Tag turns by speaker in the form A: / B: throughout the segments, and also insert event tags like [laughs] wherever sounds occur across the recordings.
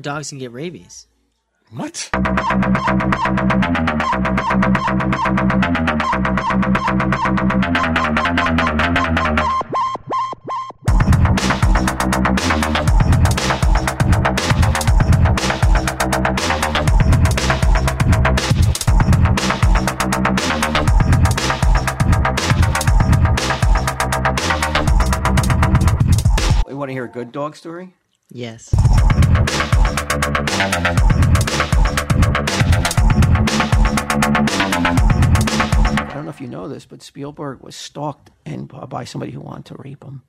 A: dogs can get rabies.
B: What?
C: You want to hear a good dog story?
A: Yes.
C: I don't know if you know this, but Spielberg was stalked and uh, by somebody who wanted to rape him.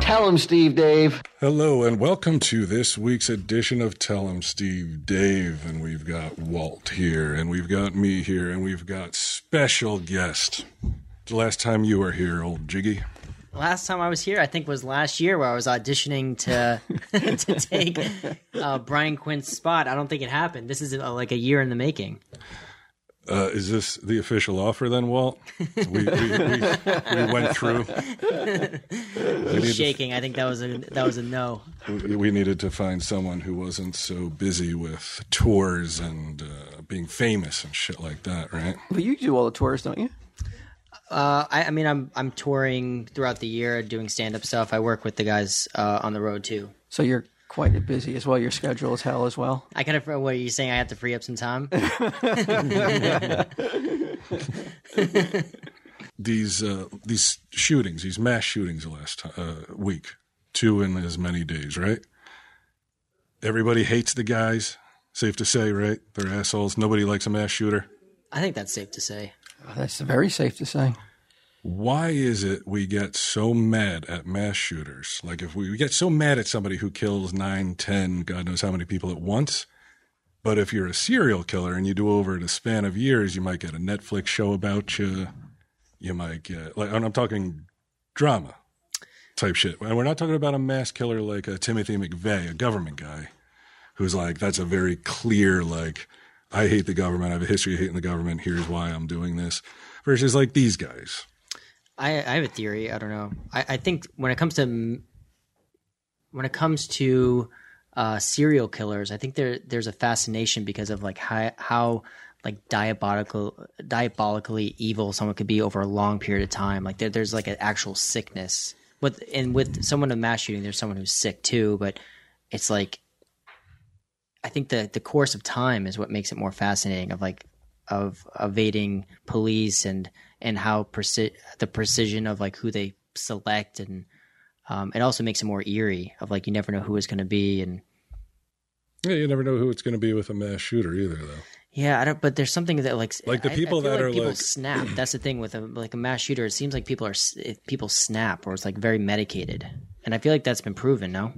C: Tell him, Steve Dave.
B: Hello and welcome to this week's edition of Tell 'em Steve Dave. And we've got Walt here, and we've got me here, and we've got special guest. The last time you were here, old Jiggy.
A: Last time I was here, I think was last year where I was auditioning to [laughs] to take uh, Brian Quinn's spot. I don't think it happened. This is uh like a year in the making.
B: Uh, is this the official offer then, Walt? We, we, we, we went through. We
A: He's
B: needed,
A: shaking. I think that was a that was a no.
B: we needed to find someone who wasn't so busy with tours and uh, being famous and shit like that, right?
C: But you do all the tours, don't you?
A: Uh, I, I mean, I'm I'm touring throughout the year, doing stand up stuff. I work with the guys uh, on the road too.
C: So you're quite busy as well. Your schedule is hell as well.
A: I kind of what are you saying? I have to free up some time.
B: these uh, these shootings, these mass shootings the last ti- uh, week, two in as many days, right? Everybody hates the guys. Safe to say, right? They're assholes. Nobody likes a mass shooter.
A: I think that's safe to say.
C: Oh, That's very safe to say.
B: Why is it we get so mad at mass shooters? Like if we, we get so mad at somebody who kills nine, ten, God knows how many people at once. But if you're a serial killer and you do over the span of years, you might get a Netflix show about you. You might get like, and I'm talking drama type shit. And we're not talking about a mass killer like a Timothy McVeigh, a government guy, who's like, that's a very clear like, I hate the government. I have a history of hating the government. Here's why I'm doing this. Versus like these guys.
A: I, I have a theory. I don't know. I, I think when it comes to m- when it comes to uh, serial killers, I think there there's a fascination because of like how, how like diabolical diabolically evil someone could be over a long period of time. Like there, there's like an actual sickness. With and with someone in mass shooting, there's someone who's sick too. But it's like I think the the course of time is what makes it more fascinating. Of like of evading police and and how preci- the precision of like who they select and um, it also makes it more eerie of like you never know who it's going to be and
B: Yeah, you never know who it's going to be with a mass shooter either, though.
A: yeah I don't but there's something that like
B: Like, the
A: I- I
B: people
A: feel
B: that are,
A: people
B: like- [clears throat]
A: snap that's the thing with a like a mass shooter it seems like people are s- if people snap or it's like very medicated and I feel like that's been proven no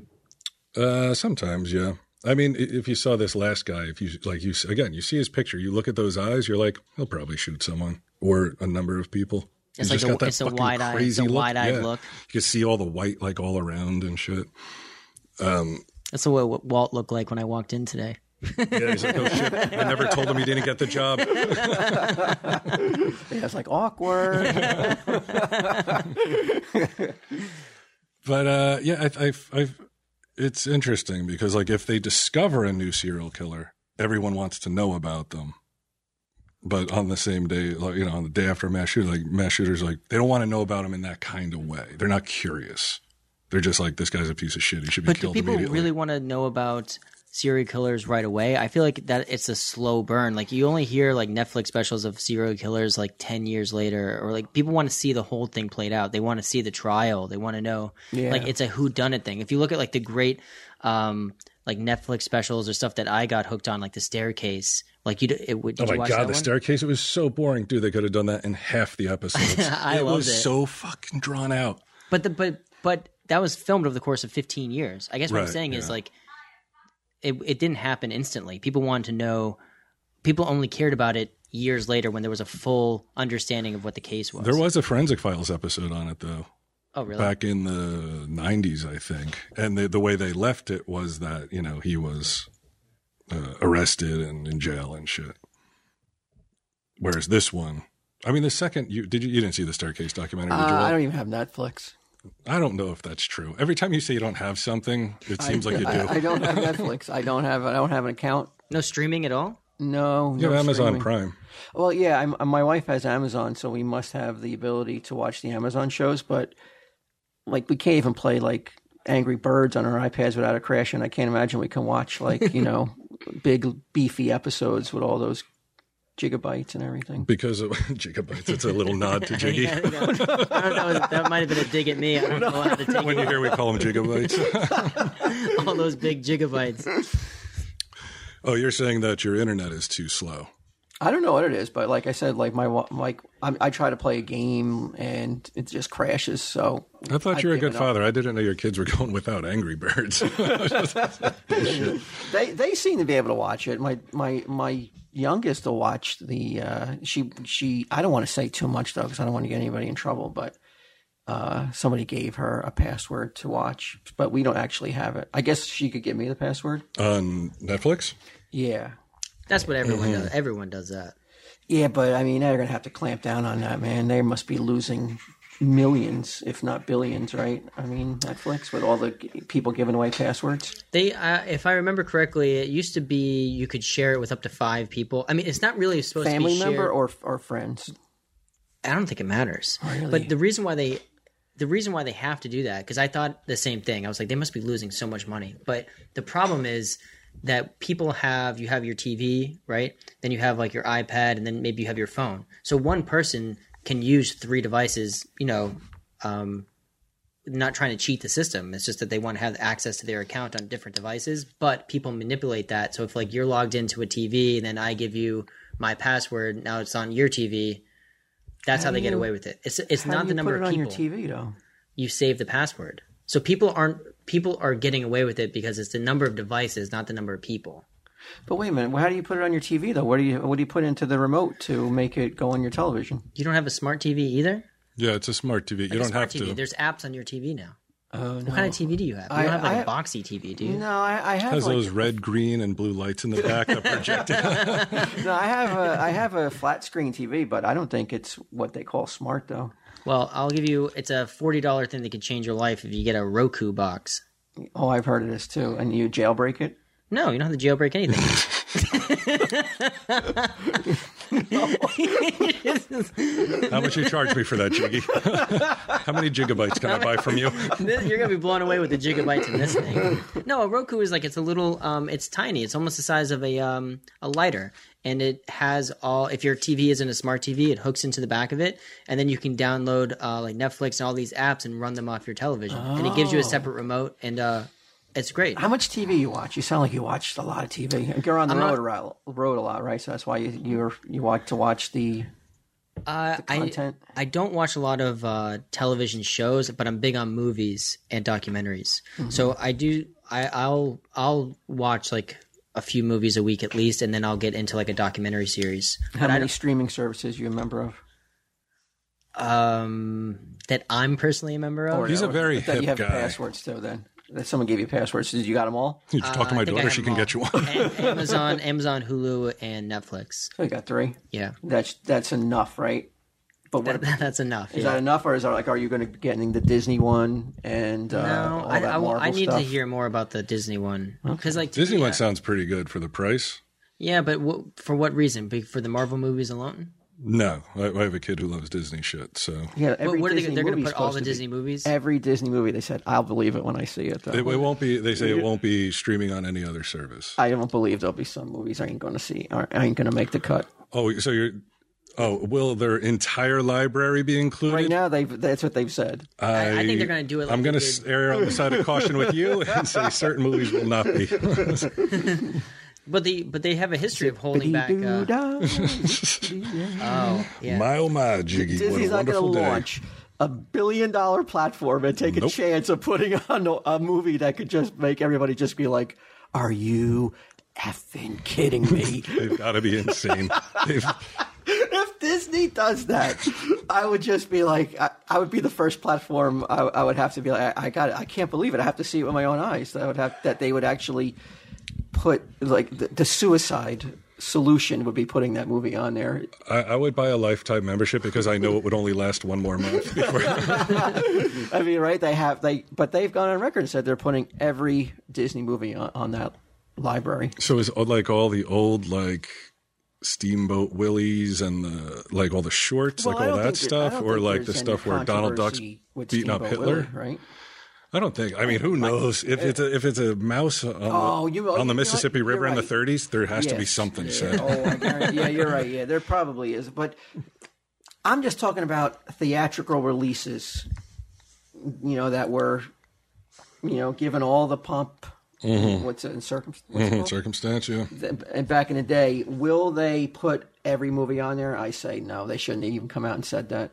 B: Uh, sometimes, yeah. I mean, i- if you saw this last guy, if you like, you again, you see his picture, you look at those eyes, you're like, he'll probably shoot someone or a number of people.
A: It's
B: He's
A: like
B: just
A: a-
B: got that
A: it's a
B: fucking
A: wide eye- it's
B: crazy
A: a wide-eyed
B: Yeah.
A: look.
B: You can see all the white like all around and shit.
A: that's the way what Walt looked like when I walked in today
B: Yeah, he's like, oh shit! I never told him he didn't get the
A: [laughs]
B: job.
C: Yeah, it's like [laughs] awkward. Uh,
B: But uh, yeah, I, I, I, it's interesting because like if they discover a new serial killer, everyone wants to know about them. But on the same day, like you know, on the day after a mass shooter, like mass shooters, like they don't want to know about him in that kind of way. They're not curious. They're just like this guy's a piece of shit. He should be
A: but do
B: killed
A: people
B: immediately.
A: really want to know about serial killers right away i feel like that it's a slow burn like you only hear like netflix specials of serial killers like 10 years later or like people want to see the whole thing played out they want to see the trial they want to know
C: Yeah.
A: like it's a who done it thing if you look at like the great um like netflix specials or stuff that i got hooked on like the staircase like you d- it would
B: Oh
A: did you
B: my
A: watch
B: god, the
A: that one?
B: staircase! It was so boring, dude. They could have done that in half
A: [laughs]
B: the episodes.
A: I
B: it
A: loved
B: was
A: it.
B: so fucking drawn out.
A: But the but but that was filmed over the course of 15 years. I guess what I'm
B: Right,
A: saying is
B: yeah.
A: like it it didn't happen instantly. People wanted to know. People only cared about it years later when there was a full understanding of what the case was.
B: There was a forensic files episode on it though.
A: oh really?
B: back in the 90s i think and the, the way they left it was that you know he was uh, arrested and in jail and shit whereas this one I mean, the second you did, you, you didn't see the staircase documentary. Did you?
C: Uh,
B: Will?
C: I don't even have Netflix.
B: I don't know if that's true. Every time you say you don't have something, it seems like you do.
C: I, I don't [laughs] have Netflix. I don't have. I don't have an account.
A: No streaming at all.
C: No.
B: you
C: no
B: have Amazon
C: streaming.
B: Prime.
C: Well, yeah, I'm, uh, my wife has Amazon, so we must have the ability to watch the Amazon shows. But like, we can't even play like Angry Birds on our iPads without a crash, and I can't imagine we can watch like you know big beefy episodes with all those gigabytes and everything.
B: Because of [laughs] gigabytes, it's a little nod
C: [laughs]
B: to Jiggy.
A: Yeah, no. I don't know. That might have been a dig at me. I don't know how
B: [laughs]
A: to take
B: when you hear we call them gigabytes. [laughs]
A: all those big gigabytes.
B: oh, you're saying that your internet is too slow.
C: I don't know what it is, but like I said, like my wa- like I'm, I try to play a game and it just crashes. So
B: I thought you were a
C: given
B: good
C: up.
B: father. I didn't know your kids were [laughs] going without Angry Birds. [laughs]
C: they they seem to be able to watch it. My my my youngest will watch the uh, she she. I don't want to say too much though because I don't want to get anybody in trouble. But uh, somebody gave her a password to watch, but we don't actually have it. I guess she could give me the password.
B: On Netflix?
C: Yeah,
A: That's what everyone
B: Mm-hmm.
A: does. Everyone does that.
C: yeah, but I mean they're gonna have to clamp down on that man. They must be losing millions, if not billions, right? I mean Netflix with all the g- people giving away passwords.
A: They, uh, if I remember correctly, it used to be you could share it with up to five people. I mean, it's not really supposed to
C: Family
A: be
C: member
A: shared.
C: or or friends.
A: I don't think it matters.
C: Really?
A: But the reason why they, the reason why they have to do that, because I thought the same thing. I was like, they must be losing so much money. But the problem is that people have you have your TV, right? Then you have like your iPad, and then maybe you have your phone. So one person can use three devices. You know, um, not trying to cheat the system. It's just that they want to have access to their account on different devices, but people manipulate that. So if like you're logged into a TV and then I give you my password, now it's on your TV. That's how, they get away with it. It's it's
C: How
A: not
C: do
A: the
C: you
A: number
C: put it
A: of
C: on
A: people
C: your TV though.
A: you save the password. So people aren't people are getting away with it because it's the number of devices, not the number of people.
C: But wait a minute, how do you put it on your TV though? What do you what do you put into the remote to make it go on your television?
A: You don't have a smart TV either.
B: Yeah, it's a smart TV. you
A: A
B: don't
A: smart
B: have
A: TV.
B: to.
A: There's apps on your TV now.
C: Oh
A: What
C: no.
A: kind of TV do you have? You
C: I-
A: don't have like a
C: I-
A: boxy TV, do you?
C: No, I, I
B: It
C: have
B: has
C: like,
B: those red, green, and blue lights in the back that project out.
C: no, I have a I have a flat screen TV, but I don't think it's what they call smart though.
A: Well, I'll give you. It's a forty dollar thing that could change your life if you get a Roku box.
C: Oh, I've heard of this too. And you jailbreak it?
A: No, you don't have to jailbreak anything. [laughs]
C: [laughs]
B: How much you charge me for that, Jiggy? [laughs] How many gigabytes can I buy from you? [laughs]
A: This- You're gonna be blown away with the gigabytes in this thing. No, a Roku is like it's a little. Um, it's tiny. It's almost the size of a um, a lighter, and it has all. If your TV isn't a smart TV, it hooks into the back of it, and then you can download uh, like Netflix and all these apps and run them off your television. And it gives you a separate remote, and uh, it's great.
C: How much TV you watch? You sound like you watch a lot of TV. You're on the road, a lot- road a lot, right? So that's why you you're, you like to watch the
A: Uh, I
C: content.
A: I don't watch a lot of uh, television shows, but I'm big on movies and documentaries.
C: Mm-hmm.
A: So I do. I, I'll I'll watch like a few movies a week at least, and then I'll get into like a documentary series.
C: how many streaming services you're a member of.
A: Um, that I'm personally a member of.
C: Or-
B: He's a very
C: I thought
B: hip
C: you have
B: guy.
C: passwords too. Then that someone gave you passwords. Did you got them all?
B: You just talk to
A: Uh, I
B: my
A: think I
B: daughter;
A: have
B: she
A: them
B: can get you
A: all.
B: one.
A: A- [laughs]
C: [laughs]
A: Amazon, Amazon, Hulu, and Netflix.
C: So you got three.
A: Yeah, [laughs]
C: That's that's enough, right? But what, is
A: that's enough. yeah.
C: that enough, or is that like, are you going to be getting the Disney one and uh,
A: no,
C: all
A: I,
C: that
A: I,
C: Marvel
A: I need
C: stuff?
A: to hear more about the Disney one because like
B: [laughs] Disney one sounds pretty good for the price.
A: yeah, but w- for what reason? Be- For the Marvel movies alone?
B: No, I, I have a kid who loves Disney shit, so
C: Yeah, every
A: But what are they?
C: Disney
A: They're going
C: movie's
A: to put all
C: supposed
A: the
C: to be-
A: Disney movies.
C: Every Disney movie, they said, "I'll believe it when I see it." Though.
B: it, it won't be. They say it won't be streaming on any other service.
C: I don't believe there'll be some movies I ain't going to see. Or I ain't going to make the cut.
B: Oh, so you're. Oh, will their entire library be included?
C: Right now, they—that's what they've said.
A: I- I think they're gonna do it like
B: I'm
A: they
B: going
A: did-
B: to err on the side of caution with you and say certain movies will not
A: [laughs]
B: be.
A: But they but they have a history of holding back. Uh,
C: Ba-dee-doo-dah.
A: [laughs] oh yeah.
B: My oh my, Jiggy! what
C: Disney's
B: a
C: not
B: wonderful
C: going to
B: day.
C: launch a billion-dollar platform and take a
B: Nope.
C: chance of putting on a- a movie that could just make everybody just be like, "Are you effing kidding
B: [laughs]
C: me?"
B: They've got to be insane. They've,
C: if Disney does that, I would just be like, I, I would be the first platform. I, I would have to be like, I, I got it. I can't believe it. I have to see it with my own eyes. That I would have that they would actually put like the, the suicide solution would be putting that movie on there.
B: I, I would buy a lifetime membership because I know it would only last one more month. Before, [laughs]
C: I mean, right? They have they, but they've gone on record and said they're putting every Disney movie on, on that library.
B: so it's like all the old like Steamboat Willies and the like all the shorts,
C: Well, I
B: like all
C: don't
B: that
C: think there- I
B: stuff,
C: don't
B: or
C: think
B: like
C: there's
B: the
C: any
B: stuff where Donald Duck's
C: controversy with
B: beating up
C: Steamboat
B: Hitler.
C: Willie, right?
B: I don't think. I mean, who knows if it's a, if it's a mouse on,
C: Oh,
B: the,
C: you- oh,
B: on the
C: you know what?
B: Mississippi
C: You're
B: River in the
C: right.
B: 30s? There has to be
C: Yes.
B: something
C: yeah.
B: said. [laughs]
C: [laughs] Oh, I guarantee- yeah, you're right. Yeah, there probably is. But I'm just talking about theatrical releases, you know, that were, you know, given all the pump.
B: Mm-hmm.
C: What's it in circumstance?
B: Circumstance, yeah.
C: [laughs] And back in the day, will they put every movie on there? I say no. They shouldn't have even come out and said that.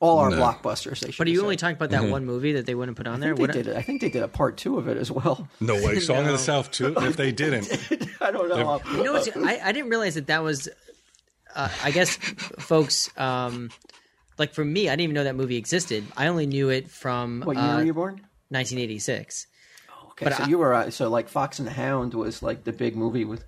C: All our blockbusters, they should.
A: But are
C: have
A: you
C: said.
A: only talking about that one movie that they wouldn't put on
C: I
A: there?
C: think,
A: What-
C: they did, I think they did a part two of it as well. [laughs]
B: No way. Song of the South, too. If they didn't,
C: I don't know.
A: You know, what's, I, I didn't realize that that was. Uh, I guess, folks, um, like for me, I didn't even know that movie existed. I only knew it from
C: What year
A: uh,
C: were you born?
A: 1986.
C: Okay, so you were uh, so like Fox and the Hound was like the big movie with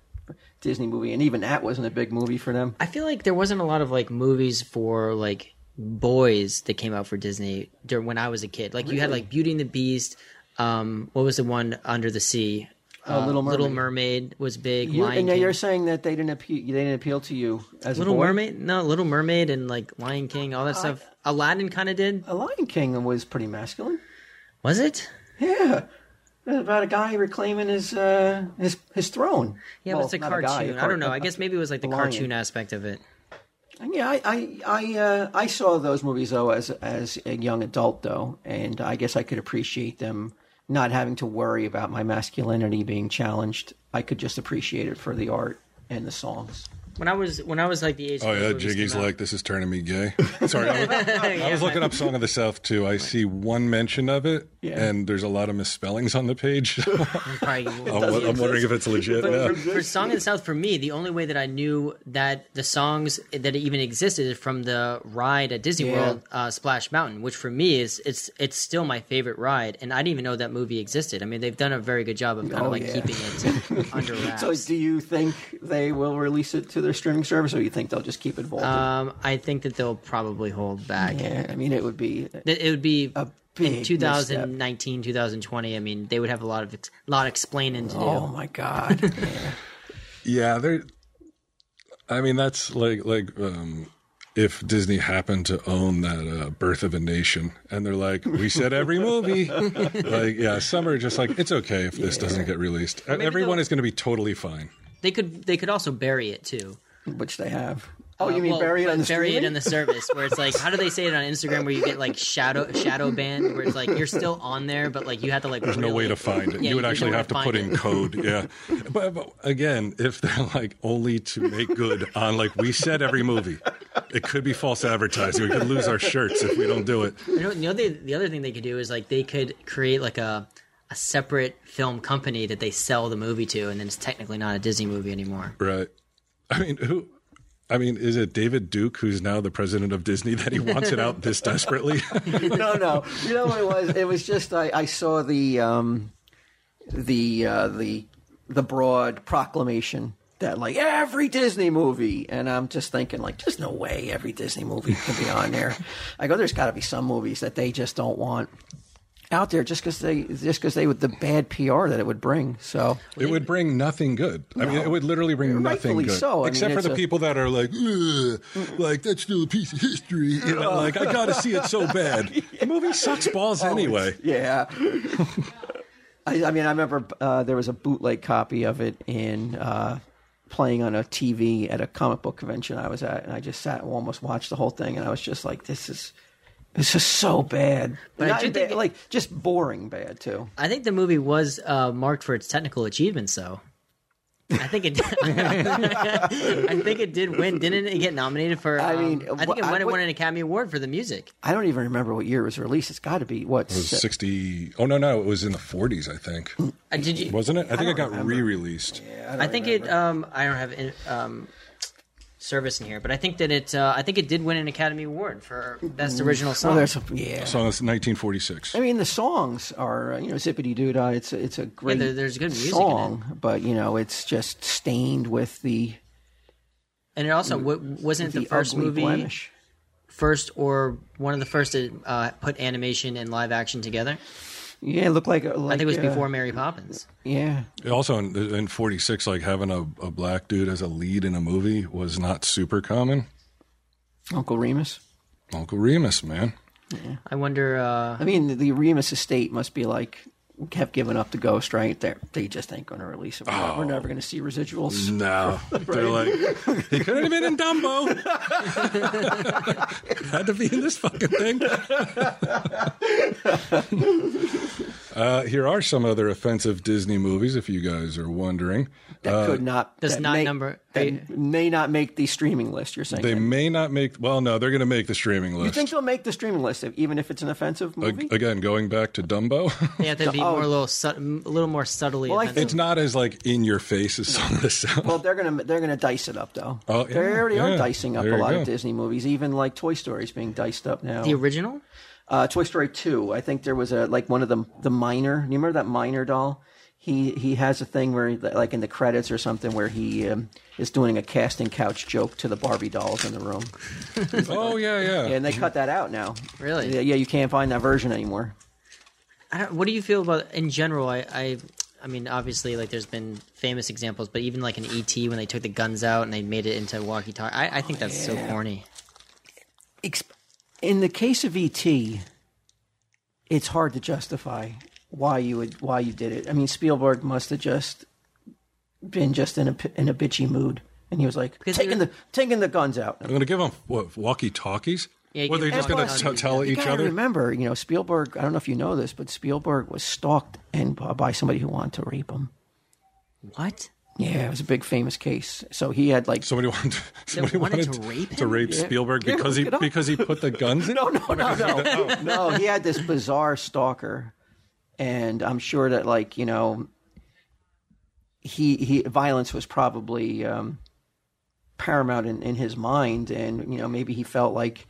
C: Disney movie, and even that wasn't a big movie for them.
A: I feel like there wasn't a lot of like movies for like boys that came out for Disney during, when I was a kid. Like you had like Beauty and the Beast. Um, what was the one Under the Sea?
C: Uh, Little Mermaid.
A: Mermaid was big.
C: You-
A: Lion
C: and now
A: King.
C: you're saying that they didn't appeal, they didn't appeal to you as
A: Little
C: a boy?
A: Mermaid, no, Little Mermaid, and like Lion King, all that
C: Uh,
A: stuff. Aladdin kind of did.
C: A Lion King was pretty masculine.
A: Was it?
C: Yeah, It was about a guy reclaiming his uh, his his throne.
A: Yeah,
C: Well,
A: but it's a
C: not
A: cartoon.
C: guy, a
A: I
C: car-
A: don't know.
C: a-
A: I guess maybe it was like the
C: lion.
A: cartoon aspect of it.
C: Uh, Yeah, I I I, uh, I saw those movies though as as a young adult though, and I guess I could appreciate them not having to worry about my masculinity being challenged. I could just appreciate it for the art and the songs.
A: When I was when I was like the age.
B: oh,
A: those
B: yeah,
A: movies Oh, came
B: Jiggy's
A: out.
B: like, this is turning me gay. [laughs] Sorry. I was, I was looking up Song of the South, too. I see one mention of it,
C: Yeah.
B: and there's a lot of misspellings on the page. [laughs] I'm,
A: [laughs] [laughs] Probably-
B: I'm wondering if it's legit. Yeah.
A: for Song of the South, for me, the only way that I knew that the songs that even existed is from the ride at Disney
C: Yeah.
A: World, uh, Splash Mountain, which for me is it's it's still my favorite ride, and I didn't even know that movie existed. I mean, they've done a very good job of kind
C: Oh,
A: of like
C: yeah.
A: keeping
C: [laughs]
A: it under wraps.
C: So, do you think they will release it to their streaming service, or you think they'll just keep it vaulted?
A: um, I think that they'll probably hold back.
C: yeah, I mean, it would be
A: That It would be
C: a big
A: in 2019, 2020. I mean, they would have a lot of ex- lot of explaining to do.
C: Oh my god! [laughs] Yeah.
B: Yeah, they're. I mean, that's like like um, if Disney happened to own that uh, Birth of a Nation, and they're like, we said every movie, like yeah, some are just like it's okay if this doesn't get released. Everyone
A: they'll-
B: is going to be totally fine.
A: They could they could also bury it too.
C: Which they have. Oh, you mean
A: Uh, Well,
C: bury it on the
A: bury
C: streaming?
A: it in the service where it's like how do they say it on Instagram where you get like shadow shadow banned where it's like you're still on there but like you have to like
B: There's no way to find it.
A: Yeah,
B: you would
A: there's
B: actually
A: no way
B: have
A: to
B: to put
A: find
B: in
A: it.
B: code.
A: [laughs]
B: Yeah, but, but again, if they're like only to make good on like we said every movie, it could be false advertising. We could lose our shirts if we don't do it.
A: You know, you know the, the other thing they could do is like they could create like a a separate film company that they sell the movie to and then it's technically not a Disney movie anymore.
B: Right. I mean, who? I mean, is it David Duke who's now the president of Disney that he wants it out this desperately? [laughs]
C: no, no. You know what it was? It was just I, I saw the um, the uh, the the broad proclamation that like every Disney movie, and I'm just thinking like, there's no way every Disney movie can be on there. I go, there's got to be some movies that they just don't want out there just because they just because they would the bad PR that it would bring. So
B: it would bring nothing good. I mean, it would literally bring nothing
C: Rightfully
B: good,
C: so. I mean,
B: except for
C: it's
B: the
C: a-
B: people that are like, "Ugh, like that's still a piece of history. You know, like I got to see it so
C: [laughs]
B: bad. The movie sucks balls anyway.
C: Yeah. [laughs] I, I mean, I remember uh, there was a bootleg copy of it in uh, playing on a TV at a comic book convention I was at, and I just sat and almost watched the whole thing, and I was just like, "This is, this is so bad."
A: But I
C: Not
A: do
C: bad,
A: think it-
C: like, just boring bad too.
A: I think the movie was uh, marked for its technical achievements though. I think it. [laughs] I think it did win. Didn't it get nominated for?
C: I
A: um,
C: mean,
A: I think it
C: wh- I
A: won, it
C: would-
A: won an Academy Award for the music.
C: I don't even remember what year it was released. It's got to be what?
B: It was
C: se-
B: sixty. Oh no, no, it was in the forties, I think,
A: Uh, did you?
B: wasn't it? I think it got re-released.
A: I think it. Um, I don't have. in- Um, service in here, but I think that it uh, I think it did win an Academy Award for best original song.
C: Well, oh, there's a, yeah.
B: Song that's 1946.
C: I mean, the songs are uh, you know zippity doo dah. It's a- it's a great
A: there- there's good music in it.
C: song, but you know it's just stained with the
A: and it also w- wasn't
C: Mm, the,
A: the first
C: ugly
A: movie,
C: blemish.
A: first or one of the first to uh, put animation and live action together.
C: Yeah, it looked like, like
A: I think it was
C: uh,
A: before Mary Poppins.
C: Yeah,
B: Also in, in 46, like having a, a black dude as a lead in a movie was not super common.
C: Uncle Remus.
B: Uncle Remus, man.
A: I wonder. Uh,
C: I mean, the, the Remus estate must be like have given up the ghost, right? They're, they just ain't going to release it. We're, not- we're
B: Oh.
C: never going to see residuals.
B: No. [laughs] They're like, he could have been in Dumbo. [laughs] Had to be in this fucking thing. [laughs] uh, here are some other offensive Disney movies, if you guys are wondering.
C: That
B: uh,
C: could not.
A: does
C: that
A: not
C: may,
A: number-
C: That
A: I-
C: may not make the streaming list. You're saying.
B: They may not make, well, no, they're going to make the streaming
C: you
B: list.
C: think they'll make the streaming list, if- even if it's an offensive movie?
B: Ag- Again, going back to Dumbo. [laughs]
A: they have to be more a little, sub- a little more subtly.
C: oh. Well, I
A: offensive.
B: It's not as like in your face as some of the sound.
C: [laughs] well, they're gonna they're gonna dice it up though.
B: Oh,
C: they
B: yeah,
C: already
B: yeah.
C: are dicing up
B: There
C: a
B: you
C: lot
B: go.
C: of Disney movies, even like Toy Story is being diced up now.
A: the original.
C: uh, Toy Story two. I think there was a like one of the the miner. You remember that miner doll? He he has a thing where like in the credits or something where he um, is doing a casting couch joke to the Barbie dolls in the room,
B: oh yeah, yeah.
C: and they cut that out now.
A: Really?
C: Yeah, yeah, you can't find that version anymore.
A: I don't, what do you feel about in general? I, I, I mean, obviously, like there's been famous examples, but even like an ET when they took the guns out and they made it into walkie talkie. I, I think that's so corny.
C: Ex- In the case of ET, it's hard to justify why you would why you did it. I mean, Spielberg must have just been just in a p- in a bitchy mood, and he was like
A: they
C: taking
A: were-
C: the taking the guns out.
B: I'm gonna give them what walkie talkies.
A: Yeah,
B: Were
A: give
B: they
A: them
B: just gonna
A: walkie-talkies.
B: t- tell
C: You
B: each
C: gotta
B: other?
C: remember, you know, Spielberg. I don't know if you know this, but Spielberg was stalked and uh, by somebody who wanted to rape him.
A: What?
C: Yeah, it was a big famous case. So he had like
B: Somebody [laughs] wanted. Somebody
A: wanted
B: wanted,
A: to rape
B: to
A: him?
B: rape Spielberg
C: Yeah,
B: because
C: look
B: he
C: it up.
B: because he put the guns in.
C: [laughs] no, no, no,
A: [laughs] Oh.
C: no, no. He had this bizarre stalker, and I'm sure that like you know, he he violence was probably um, paramount in, in his mind, and you know maybe he felt like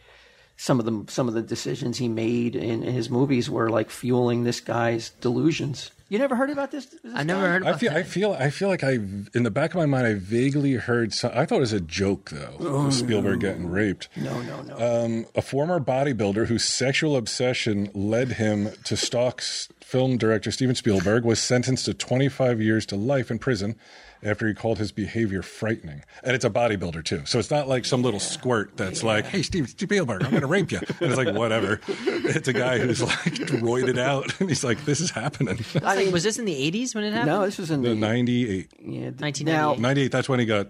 C: some of the some of the decisions he made in, in his movies were like fueling this guy's delusions. You never heard about this? this
A: I never heard
B: I
A: about.
B: feel. I feel. I feel like I in the back of my mind. I vaguely heard. Some, I thought it was a joke though.
C: Oh,
B: of Spielberg getting raped.
C: No, no, no.
B: Um, A former bodybuilder whose sexual obsession led him to stalk s- film director Steven Spielberg was sentenced to 25 years to life in prison after he called his behavior frightening. And it's a bodybuilder, too. So it's not like some little squirt that's like, hey, Steven Spielberg, I'm going to rape you. And it's like, whatever. It's a guy who's like roided out. And he's like, this is
A: [laughs]
B: happening.
A: I think was this in the 80s when it happened?
C: no, this was in the,
B: The 98.
C: yeah, th-
A: 1998.
C: Now
B: 98, that's when he got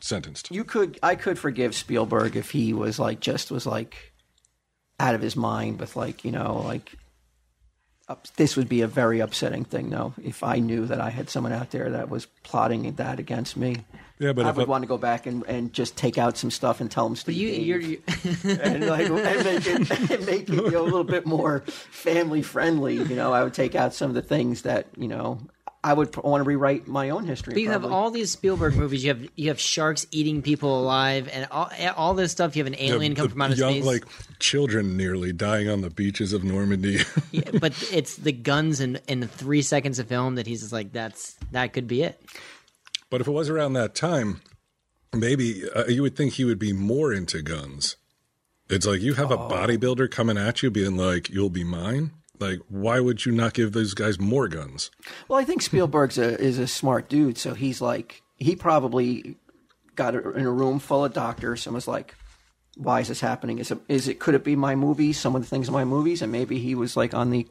B: sentenced.
C: you could, I could forgive Spielberg if he was like just was like out of his mind with like you know like up, this would be a very upsetting thing though if I knew that I had someone out there that was plotting that against me.
B: Yeah, but
C: I
B: if
C: would
B: a-
C: want to go back and, and just take out some stuff and tell them.
A: But you, you're,
C: [laughs]
A: you
C: and like and make it, [laughs] and make it you know, a little bit more family friendly. You know, I would take out some of the things that you know I would pr- want to rewrite my own history.
A: but you have
C: probably.
A: all these Spielberg movies. You have you have sharks eating people alive, and all all this stuff. You have an alien come
B: The
A: from outer
B: young,
A: space.
B: like children nearly dying on the beaches of Normandy.
A: [laughs] Yeah, but it's the guns and in the three seconds of film that he's just like that's that could be it.
B: But if it was around that time, maybe uh, you would think he would be more into guns. It's like you have a
A: Oh.
B: bodybuilder coming at you, being like, "You'll be mine." Like, why would you not give those guys more guns?
C: Well, I think Spielberg's a is a smart dude, so he's like he probably got a, in a room full of doctors and was like, "Why is this happening? Is it, is it could it be my movie? Some of the things in my movies?" And maybe he was like on the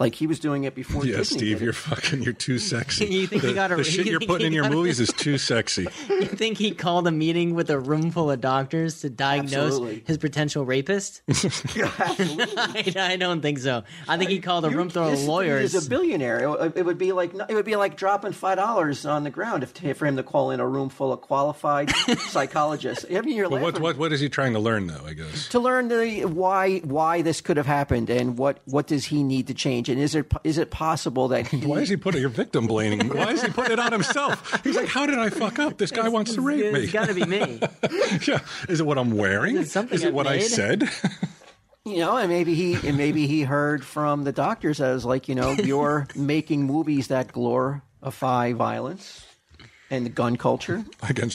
C: like he was doing it before.
B: Yeah,
C: Disney
B: Steve,
C: did it.
B: you're fucking,
A: [laughs]
B: you're too sexy.
A: You think
B: the,
A: he got a-
B: the shit
A: you [laughs]
B: you're
A: think
B: putting
A: he
B: in your
A: got a-
B: movies is
A: [laughs]
B: too sexy.
A: You think he called a meeting with a room full of doctors to diagnose
C: Absolutely.
A: his potential rapist? I, [laughs] I don't think so. I think he called a room full of
C: This dude
A: lawyers.
C: is a billionaire. It it would be like it would be like dropping five dollars on the ground if, for him to call in a room full of
B: [laughs]
C: qualified psychologists. I mean, you're
B: But what
C: laughing.
B: what what is he trying to learn though? I guess
C: to learn the why why this could have happened and what what does he need to change change? And is it is it possible that he,
B: Why is he putting a victim blaming? Why is he putting it on himself? He's like, how did I fuck up? This guy wants to rape me.
A: It's got to be me.
B: [laughs] yeah. Is it what I'm wearing?
A: Is it something
B: Is it
A: I've
B: what I
A: made?
B: said? [laughs]
C: you know, and maybe he and maybe he heard from the doctors as like you know [laughs] you're making movies that glorify violence and the gun culture.
B: Against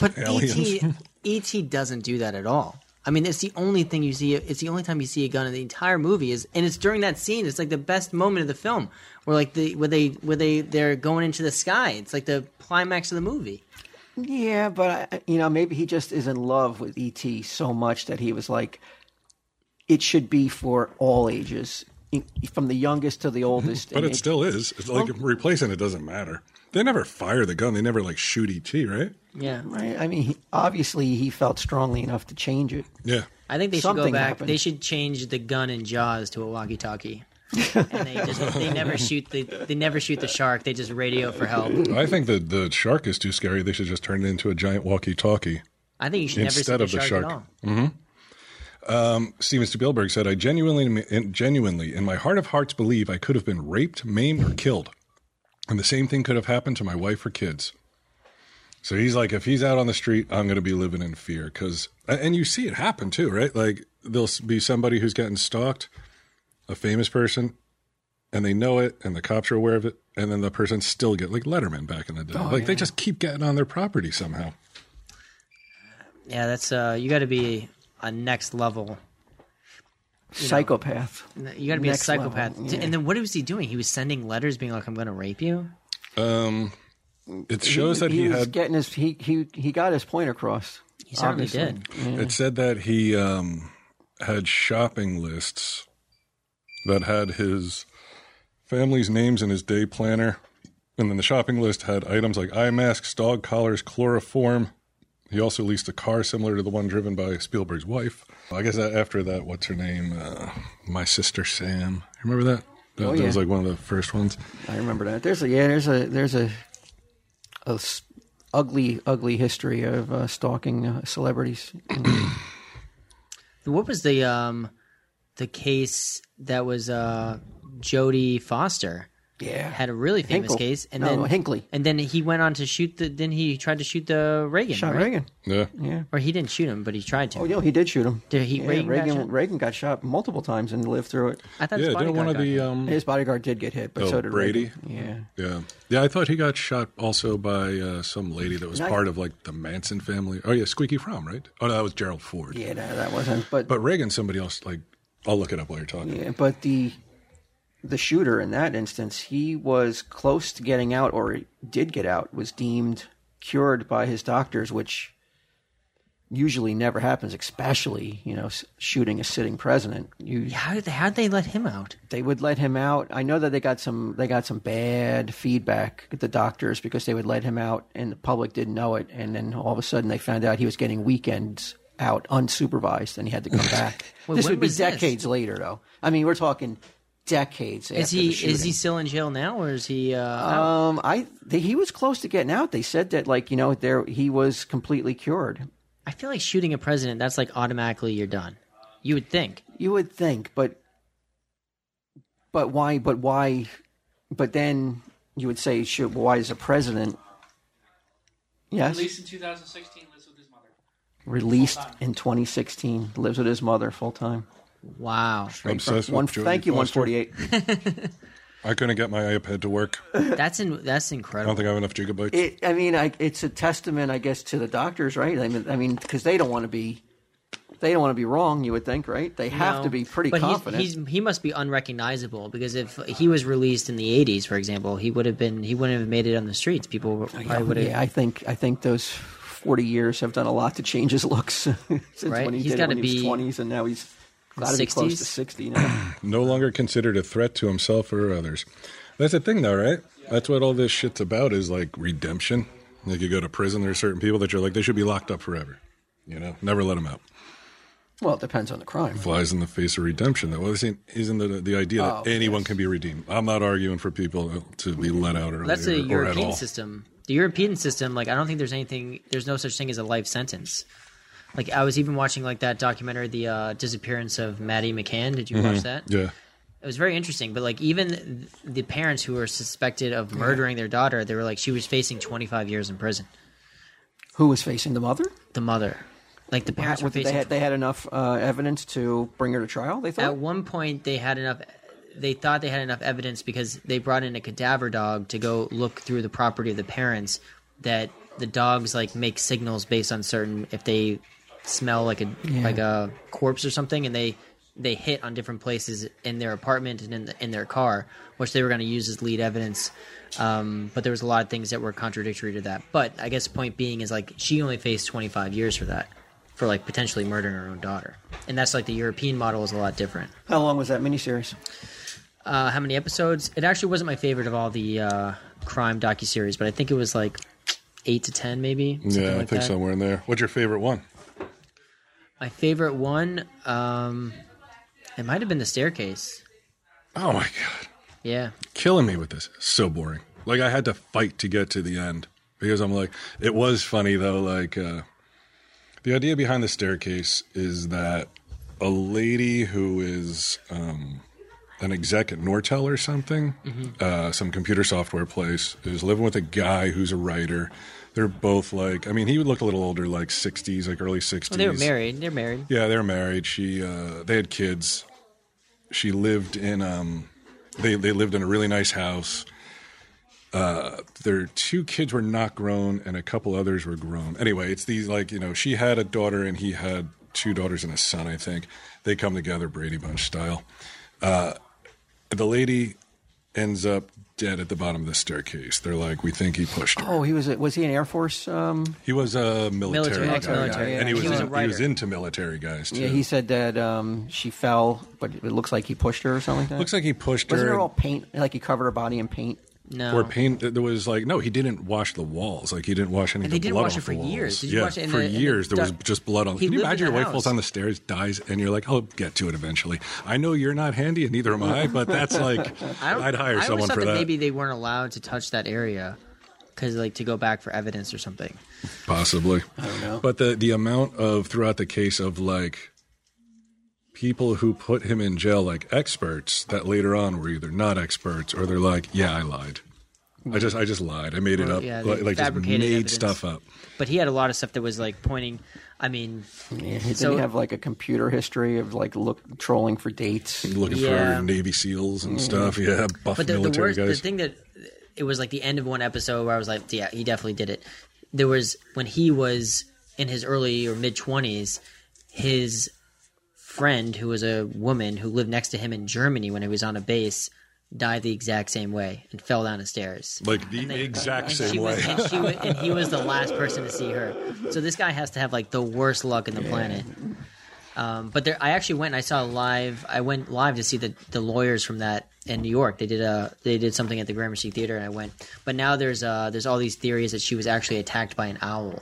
A: [laughs] But
B: [laughs]
A: E
B: aliens.
A: ET, ET doesn't do that at all. I mean, it's the only thing you see. It's the only time you see a gun in the entire movie is, and it's during that scene. It's like the best moment of the film, where like the where they where they they're going into the sky. It's like the climax of the movie.
C: Yeah, but I- you know, maybe he just is in love with ET so much that he was like, it should be for all ages, in- from the youngest to the oldest.
B: But
C: And
B: it still is. It's like replacing it doesn't matter. They never fire the gun. They never like shoot ET, right?
A: Yeah,
C: right? I mean, he, obviously, he felt strongly enough to change it.
B: Yeah.
A: I think they should go
C: Something
A: back.
C: happened.
A: They should change the gun in Jaws to a
C: [laughs]
A: walkie-talkie. and they just they never shoot the they never shoot the shark. They just radio for help.
B: I think that the shark is too scary. They should just turn it into a giant walkie-talkie.
A: I think you should
B: Instead
A: never
B: of
A: see
B: the
A: the shark,
B: shark.
A: at all.
B: Steven Spielberg said, "I genuinely, in, genuinely, in my heart of hearts, believe I could have been raped, maimed, or killed, and the same thing could have happened to my wife or kids." So he's like, if he's out on the street, I'm going to be living in fear because, and you see it happen too, right? Like there'll be somebody who's getting stalked, a famous person, and they know it, and the cops are aware of it, and then the person still get like Letterman back in the day, like they just keep getting on their property somehow.
A: Yeah, that's uh, you got to be a next level
C: Psychopath.
A: You got to be a
C: Next
A: psychopath.
C: level, yeah.
A: And then what was he doing? He was sending letters, being like, "I'm going to rape you."
B: Um, it shows that he,
C: was
B: had
C: getting his he he he got his point across.
A: He certainly
C: Obviously.
A: did.
B: It said that he um, had shopping lists that had his family's names in his day planner. And then the shopping list had items like eye masks, dog collars, chloroform. He also leased a car similar to the one driven by Spielberg's wife. I guess that after that, what's her name? Uh, My Sister Sam. Remember that? That,
C: Oh,
B: that was
C: yeah.
B: like one of the first ones.
C: I remember that. There's a yeah. There's a there's a, a s- ugly ugly history of uh, stalking uh, celebrities.
A: What was the um, the case that was uh, Jodie Foster
C: yeah.
A: had a really famous
C: Hinkle.
A: case, and
C: No,
A: then
C: Hinckley.
A: and then he went on to shoot the. Then he tried to shoot the Reagan,
C: Shot
A: right?
C: Reagan.
B: Yeah.
C: Yeah.
A: Or he didn't shoot him, but he tried to.
C: Oh, no, he did shoot him.
A: Did he-
C: Yeah,
A: Reagan
C: Reagan,
A: got
C: Reagan,
A: shot?
C: got shot multiple times and lived through it.
A: I thought
B: Yeah,
A: his
B: didn't
A: bodyguard
B: one of
A: got
B: the.
A: him.
B: Um,
C: His bodyguard did get hit, but
B: Oh,
C: so did
B: Brady?
C: Reagan.
B: Yeah, yeah. I thought he got shot also by uh, some lady that was
C: Not-
B: part of like the Manson family. Oh yeah, Squeaky Fromm, right? Oh, no, that was Gerald Ford.
C: Yeah, yeah, no, that wasn't. But
B: But Reagan, somebody else. Like, I'll look it up while you're talking.
C: yeah, but the the shooter in that instance, he was close to getting out, or did get out, was deemed cured by his doctors, which usually never happens, especially you know s- shooting a sitting president. You
A: How did they, how did they let him out?
C: they would let him out. I know that they got some they got some bad feedback at the doctors because they would let him out and the public didn't know it and then all of a sudden they found out he was getting weekends out unsupervised and he had to come back.
A: [laughs] Wait,
C: this
A: when
C: would be
A: was this?
C: decades later though. I mean, we're talking decades
A: Is
C: after
A: he
C: the
A: is he
C: shooting.
A: still in jail now, or is he? Uh, out?
C: um I they, he was close to getting out. They said that like, you know, there he was completely cured.
A: I feel like shooting a president. That's like automatically you're done. You would think.
C: You would think, but but why? But why? But then you would say, "Should why is a president?" Yes,
D: Released in 2016, lives with his mother.
C: released in 2016, lives with his mother full time.
A: Wow.
B: Obsessed with
C: One,
B: Jodie
C: thank you,
B: Foster.
C: 148.
B: I couldn't get my iPad to work. I
A: That's in, that's
B: don't
A: incredible.
B: think I have enough gigabytes.
C: It, I mean, I, it's a testament, I guess, to the doctors, right? I mean, I mean, because they don't want to be, they don't want to be wrong. You would think, right? They have to
A: No.
C: be pretty
A: but he's-
C: confident.
A: He's, he must be unrecognizable because if he was released in the '80s, for example, he would have been he wouldn't have made it on the streets. People were- probably would have.
C: Oh, yeah, I think I think those forty years have done a lot to change his looks [laughs] since
A: Right?
C: when he
A: He's
C: did it
A: gotta
C: when he was
A: be
C: twenties, and now he's gotta be close to
A: 60s?
C: sixty [clears throat] now.
B: No longer considered a threat to himself or others. That's the thing, though, right? That's what all this shit's about is like redemption. Like you go to prison, there's certain people that you're like they should be locked up forever. You know, never let them out.
C: well, it depends on the crime.
B: flies in the face of redemption. Though, well, this ain't- isn't the, the idea that
C: Oh,
B: anyone can be redeemed. I'm not arguing for people to be let out early
A: That's a
B: or, or at
A: European
B: all.
A: system. The European system, like I don't think there's anything. There's no such thing as a life sentence. Like I was even watching like that documentary, the uh, disappearance of Maddie McCann. Did you watch that?
B: Mm-hmm. Yeah,
A: it was very interesting. But like even th- the parents who were suspected of murdering their daughter, they were like she was facing 25 years in prison.
C: Who was facing the mother?
A: The mother, like the parents were
C: What, they,
A: facing.
C: had, they had enough uh, evidence to bring her to trial. They
A: at
C: thought.
A: one point, they had enough. They thought they had enough evidence because they brought in a cadaver dog to go look through the property of the parents. That the dogs like make signals based on certain if they smell like a like a corpse or something, and they they hit on different places in their apartment and in, the, in their car, which they were going to use as lead evidence. Um, but there was a lot of things that were contradictory to that. But I guess point being is like she only faced 25 years for that, for like potentially murdering her own daughter, and that's like the European model is a lot different.
C: How long was that miniseries?
A: Uh, how many episodes? It actually wasn't my favorite of all the uh, crime docu series, but I think it was like eight to ten, maybe. something
B: Yeah, I
A: like
B: think
A: that.
B: somewhere in there. What's your favorite one?
A: My favorite one, um, it might have been the staircase.
B: Oh my god,
A: Yeah,
B: killing me with this. So boring. Like I had to fight to get to the end because I'm like, it was funny though. Like uh, the idea behind the staircase is that a lady who is um, an exec at Nortel or something,
A: Mm-hmm.
B: uh, some computer software place, is living with a guy who's a writer. They're both like, I mean, he would look a little older, like 60s, like early 60s.
A: well, they were married. They're married.
B: Yeah, they were married. She uh, they had kids. She lived in um they they lived in a really nice house. Uh, their two kids were not grown, and a couple others were grown. Anyway, it's these like you know she had a daughter and he had two daughters and a son. I think they come together Brady Bunch style. Uh, the lady ends up dead at the bottom of the staircase. They're like, we think he pushed her.
C: Oh, he was a, was he an Air Force? Um,
B: He was a military,
A: Military,
B: guy,
A: ex-military,
B: and he
C: yeah.
B: was,
C: He was a
B: in- he
A: writer.
B: was into military guys too.
C: yeah, he said that um, she fell, but it looks like he pushed her or something like that.
B: Looks like he pushed
C: wasn't
B: her.
C: her all paint? Like he covered her body in paint.
A: No,
B: Or paint. There was like no, he didn't wash the walls. Like he didn't wash any.
A: And
B: of
A: they
B: the
A: didn't
B: blood
A: wash
B: off
A: it for
B: the walls.
A: years. Did you
B: yeah,
A: watch it in
B: for
A: the- in the
B: years there was
A: doc-
B: just blood on.
A: He
B: Can you
A: lived in
B: imagine your
A: the
B: wife
A: house.
B: falls down the stairs, dies, and you're like, I'll get to it eventually. I know you're not handy, and neither am I. But that's like,
A: don't-
B: I'd hire
A: I always
B: someone
A: thought
B: for
A: that,
B: that.
A: Maybe they weren't allowed to touch that area because like to go back for evidence or something.
B: Possibly. I
C: don't know.
B: But the the amount of throughout the case of like people who put him in jail like experts that later on were either not experts or they're like, yeah, I lied. I just I just lied. I made it
A: Well,
B: up.
A: yeah, they
B: like like just made
A: fabricated evidence.
B: stuff up.
A: But he had a lot of stuff that was like pointing. I mean,
C: Yeah, he
A: So-
C: didn't have like a computer history of like look trolling for dates.
B: Looking
A: Yeah. Mm-hmm.
B: for Navy SEALs and stuff. Yeah, buff
A: But the, the
B: military
A: worst, the
B: guys.
A: thing that it was like the end of one episode where I was like, yeah, he definitely did it. There was when he was in his early or mid twenties, his friend who was a woman who lived next to him in Germany when he was on a base died the exact same way and fell down the stairs.
B: like the exact
A: And she
B: same way.
A: Was, and, she was, and he was the last person to see her. So this guy has to have like the worst luck in the planet. Um, but there, I actually went and I saw live. I went live to see the, the lawyers from that in New York. They did a they did something at the Gramercy Theater, and I went. But now there's uh there's all these theories that she was actually attacked by an owl,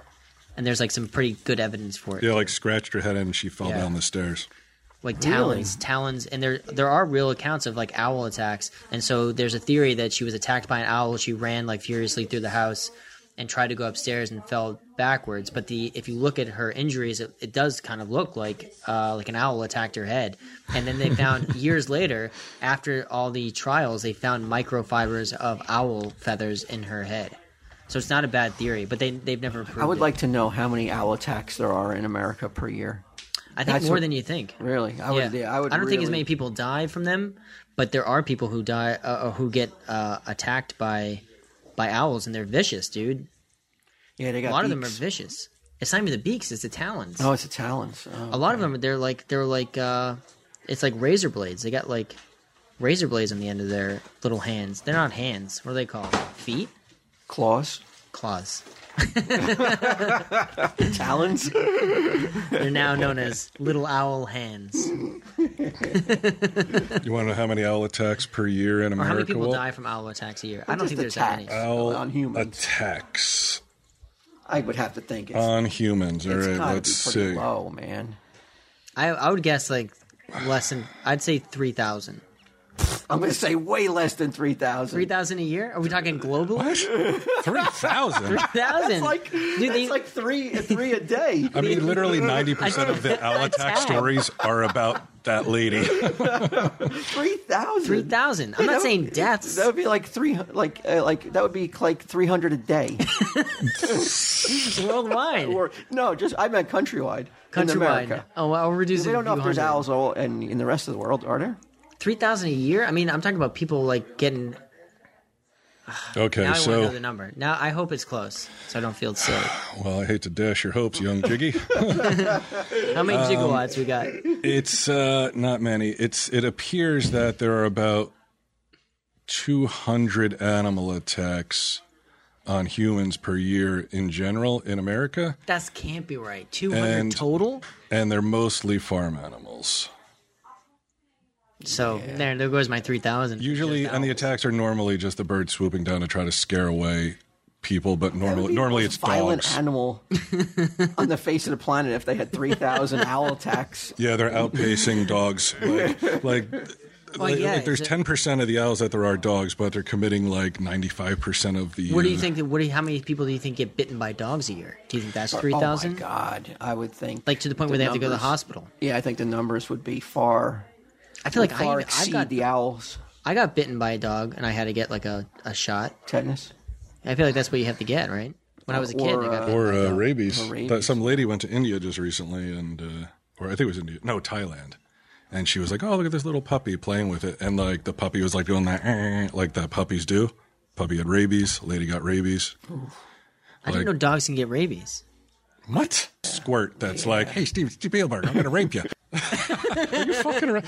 A: and there's like some pretty good evidence for it,
B: yeah, like scratched her head and she fell
A: Yeah.
B: down the stairs.
A: like talons, talons, and there there are real accounts of like owl attacks. And so there's a theory that she was attacked by an owl. She ran like furiously through the house and tried to go upstairs and fell backwards. But the if you look at her injuries, it, it does kind of look like uh, like an owl attacked her head. And
C: [laughs]
A: then they found years later, after all the trials, they found microfibers of owl feathers in her head. So it's not a bad theory, but they they've never proved
C: I would
A: it.
C: like to know how many owl attacks there are in America per year.
A: I think
C: that's
A: more
C: what-
A: than you think.
C: Really, I
A: Yeah.
C: would. Yeah, I would.
A: don't think as
C: really-
A: many people die from them, but there are people who die uh, who get uh, attacked by by owls, and they're vicious, dude.
C: Yeah, they got
A: A lot of them are
C: beaks.
A: vicious. It's not even the beaks; it's the talons.
C: Oh, it's the talons.
A: a
C: Oh.
A: lot of them, they're like they're like uh, it's like razor blades. They got like razor blades on the end of their little hands. They're not hands. What are they called? Feet?
C: [laughs] Claws,
A: Claws. [laughs]
C: talons.
A: They're
C: [laughs]
A: now known as little owl hands.
B: You want to know how many owl attacks per year in America?
A: Or how many people
B: Walt?
A: die from owl attacks a year? I don't
C: Just
A: think there's that many.
C: attacks
B: Owl
C: on humans.
B: attacks.
C: I would have to think. It's,
B: on humans. All
C: it's
B: right,
C: gotta
B: let's
C: be pretty
B: see.
C: low, man.
A: I I would guess like less than I'd say three thousand. less
C: I'm going to say way less than three thousand.
A: three thousand a year? Are we talking global?
B: What? [laughs] Three
A: [laughs] Thousand?
B: thousand?
C: That's like that's like three three
B: [laughs]
C: a day.
B: I mean,
C: [laughs]
B: literally ninety percent of the
A: I
B: owl attack
A: tagged.
B: stories are about that
C: [laughs]
B: lady. [laughs]
C: Three
A: three
C: thousand.
A: thousand.
C: [laughs]
A: I'm not saying deaths.
C: That would be like three, like uh, like that would be like three hundred
A: [laughs]
C: a day,
A: worldwide,
C: or no, just I meant countrywide. in
A: countrywide.
C: America.
A: Oh, well, we're reducing.
C: We don't know if there's
A: 200.
C: owls all in, in the rest of the world, are there?
A: Three thousand a year. I mean, I'm talking about people like getting.
B: Okay,
A: Now I want to know
B: so
A: the number. Now I hope it's close, so I don't feel silly.
B: well, I hate to dash your hopes, young Jiggy. [laughs]
A: How many
B: Um,
A: gigawatts we got?
B: It's uh, not many. It's it appears that there are about two hundred animal attacks on humans per year in general in America,
A: That can't be right. Two hundred
B: And-
A: total.
B: and they're mostly farm animals.
A: So there, there goes my three thousand.
B: Usually, and the attacks are normally just the bird swooping down to try to scare away people, but normally normally it's
C: Violent
B: dogs. [laughs]
C: animal on the face of the planet. If they had three thousand owl attacks, oh
B: Yeah,
A: [laughs]
B: they're outpacing dogs. Like, like, like-
A: Oh, yeah,
B: like there's
A: it's a-
B: ten percent of the owls that there are dogs, but they're committing like ninety five percent of the.
A: What do you
B: uh,
A: think? That, what do you, how many people do you think get bitten by dogs a year? Do you think that's three
C: Oh
A: thousand?
C: my god, I would think
A: like to the point where they have to go to the
C: numbers-
A: hospital.
C: Yeah, I think the numbers would be far
A: I feel like I,
C: far
A: even- I
C: exceed
A: got
C: the owls
A: I got bitten by a dog and I had to get like a, a shot.
C: tetanus.
A: I feel like that's what you have to get, right? When I was a kid,
C: Or,
A: I got
C: uh,
A: bitten
B: or
A: by a
B: uh,
A: dog.
B: rabies.
C: Or rabies.
B: That some lady went to India just recently, and uh, or I think it was India, no Thailand, and she was like, "Oh, look at this little puppy playing with it," and like the puppy was like doing that, "Eh," like that puppies do. Puppy had rabies. Lady got rabies.
A: I didn't know dogs can get rabies.
B: What squirt? That's like, hey, Steve Spielberg, I'm gonna
A: [laughs]
B: rape you. Are you fucking around?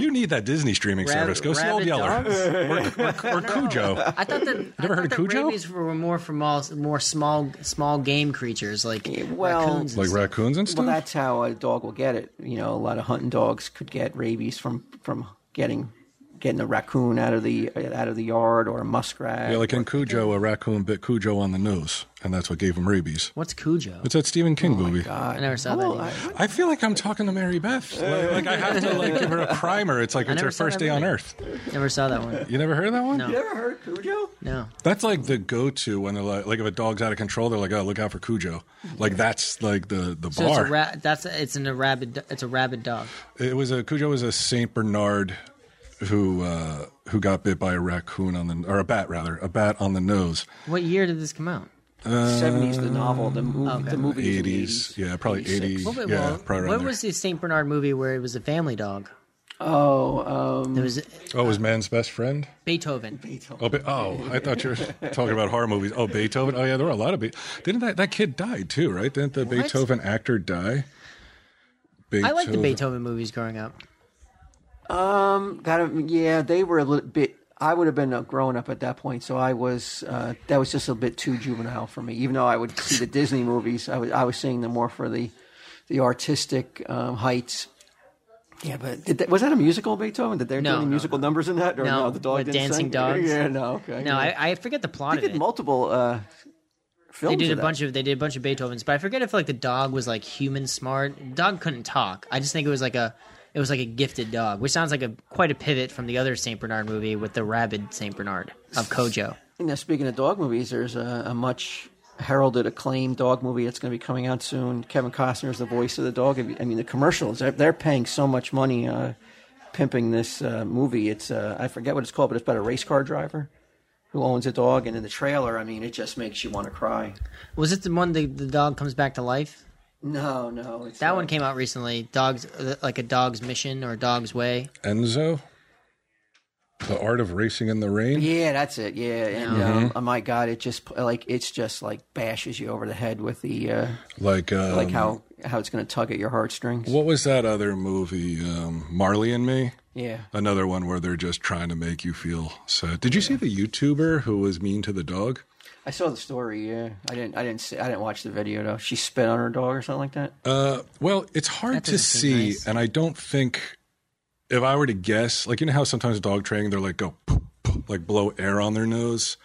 B: You need that Disney streaming
A: Rab-
B: service. Go see Old
A: rabid
B: Yeller
A: dogs? [laughs]
B: or, or Cujo.
A: I thought that I
B: never
A: thought
B: heard of
A: that
B: Cujo?
A: rabies were more for more, more small small game creatures like
C: well-
A: raccoons. and
B: Like
A: stuff.
B: raccoons and stuff.
C: Well, that's how a dog will get it. You know, a lot of hunting dogs could get rabies from from getting getting a raccoon out of the out of the yard or a muskrat.
B: yeah, like in Cujo, a raccoon bit Cujo on the nose, and that's what gave him rabies.
A: What's Cujo?
B: It's that Stephen
A: Oh
B: King movie.
A: I never saw
C: Well,
A: that.
C: I,
A: either.
B: I feel like I'm talking to Mary Beth. Like, like I have to like give her a primer. It's like it's
A: never
B: her
A: saw
B: first
A: that
B: day on
A: movie.
B: Earth.
A: Never saw that one.
B: You never heard of that one?
A: No.
C: you ever heard Cujo?
A: No.
B: That's like the go-to when they're like, like if a dog's out of control, they're like, oh, look out for Cujo. Like that's like the the
A: So it's
B: bar.
A: a ra- that's it's an a rabid it's a rabid dog.
B: it was a Cujo was a Saint Bernard who uh, who got bit by a raccoon on the or a bat rather a bat on the nose.
A: What year did this come out?
C: Seventies, the novel, the movie, the movie,
B: Eighties, yeah, probably eighty.
A: What,
B: yeah,
A: well,
B: probably around
A: what
B: there.
A: was the Saint Bernard movie where it was a family dog?
C: Oh, um,
A: It was
B: oh, it was
A: uh,
B: man's best friend?
A: Beethoven.
B: Oh, Be- oh, I thought you were
A: [laughs]
B: talking about horror movies. Oh, Beethoven. Oh, yeah, there were a lot of. Be- Didn't that that kid die too? Right? Didn't the Beethoven actor die?
A: I liked the Beethoven movies growing up.
C: kind of, yeah, they were a little bit. I would have been uh, growing up at that point, so I was. Uh, that was just a bit too juvenile for me. Even though I would see the Disney movies, I was I was seeing them more for the, the artistic um, heights. Yeah, but did that, was that a musical Beethoven? Did they
A: No,
C: do any
A: no,
C: musical numbers in that? Or
A: No,
C: no, the dog
A: with
C: didn't
A: dancing
C: sing?
A: dogs.
C: [laughs] Yeah, no, okay.
A: No, I, I forget the plot
C: they
A: of [laughs]
C: did
A: it.
C: multiple uh, films.
A: They did a
C: of that.
A: bunch of they did a bunch of Beethovens, but I forget if like the dog was like human smart. Dog couldn't talk. I just think it was like a it was like a gifted dog, which sounds like a quite a pivot from the other Saint Bernard movie with the rabid Saint Bernard of Kojo.
C: You know, speaking of dog movies, there's a, a much heralded, acclaimed dog movie that's going to be coming out soon. Kevin Costner is the voice of the dog. I mean, the commercials, they're, they're paying so much money uh, pimping this uh, movie. It's uh, I forget what it's called, but it's about a race car driver who owns a dog. And in the trailer, I mean, it just makes you want to cry.
A: Was it the one the, the dog comes back to life?
C: No, no. It's
A: That
C: uh,
A: one came out recently. Dogs uh, like a dog's mission or a dog's way.
B: Enzo. The art of racing in the rain.
C: Yeah, that's it. Yeah, and um, oh my god, it just like it's just like bashes you over the head with the uh,
B: Like um,
C: like how how it's going to tug at your heartstrings.
B: What was that other movie? Um, Marley and Me.
C: Yeah.
B: Another one where they're just trying to make you feel sad. Did you see the YouTuber who was mean to the dog?
C: I saw the story. Yeah, I didn't. I didn't. See, I didn't watch the video though. She spit on her dog or something like that.
B: Uh, well, it's hard
A: That
B: to
A: doesn't seem
B: see,
A: nice.
B: and I don't think if I were to guess, like you know how sometimes dog training they're like go poof, poof, like blow air on their nose.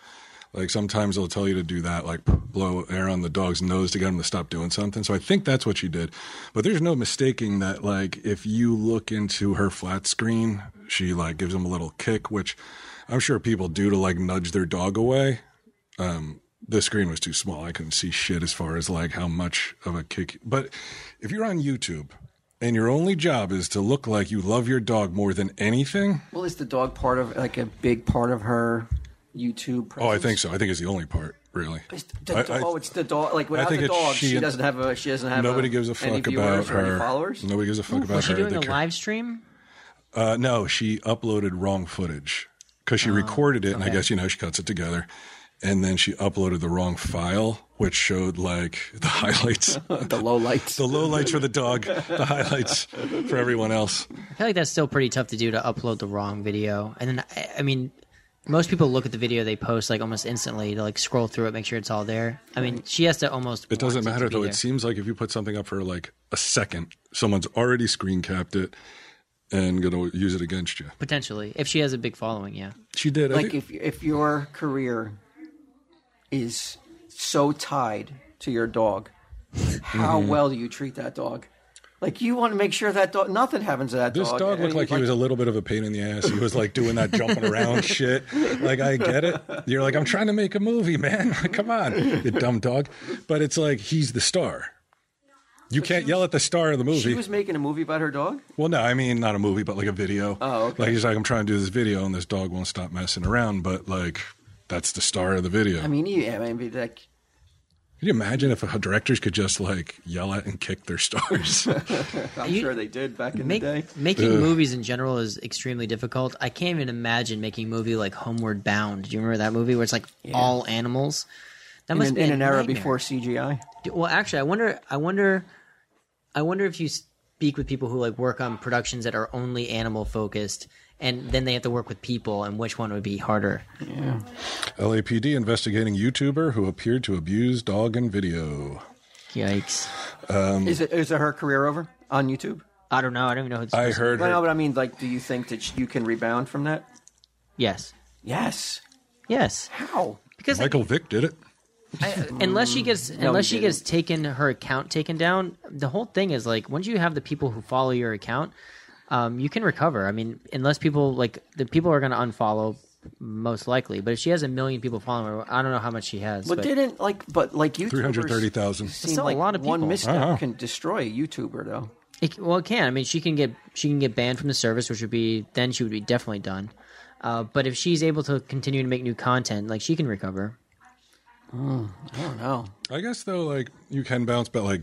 B: Like sometimes they'll tell you to do that, like poof, blow air on the dog's nose to get him to stop doing something. So I think that's what she did. But there's no mistaking that, like, if you look into her flat screen she like gives him a little kick, which I'm sure people do to like nudge their dog away. Um, the screen was too small; I couldn't see shit as far as like how much of a kick. But if you're on YouTube and your only job is to look like you love your dog more than anything,
C: Well, is the dog part of like a big part of her YouTube? Presence?
B: oh, I think so. I think it's the only part really.
C: It's the,
B: I- I-
C: oh, it's the dog. Like without
B: think
C: the
B: it's
C: dog,
B: she
C: she,
B: and-
C: doesn't have a. She doesn't have.
B: Nobody
C: a,
B: gives a
C: any
B: fuck
C: viewers
B: about
C: or any
B: her.
C: followers.
B: Nobody gives a fuck about
A: Was she
B: her.
A: doing
B: They
A: a
B: care-
A: live stream?
B: Uh, no, she uploaded wrong footage because
A: Oh,
B: she recorded it, and I guess you know she cuts it together, and then she uploaded the wrong file, which showed like [laughs]
A: [laughs]
B: the highlights, the
C: The low lights.
B: low lights for the dog, the highlights for everyone else.
A: I feel like that's still pretty tough to do to upload the wrong video. And then, I, I mean, most people look at the video they post like almost instantly to like scroll through it, make sure it's all there. I mean, she has to almost.
B: It doesn't matter though. It seems like if you put something up for like a second, someone's already screen capped it and gonna use it against you.
A: potentially if she has a big following. Yeah,
B: She did. I
C: like
B: think,
C: if if your career is so tied to your dog, how
B: Mm-hmm.
C: well do you treat that dog? Like you want to make sure that dog nothing happens to that
B: This
C: dog.
B: dog
C: I
B: looked
C: mean,
B: like he was a little bit of a pain in the ass. He was like doing that jumping
C: [laughs]
B: around shit. Like I get it. You're like I'm trying to make a movie, man. [laughs] Like, come on, you dumb dog. But it's like he's the star. You can't yell at the star of the
C: She
B: movie.
C: was making a movie about her dog.
B: well, no, I mean not a movie, but like a video.
C: Oh, okay.
B: Like he's like I'm trying to do this video, and this dog won't stop messing around. But like that's the star of the video.
C: I mean, yeah, I mean, like
B: Can you imagine if uh, directors could just like yell at and kick their [laughs] stars?
C: I'm
A: You-
C: sure they did back in
A: Make,
C: the day.
A: making movies in general is extremely difficult. I can't even imagine making a movie like Homeward Bound. Do you remember that movie where it's like all animals? That
C: In
A: must
C: an,
A: be
C: in
A: a
C: an era
A: nightmare.
C: before CGI.
A: Do- Well, actually, I wonder. I wonder. I wonder if you speak with people who like work on productions that are only animal focused, and then they have to work with people, and which one would be harder?
B: LAPD investigating YouTuber who appeared to abuse dog in video.
A: Yikes!
C: Is it is it her career over on YouTube?
A: I don't know. I don't even know. Who this
B: I
A: person-
B: heard
C: Well,
B: her
C: no, but I mean, like, do you think that sh- you can rebound from that?
A: Yes.
C: Yes.
A: Yes.
C: How?
A: Because like,
B: Michael Vick did it.
A: I, unless she gets unless she
C: didn't.
A: gets taken her account taken down, the whole thing is like once you have the people who follow your account, um, you can recover. I mean, unless people like the people are going to unfollow most likely. But if she has a million people following her, I don't know how much she has.
C: But,
A: but-
C: didn't like, but like YouTubers.
B: 330,000.
C: seem
A: Still a
C: like
A: lot of
C: One
A: people.
C: misstep
B: Uh-huh.
C: can destroy a YouTuber, though.
A: It, well, it can. I mean, she can get she can get banned from the service, which would be then she would be definitely done. Uh, but if she's able to continue to make new content, like she can recover.
C: I don't know.
B: I guess though, like you can bounce, but like,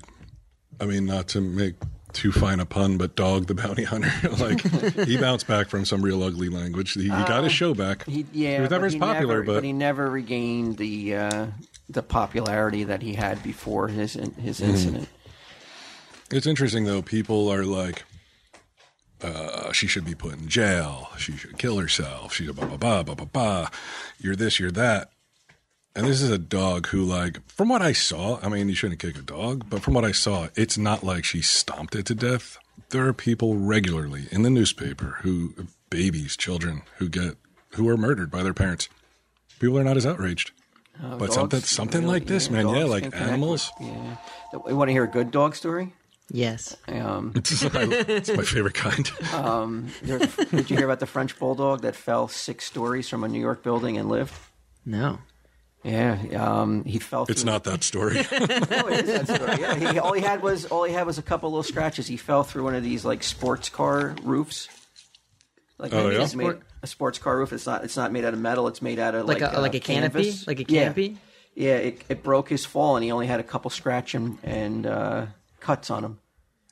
B: I mean, not to make too fine a pun, but Dog the Bounty Hunter, [laughs] like he bounced back from some real ugly language. He, he got his show back.
C: Uh, He, yeah,
B: he was
C: but
B: never as
C: he
B: popular,
C: never-
B: but,
C: he never regained the uh, the popularity that he had before his in- his
B: Mm-hmm.
C: incident.
B: it's interesting though. People are like, uh, she should be put in jail. She should kill herself. She's a blah blah blah blah blah blah. You're this. You're that. And this is a dog who, like, from what I saw, I mean, you shouldn't kick a dog, but from what I saw, it's not like she stomped it to death. There are people regularly in the newspaper who, babies, children, who get, who are murdered by their parents. People are not as outraged. but
C: Oh, Dogs
B: something,
C: can
B: something
C: really-
B: like this,
C: yeah,
B: man. Yeah,
C: dogs can
B: like
C: connect
B: animals.
C: with- yeah. Th- You want to hear a good dog story?
A: Yes.
B: [laughs]
C: Um,
B: [laughs] it's my favorite kind.
C: there- did you hear about the French bulldog that fell six stories from a New York building and lived?
A: No.
C: Yeah, um, he fell.
B: It's
C: through-
B: not that story.
C: No, Oh, it is that story. Yeah, he, all he had was all he had was a couple little scratches. He fell through one of these like sports car roofs. Like
B: Oh,
C: maybe
B: yeah?
C: it's made, a sports car roof. It's not. It's not made out of metal. It's made out of
A: Like
C: like,
A: a- like
C: uh,
A: a canopy?
C: canvas.
A: Like a
C: Yeah.
A: canopy?
C: Yeah, it, it broke his fall, and he only had a couple scratch and, and uh, cuts on him.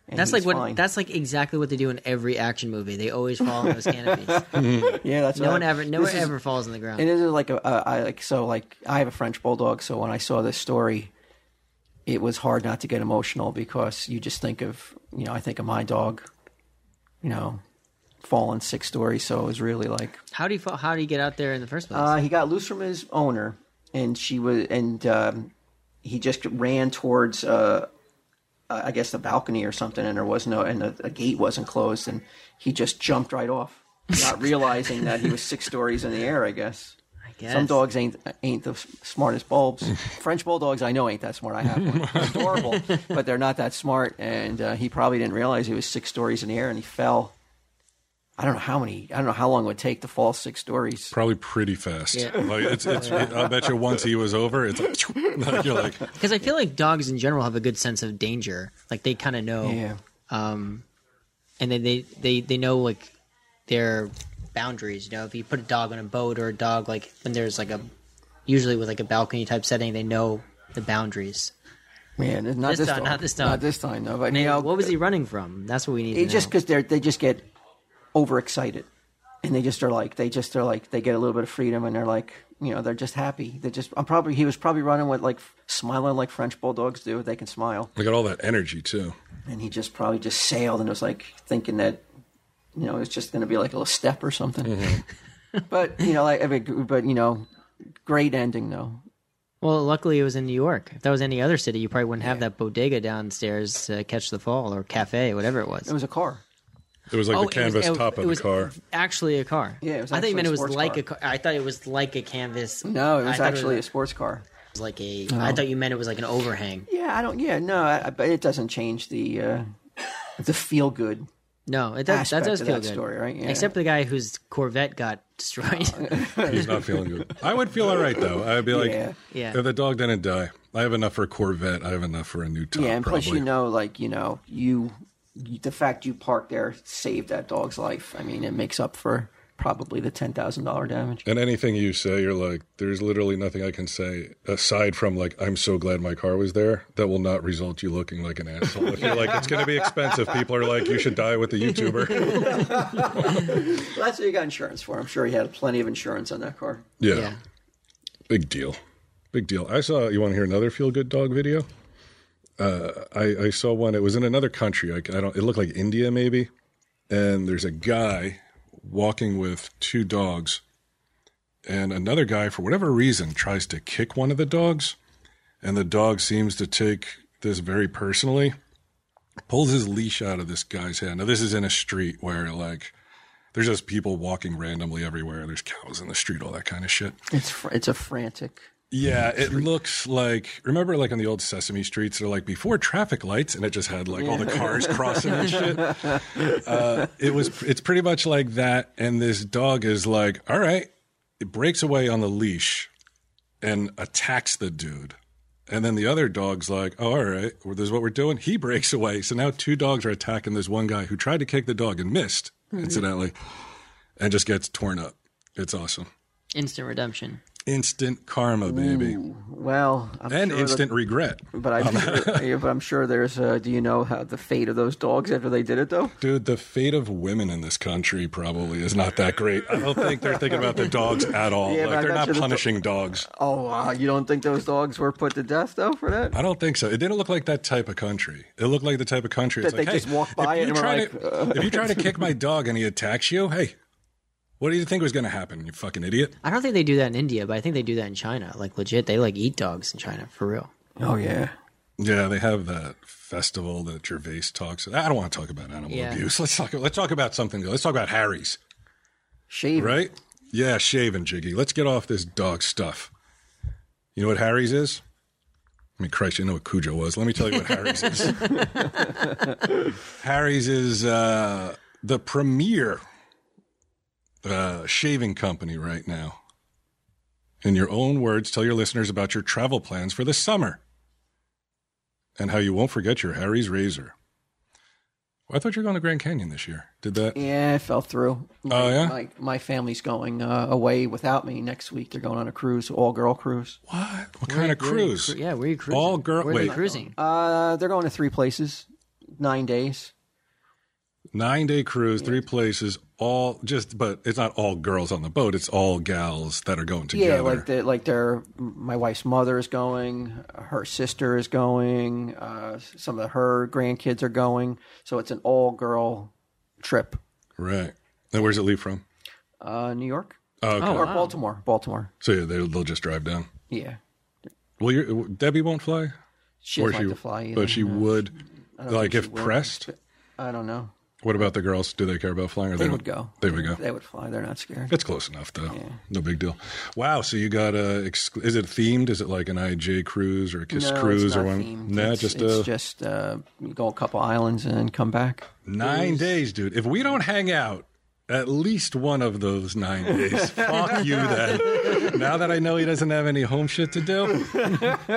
C: And
A: That's
C: he's
A: like what.
C: fine.
A: That's like exactly what they do in every action movie. They always fall on those canopies.
C: [laughs] yeah. That's
A: No
C: what
A: one
C: happened.
A: ever, no one
C: This is-
A: ever falls on the ground.
C: And it is like a, a I like so like I have a French bulldog, so when I saw this story, it was hard not to get emotional because you just think of you know I think of my dog, you know, fallen six stories. So it was really like
A: how do you fall, how do you get out there in the first place?
C: uh, he got loose from his owner, and she was and um, he just ran towards uh, uh, I guess the balcony or something, and there was no and the, the gate wasn't closed, and he just jumped right off, not realizing that he was six stories in the air. I guess.
A: I guess.
C: Some dogs ain't ain't the
A: [laughs]
C: smartest bulbs. French bulldogs, I know, ain't that smart. I have one. They're adorable, but they're not that smart. And uh, he probably didn't realize he was six stories in the air and he fell I don't know how many. I don't know how long it would take to fall six stories.
B: [laughs] Probably pretty fast.
A: Yeah.
B: Like it's, it's, I bet you once he was over, it's like, [laughs] like you're like,
A: Because I feel like dogs in general have a good sense of danger. Like they kind of know,
C: Yeah.
A: um, and then they, they they know like their boundaries. You know, if you put a dog on a boat or a dog like when there's like a usually with like a balcony type setting, they know the boundaries.
C: Man, it's not
A: This
C: this,
A: time, not this time.
C: Not this time, no. But,
A: And
C: you know,
A: what was he running from? That's what we need.
C: It's
A: to
C: just
A: know.
C: because they're they just get overexcited, and they just are like they just are like they get a little bit of freedom, and they're like you know they're just happy. They just I'm probably he was probably running with like smiling like French bulldogs do. They can smile,
B: look at all that energy too.
C: and he just probably just sailed and was like thinking that you know it's just going to be like a little step or something. [laughs] but you know, like I mean, but you know, great ending though.
A: well, luckily it was in New York. If that was any other city, you probably wouldn't have that bodega downstairs to catch the fall or cafe, whatever it was.
C: It was Oh, a car.
B: It was like the
A: Oh, it was-
B: canvas
A: it was-
B: top
A: it
B: of the
A: was [laughs]
B: car.
A: Actually, a car.
C: Yeah, it was
A: I thought you
C: actually
A: meant it
C: a
A: was
C: sports
A: like
C: car.
A: a car. I thought it was like a canvas.
C: No, it
A: I
C: was
A: thought
C: actually
A: it
C: a Oh. sports car.
A: was like a. I thought you meant it was like an overhang.
C: Yeah, I don't. Yeah, no, I, but it doesn't change the uh, the feel good.
A: No, it does. That
C: Aspect
A: does
C: of
A: feel
C: that
A: good.
C: story, right? Yeah. Oh,
A: Except the guy whose Corvette got [laughs] destroyed.
B: He's not feeling good. I would feel all right though. I'd be like,
C: Yeah.
A: Yeah.
B: if the dog didn't die, I have enough for a Corvette. I have enough for a new top.
C: Yeah, and
B: probably.
C: plus you know, like you know, you, you the fact you parked there saved that dog's life. I mean, it makes up for probably the ten thousand dollar damage.
B: And anything you say, you're like, there's literally nothing I can say aside from like, I'm so glad my car was there. That will not result you looking like an asshole. If you're like, it's going to be expensive. People are like, you should die with the YouTuber.
C: Well, that's what you got insurance for. I'm sure he had plenty of insurance on that car.
B: Yeah,
A: yeah.
B: big deal, big deal. I saw. You want to hear another feel good dog video? Uh, I, I saw one. It was in another country. I, I don't. It looked like India maybe. And there's a guy walking with two dogs, and another guy for whatever reason tries to kick one of the dogs. and the dog seems to take this very personally. Pulls his leash out of this guy's hand. Now this is in a street where like there's just people walking randomly everywhere. There's cows in the street, all that kind of shit.
C: It's fr- it's a frantic.
B: Yeah, it looks like remember like on the old Sesame Streets, they're like before traffic lights, and it just had like all the cars crossing and shit. Uh, it was it's pretty much like that, and this dog is like, all right, it breaks away on the leash and attacks the dude. And then the other dog's like, oh, all right, well, this is what we're doing. He [laughs] breaks away. So now two dogs are attacking this one guy who tried to kick the dog and missed, incidentally, and just gets torn up. It's awesome.
A: Instant redemption.
B: Instant karma, baby
C: Well, I'm
B: and
C: sure
B: instant regret.
C: that- [laughs] but
B: [laughs]
C: I'm sure, yeah, but I'm sure there's. Uh, do you know how the fate of those dogs after they did it though?
B: Dude, the fate of women in this country probably is not that great. I don't think they're thinking about the dogs at all.
C: Yeah, but
B: like
C: I
B: they're
C: bet
B: not
C: you the do-
B: punishing dogs.
C: Oh, wow. you don't think those dogs were put to death though for that?
B: I don't think so. It didn't look like that type of country. It looked like the type of country it's
C: That
B: like,
C: they
B: hey,
C: just walk by
B: if
C: it
B: you
C: and we're
B: try
C: like,
B: to,
C: uh.
B: if you try to kick my dog and he attacks you, hey, what do you think was going to happen? You fucking idiot.
A: I don't think they do that in India, but I think they do that in China. Like legit, they like eat dogs in China for real.
C: Oh yeah.
B: Yeah, they have that festival that Gervais talks. I don't want to talk about animal
A: Yeah.
B: abuse. Let's talk. Let's talk about something. Let's talk about Harry's.
C: Shave.
B: Right? Yeah, shaving, Jiggy. Let's get off this dog stuff. You know what Harry's is? I mean, Christ, you know what Cujo was. Let me tell you what Harry's is. Harry's is uh, the premier uh, shaving company right now. In your own words, tell your listeners about your travel plans for the summer and how you won't forget your Harry's razor. Well, I thought you were going to Grand Canyon this year. Did that?
C: Yeah, it fell through.
B: Oh,
C: My-
B: yeah?
C: My, my family's going uh, away without me next week. They're going on a cruise, all girl cruise.
B: What? What
A: Where-
B: kind of
A: where are you
B: cruise?
A: cru- yeah, where are you cruising?
B: All girl-
A: Where are they
B: wait.
A: cruising?
C: Uh, they're going to three places, nine days.
B: Nine day cruise, three places, all just, but it's not all girls on the boat. It's all gals that are going together.
C: Yeah, like they like their my wife's mother is going, her sister is going, uh, some of her grandkids are going. So it's an all girl trip.
B: right. And where's it leave from?
C: Uh, New York
B: Oh, okay.
C: or Baltimore? Baltimore.
B: So yeah, they'll, they'll just drive down.
C: Yeah,
B: Well, you're, Debbie won't fly,
C: she
B: Or
C: doesn't like
B: she-
C: to fly. Either,
B: but she
C: no.
B: would.
C: don't
B: Like if
C: think she would.
B: pressed,
C: I don't know.
B: what about the girls? Do they care about flying? Or they,
C: They
B: don't-
C: would go.
B: They would go.
C: They would fly. They're not scared.
B: It's close enough though. No big deal. Wow. So you got a? Exc- is it themed? Is it like an IJ cruise or a Kiss
C: no, it's
B: cruise
C: not
B: or one?
C: themed.
B: Nah,
C: it's,
B: just
C: it's
B: a
C: just uh, you go a couple islands and then come back.
B: nine days, dude. If we don't hang out at least one of those nine
C: [laughs]
B: days. Fuck you then. Now that I know he doesn't have any home shit to
C: [laughs]
B: do, we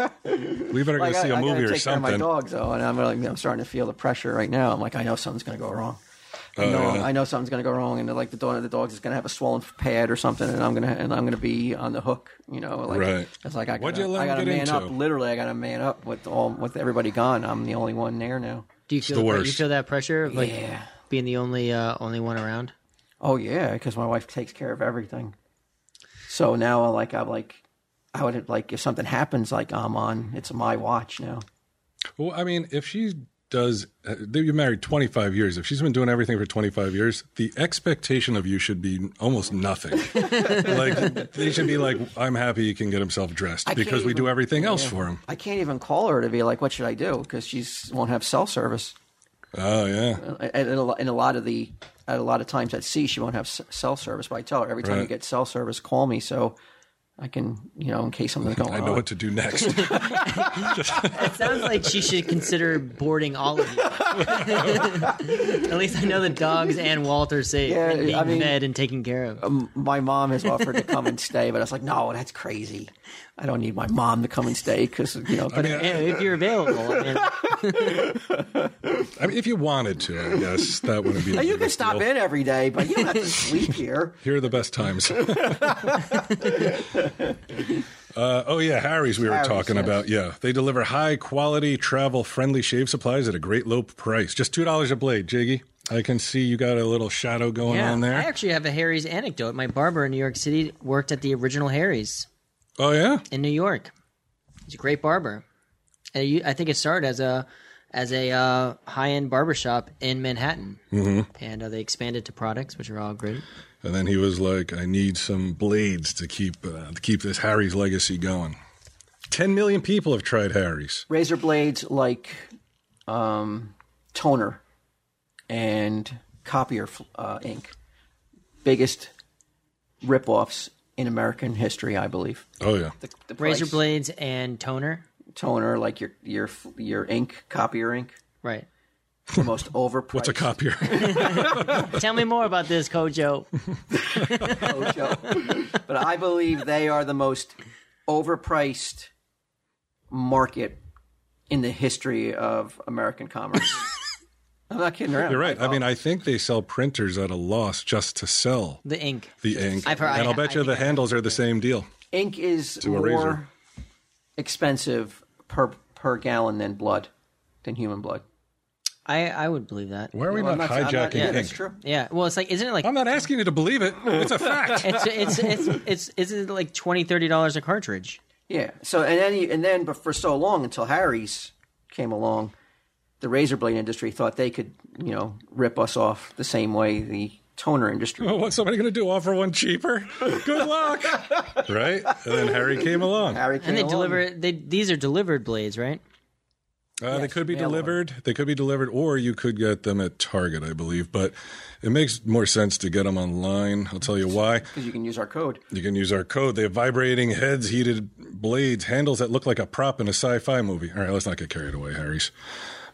B: better
C: Like,
B: go see a
C: I, I gotta
B: movie or
C: take care of my
B: something.
C: dogs though, and I'm like, I'm starting to feel the pressure right now. I'm like, I know something's gonna go wrong. I
B: Oh,
C: know,
B: yeah.
C: I know something's gonna go wrong, and like the dog, the dog's is gonna have a swollen pad or something, and I'm gonna and I'm gonna be on the hook. You know, like
B: Right.
C: it's like I
B: What'd
C: gotta,
B: you let
C: I
B: him
C: gotta
B: get
C: man
B: into?
C: up. Literally, I gotta man up with all with everybody gone. I'm the only one there now.
A: Do you feel
B: the
A: that- you
B: worst.
A: feel that pressure of like
C: Yeah.
A: being the only uh, only one around?
C: Oh yeah, because my wife takes care of everything. So now, like, I'm like, I would like if something happens, like I'm on. It's my watch now.
B: Well, I mean, if she does, uh, you're married 25 years. If she's been doing everything for 25 years, the expectation of you should be almost
C: [laughs]
B: nothing. like, they should be like, I'm happy he can get himself dressed
C: can't
B: because we
C: even-
B: do everything else for him.
C: I can't even call her to be like, what should I do? Because she won't have cell service.
B: Oh, yeah.
C: And and a, lo- and a lot of the at a lot of times at sea, she won't have s- cell service. But I tell her every time you
B: Right.
C: get cell service, call me so I can you know in case something's
B: [laughs]
C: going
B: I
C: on.
B: know what to do next.
A: It sounds like she should consider boarding all of you. [laughs] At least I know the dogs and Walter safe,
C: Yeah,
A: and being
C: I mean- um,
A: fed and taken care of.
C: my mom has offered to come and stay, but I was like, no, that's crazy. I don't need my mom to come and stay because you know. But
B: mean,
A: Yeah, if you're available, I mean,
B: I mean, if you wanted
C: [laughs]
B: to, I guess that wouldn't be. the
C: you can
B: biggest
C: stop
B: deal.
C: in every day, but you don't have to sleep here.
B: Here are the best
C: [laughs]
B: times. uh, oh yeah, Harry's. We were
C: Harry's,
B: talking
C: yes.
B: about. Yeah, they deliver high quality, travel friendly shave supplies at a great low price. Just two dollars a blade, Jiggy. I can see you got a little shadow going
A: yeah.
B: on there.
A: I actually have a Harry's anecdote. My barber in New York City worked at the original Harry's
B: oh yeah,
A: in New York. He's a great barber. And you, I think it started as a as a uh, high end barber shop in Manhattan, mm-hmm. and uh, they expanded to products, which are all great.
B: and then he was like, "I need some blades to keep uh, to keep this Harry's legacy going." Ten million people have tried Harry's.
C: razor blades like um, toner and copier f- uh, ink. Biggest ripoffs in American history, I believe.
B: Oh yeah,
C: The, the
A: Razor
C: price.
A: blades and toner,
C: toner, like your your f- your ink, copier ink,
A: right?
B: [laughs]
C: the most overpriced.
B: what's a
C: [laughs]
B: copier?
A: Tell me more about this, Kojo.
C: Ojo. [laughs] but I believe they are the most overpriced market in the history of
B: [laughs]
C: American commerce. I'm not kidding around.
B: You're right. I mean, I think they sell printers at a loss just to sell
A: The ink.
B: the ink.
A: I've heard-
B: and
A: I-
B: I'll bet
A: I
B: you
A: think
B: the
A: I've
B: handles are the same deal.
C: ink is
B: a
C: more
B: razor.
C: expensive per per gallon than blood than human blood.
A: I, I would believe that.
B: Why are we
C: Well, I'm
B: not
C: not- I'm not-
B: hijacking
C: yeah,
B: ink?
C: that's true.
A: Yeah. Well, it's like, isn't
B: [laughs]
A: it like
B: I'm not asking you to believe it.
C: [laughs]
B: It's a fact.
A: it's it's it's it's isn't it like twenty thirty dollars a cartridge?
C: Yeah. So and then you- and then but for so long until Harry's came along, the razor blade industry thought they could you know rip us off the same way the toner industry.
A: Mm-hmm.
B: But What's somebody going to do? Offer one cheaper? Good
C: [laughs]
B: luck. right? And then Harry came along.
C: Harry
A: And
C: came
A: they
C: along.
A: deliver they these are delivered blades, right?
B: Uh, they could be
C: mail
B: delivered. They could be delivered, or you could get them at Target, I believe. But it makes more sense to get them online. I'll tell you why.
C: 'Cause you can use our code.
B: You can use our code. They have vibrating heads, heated blades, handles that look like a prop in a sci fi movie. All right, let's not get carried away, Harry's.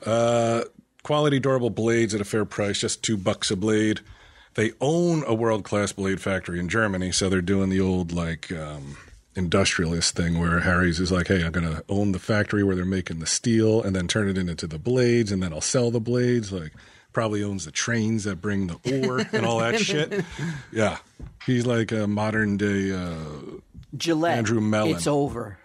B: Uh, quality, durable blades at a fair price, just two bucks a blade. They own a world class blade factory in Germany, so they're doing the old, like, um, industrialist thing where Harry's is like, hey, I'm going to own the factory where they're making the steel and then turn it into the blades, and then I'll sell the blades. Like, probably owns the trains that bring the ore and all that shit. Yeah. He's like a modern day. Uh,
C: Gillette.
B: Andrew Mellon.
C: It's over.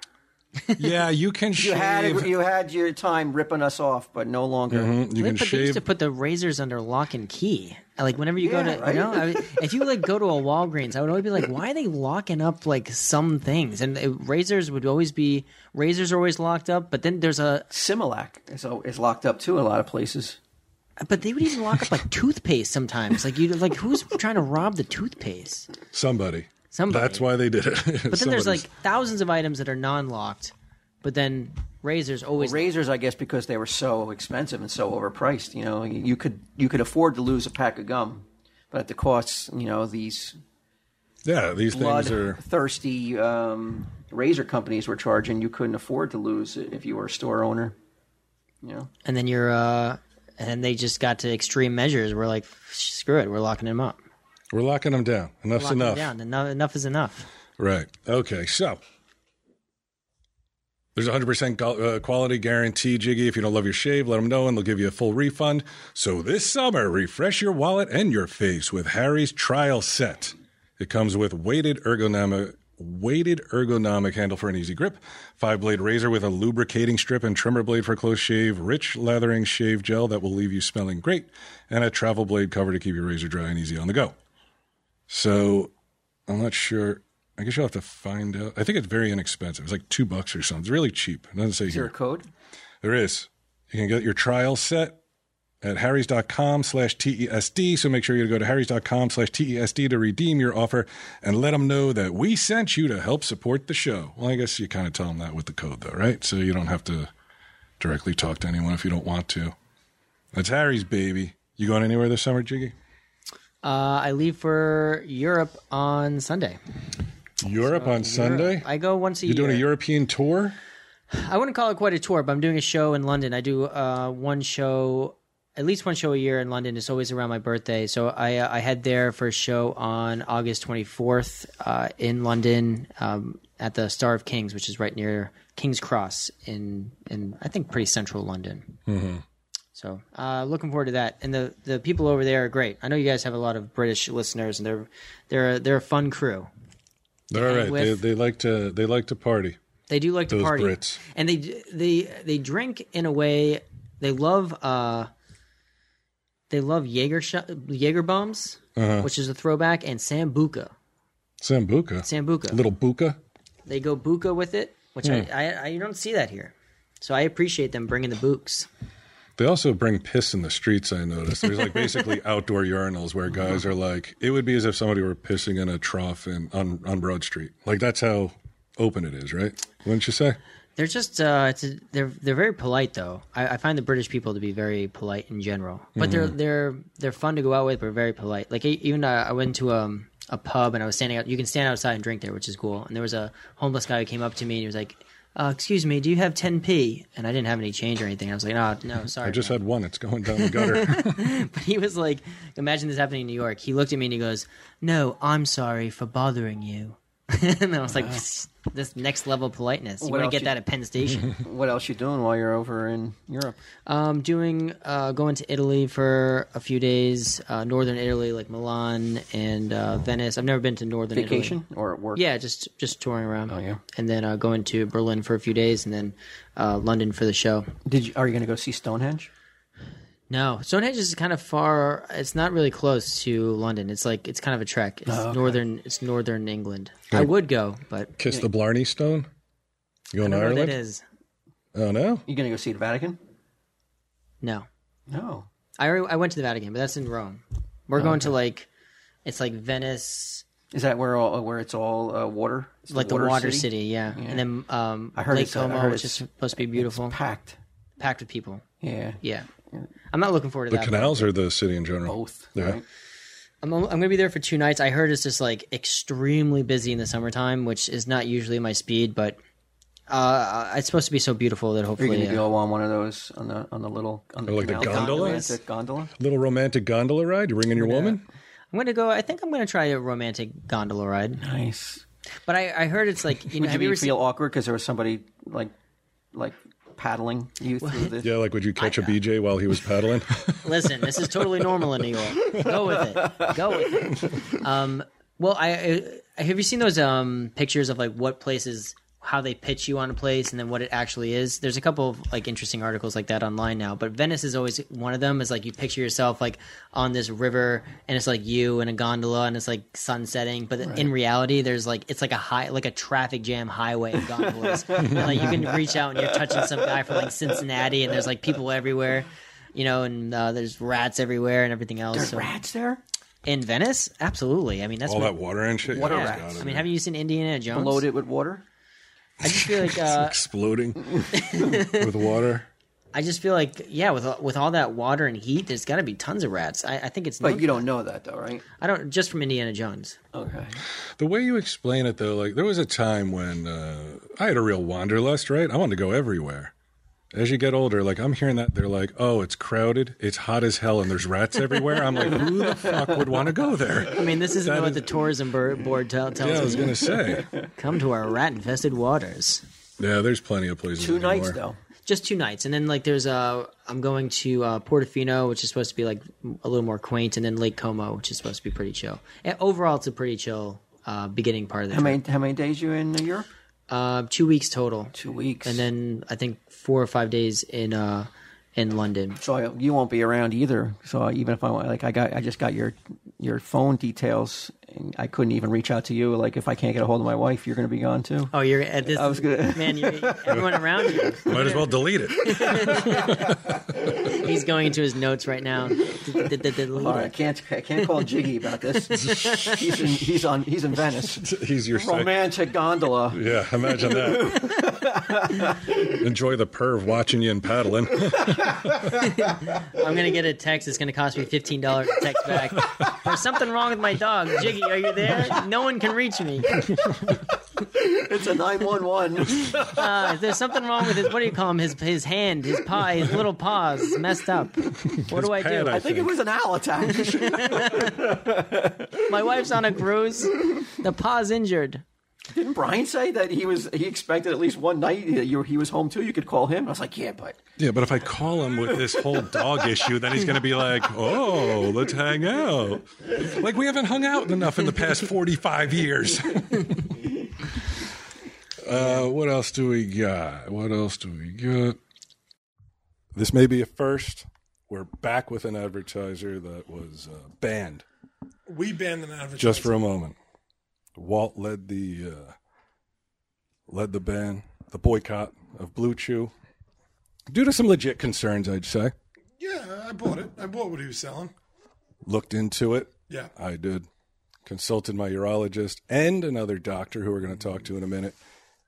B: yeah,
A: [laughs]
B: you can
C: You
B: shave.
C: had it- you had your time ripping us off, but no longer.
B: you can
A: But they used
B: shave.
A: to put the razors under lock and key. Like whenever you go
C: Yeah,
A: to,
C: right?
A: you know, I,
B: [laughs]
A: would- if you like go to a Walgreens, I would always be like, why are they locking up like some things? And it, razors would always be razors are always locked up. But then there's a
C: Similac is, is locked up too in a lot of places.
A: but they would even lock up
B: [laughs]
A: like toothpaste sometimes. Like you like who's trying to rob the toothpaste?
B: Somebody.
A: Somebody.
B: That's why they did it. [laughs]
A: But then there's like thousands of items that are non-locked, but then razors always
C: razors i guess because they were so expensive and so overpriced you know you could you could afford to lose a pack of gum but at the cost you know these
B: yeah, these things are.
C: bloodthirsty um, razor companies were charging you couldn't afford to lose it if you were a store owner you know
A: and then you're uh and then they just got to extreme measures. We're like, screw it, we're locking him up.
B: We're locking them down. Enough's
A: Lock 'em
B: enough.
A: down. Enough, enough is enough.
B: Right. Okay. So there's 100% gu- uh, quality guarantee, Jiggy. If you don't love your shave, let them know and they'll give you a full refund. So this summer, refresh your wallet and your face with Harry's trial set. It comes with weighted ergonomic weighted ergonomic handle for an easy grip, five blade razor with a lubricating strip and trimmer blade for close shave, rich lathering shave gel that will leave you smelling great, and a travel blade cover to keep your razor dry and easy on the go. So I'm not sure. I guess you'll have to find out. I think it's very inexpensive. It's like two bucks or something. It's really cheap. It doesn't say
C: Is there a
B: here.
C: code?
B: There is. You can get your trial set at harrys.com slash TESD. So make sure you go to harrys.com slash TESD to redeem your offer and let them know that we sent you to help support the show. Well, I guess you kind of tell them that with the code, though, right? So you don't have to directly talk to anyone if you don't want to. That's Harry's baby. You going anywhere this summer, Jiggy?
A: Uh, I leave for Europe on Sunday.
B: Europe on Sunday?
A: I go once a
B: You're
A: year.
B: doing a European tour?
A: I wouldn't call it quite a tour, but I'm doing a show in London. I do uh, one show, at least one show a year in London. It's always around my birthday, so I uh, I head there for a show on August 24th uh, in London um, at the Star of Kings, which is right near King's Cross in in I think pretty central London. Mm-hmm. So uh, looking forward to that, and the the people over there are great. I know you guys have a lot of British listeners, and they're they're they're a fun crew.
B: They're all right.
A: with-
B: They, they like to they like to party.
A: They do like to
B: Those
A: party,
B: Brits.
A: and they they they drink in a way they love. uh They love Jaeger sh- Jaeger bombs,
B: Uh-huh.
A: which is a throwback, and sambuca.
B: Sambuca,
A: Sambuca.
B: little buka.
A: They go buka with it, which
B: Hmm.
A: I, I I don't see that here. So I appreciate them bringing the books.
B: They also bring piss in the streets. I noticed there's like
A: [laughs]
B: basically outdoor urinals where
A: Uh-huh.
B: guys are like it would be as if somebody were pissing in a trough in on on Broad Street. Like that's how open it is, right? Wouldn't you say?
A: They're just uh, it's a, they're they're very polite though. I, I find the British people to be very polite in general, but they're
C: Mm-hmm.
A: they're they're fun to go out with, but very polite. Like e- even uh, I went to um a pub and I was standing out. You can stand outside and drink there, which is cool. And there was a homeless guy who came up to me and he was like, uh, "Excuse me, do you have 10p?" And I didn't have any change or anything. I was like, "Ah, "No,
C: [laughs]
A: no, sorry."
B: I just
A: man."
B: had one. It's going down the
A: [laughs]
B: gutter.
A: But he was like, "Imagine this happening in New York." He looked at me and he goes, "No, I'm sorry for bothering you." [laughs] and I was like, "This next level politeness. You
C: Uh.
A: want
C: What
A: to
C: else
A: get
C: you-
A: that at Penn
C: [laughs]
A: Station."
C: What else you doing while you're over in Europe?
A: Um, doing uh, going to Italy for a few days, uh, northern Italy, like Milan and uh, Venice. I've never been to northern Italy.
C: Vacation or at work?
A: Yeah, just just touring around. Oh
C: yeah.
A: and then uh, going to Berlin for a few days, and then uh, London for the show.
C: Did you, are you going to go see Stonehenge?
A: No, Stonehenge is kind of far. It's not really close to London. It's like it's kind of a trek. It's northern. It's northern England. I would go, but
B: Kiss the Blarney Stone. You
A: I
B: going
A: don't
B: to
A: know what that
B: Ireland?
A: is.
B: Oh no,
C: You going to go see the Vatican?
A: No,
C: No.
A: I already, I went to the Vatican, but that's in Rome. We're going to like it's like Venice.
C: Is that where all where it's all uh, water? It's
A: like the water, city, yeah. And then um,
C: I heard
A: Lake
C: it's- I
A: Como,
C: heard
A: which is
C: it's-
A: supposed to be beautiful,
C: packed.
A: packed with people.
C: Yeah,
A: Yeah, I'm not looking forward to
B: the
A: that.
B: canals or the city in general?
C: both.
B: Yeah.
C: right?
A: I'm I'm gonna be there for two nights. I heard it's just like extremely busy in the summertime, which is not usually my speed, but uh, it's supposed to be so beautiful that
C: Are you going
A: hopefully.
C: to
A: uh,
C: go on one of those on the on the little on the
B: Or like the
C: canal?
B: gondola?
C: Is it gondola?
B: Little romantic gondola ride. You bringing your woman?
A: I'm gonna go. I think I'm gonna try a romantic gondola ride.
C: Nice.
A: But I, I heard it's like you know.
C: Would you,
A: Have you
C: be-
A: ever seen?
C: feel awkward because there was somebody like like paddling you through the
B: Yeah, like would you catch a BJ
A: [laughs]
B: while he was paddling?
A: Listen, this is totally normal in New York. Go with it. Go with it. Um, well, I, I have you seen those um, pictures of like what places, how they pitch you on a place, and then what it actually is. There's a couple of like interesting articles like that online now. But Venice is always one of them. Is like you picture yourself like on this river, and it's like you in a gondola, and it's like sun setting. But in reality, there's like it's like a high, like a traffic jam highway of gondolas. and, like you can reach out and you're touching some guy from like Cincinnati, and there's like people everywhere. You know, and uh, there's rats everywhere and everything else. so-
C: rats there?
A: in Venice, absolutely. I mean, that's
B: All
A: what-
B: that water and shit.
C: Water
B: it's
C: rats.
B: gotta
A: I
B: be.
A: mean, haven't you seen Indiana Jones?
C: Load it with water.
A: I just feel like uh,
C: [laughs]
B: exploding with water.
A: I just feel like yeah, with with all that water and heat, there's got to be tons of rats. I, I think it's
C: But
A: not,
C: you don't know that though, right?
A: I don't just from Indiana Jones.
C: Okay.
B: The way you explain it, though, like there was a time when uh, I had a real wanderlust, right? I wanted to go everywhere. As you get older, like I'm hearing that they're like, "Oh, it's crowded, it's hot as hell, and there's rats everywhere." I'm like, "Who the fuck would want to go there?"
A: I mean, this isn't
B: That
A: what
B: is-
A: the tourism bur- board tell, tells
B: Yeah, I was
A: us.
B: gonna say.
A: Come to our rat-infested waters.
B: Yeah, there's plenty of places.
C: Two nights
B: anymore.
C: though.
A: Just two nights, and then like there's uh, I'm going to uh, Portofino, which is supposed to be like a little more quaint, and then Lake Como, which is supposed to be pretty chill. And overall, it's a pretty chill uh, beginning part of the
C: How
A: trip.
C: many how many days you in Europe?
A: uh, two weeks total,
C: Two weeks.
A: and then I think four or five days in uh, in London.
C: so I, you won't be around either. So even if I want, like I got I just got your your phone details, and I couldn't even reach out to you. Like if I can't get a hold of my wife, you're going to be gone too.
A: Oh, you're at this.
C: I was gonna-
A: [laughs] man. You're,
C: [laughs]
A: everyone around you.
B: Might as well delete it.
A: He's going into his notes right now.
C: [laughs] All right, I can't I can't call Jiggy about this. he's in, he's on he's in Venice.
B: He's your sec-
C: Romantic gondola.
B: Yeah, imagine that.
C: [laughs]
B: Enjoy the perv watching you and paddling.
A: I'm gonna get a text. It's gonna cost me fifteen dollars to text back. There's something wrong with my dog, Jiggy. Are you there? No one can reach me.
C: It's a nine one one.
A: Uh, there's something wrong with his. What do you call him? His his hand, his paw, his little paws is messed up. What do I
B: pad,
A: do?
B: I
C: I think it
B: think.
C: was an owl attack.
A: My wife's on a cruise. The paw's injured.
C: Didn't Brian say that he was he expected at least one night that you, he was home too? You could call him. I was like, yeah, but
B: Yeah, but if I call him with this whole dog issue, then he's going to be like, "Oh, let's hang out." Like we haven't hung out enough in the past forty-five years. [laughs] uh, what else do we got? What else do we got? This may be a first. We're back with an advertiser that was uh, banned
E: We banned an advertisement.
B: just for a moment. Walt led the uh, led the ban, the boycott of Blue Chew, due to some legit concerns. I'd say
E: yeah, I bought it. I bought what he was selling.
B: looked into it.
E: Yeah.
B: I did consulted my urologist and another doctor who we're going to talk to in a minute,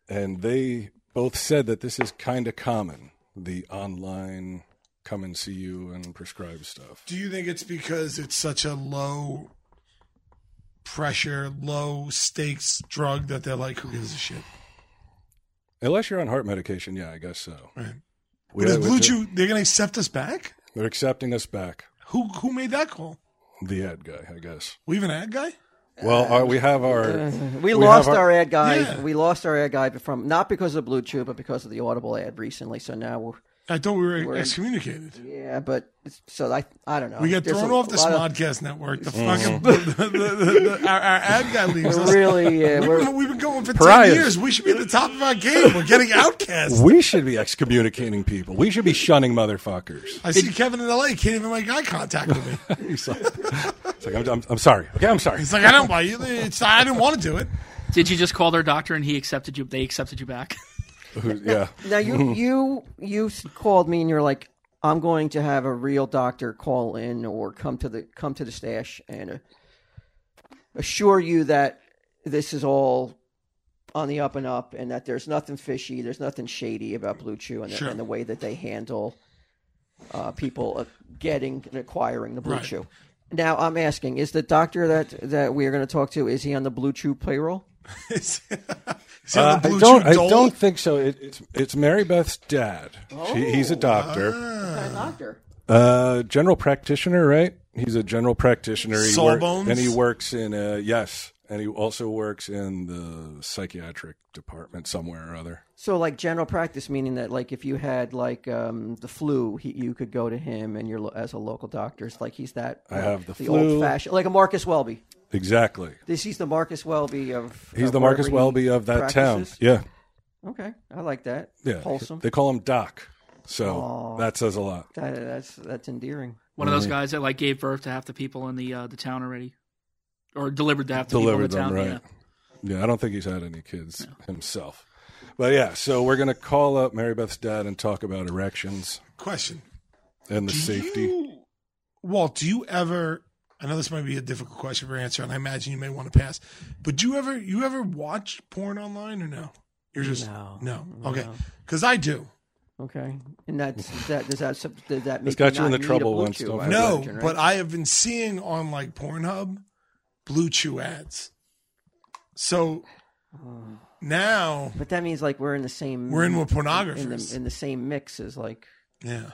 B: and they both said that this is kind of common. The online come and see you and prescribe stuff.
E: Do you think it's because it's such a low pressure, low stakes drug that they're like, who gives a shit?
B: Unless you're on heart medication, yeah, I guess so.
E: Right.
B: We-
E: Does
B: we-
E: Blue Chew, they're going to accept us back?
B: They're accepting us back.
E: Who who made that call?
B: The ad guy, I guess.
E: We have an ad guy?
B: Well, our, we have our.
C: we,
B: have
C: lost our, ad guy.
E: Yeah.
C: We lost our ad guy from not because of Blue Chew, but because of the Audible ad recently. So now we're
E: I thought we were,
C: We're-
E: excommunicated.
C: yeah, but it's- so I I don't know.
E: We got
C: There's
E: thrown
C: a
E: off this
C: lot of-
E: podcast network. The fucking the, the, the, the, our, our ad guy leaves us.
C: We're really, uh,
E: We've
C: we're,
E: been, we've been going for
B: Pariahs.
E: ten years. We should be at the top of our game. We're getting outcast.
B: we should be excommunicating people. We should be shunning motherfuckers.
E: I see Kevin in L.A. Can't even make eye contact with me.
B: He's like, [laughs] it's like I'm, I'm, I'm sorry. Okay, I'm sorry.
E: It's like I don't buy you. It's I didn't want to do it. [laughs]
F: Did you just call their doctor and he accepted you? They accepted you back. [laughs]
B: Who-
C: [laughs]
B: yeah.
C: now you
E: [laughs]
C: you you s- called me and you're like, I'm going to have a real doctor call in or come to the come to the stash and uh, assure you that this is all on the up and up and that there's nothing fishy, there's nothing shady about Blue Chew and,
E: Sure.
C: the, and the way that they handle uh, people uh, getting and acquiring the Blue
E: Right.
C: Chew. Now I'm asking: Is the doctor that that we are going to talk to is he on the Blue Chew payroll?
E: It's- it's
B: Uh,
E: on the
B: I
E: Blue
B: don't.
E: Chew
B: I
E: dole.
B: don't think so. It, it's it's Mary Beth's dad. She, he's
C: Oh,
B: a doctor,
C: doctor.
B: uh, general practitioner, right? He's a general practitioner. He
E: Saw
B: work-
E: bones?
B: and he works in uh yes, and he also works in the psychiatric department somewhere or other.
C: So, like general practice, meaning that like if you had like um, the flu, he, you could go to him and you're lo- as a local doctor. It's like he's that.
B: I have the flu.
C: old fashioned, like a Marcus Welby.
B: Exactly.
C: This he's the Marcus Welby of.
B: He's
C: of
B: the Marcus
C: wherever he
B: Welby of that town.
C: practices.
B: Yeah.
C: Okay, I like that.
B: Yeah.
C: wholesome.
B: They call him Doc. So that says a lot.
C: That, that's that's endearing.
F: One of those guys that like gave birth to half the people in the uh, the town already, or delivered to half the
B: Delivered
F: people
B: them,
F: in the town.
B: right. Yeah, I don't think he's had any kids himself. But yeah, so we're going to call up Mary Beth's dad and talk about erections
E: Question:
B: and the
E: Do
B: safety.
E: you- Walt, do you ever? I know this might be a difficult question for answer, and I imagine you may want to pass. But do you ever you ever watch porn online or no? You're just
C: No.
E: no. Okay, because I do.
C: Okay, and that's
B: [laughs]
C: that. Does that sub- does that make
B: got
C: me
B: you in
C: not
B: the
C: need a
B: trouble
C: Blue
B: once,
C: Chew,
B: don't
C: I
B: it?
E: No,
C: imagine, right?
E: but I have been seeing on like Pornhub Blue Chew ads. So Now
C: But that means like we're in the same
E: we're in with
C: in
E: pornographers.
C: the, in the same mix as like
E: yeah.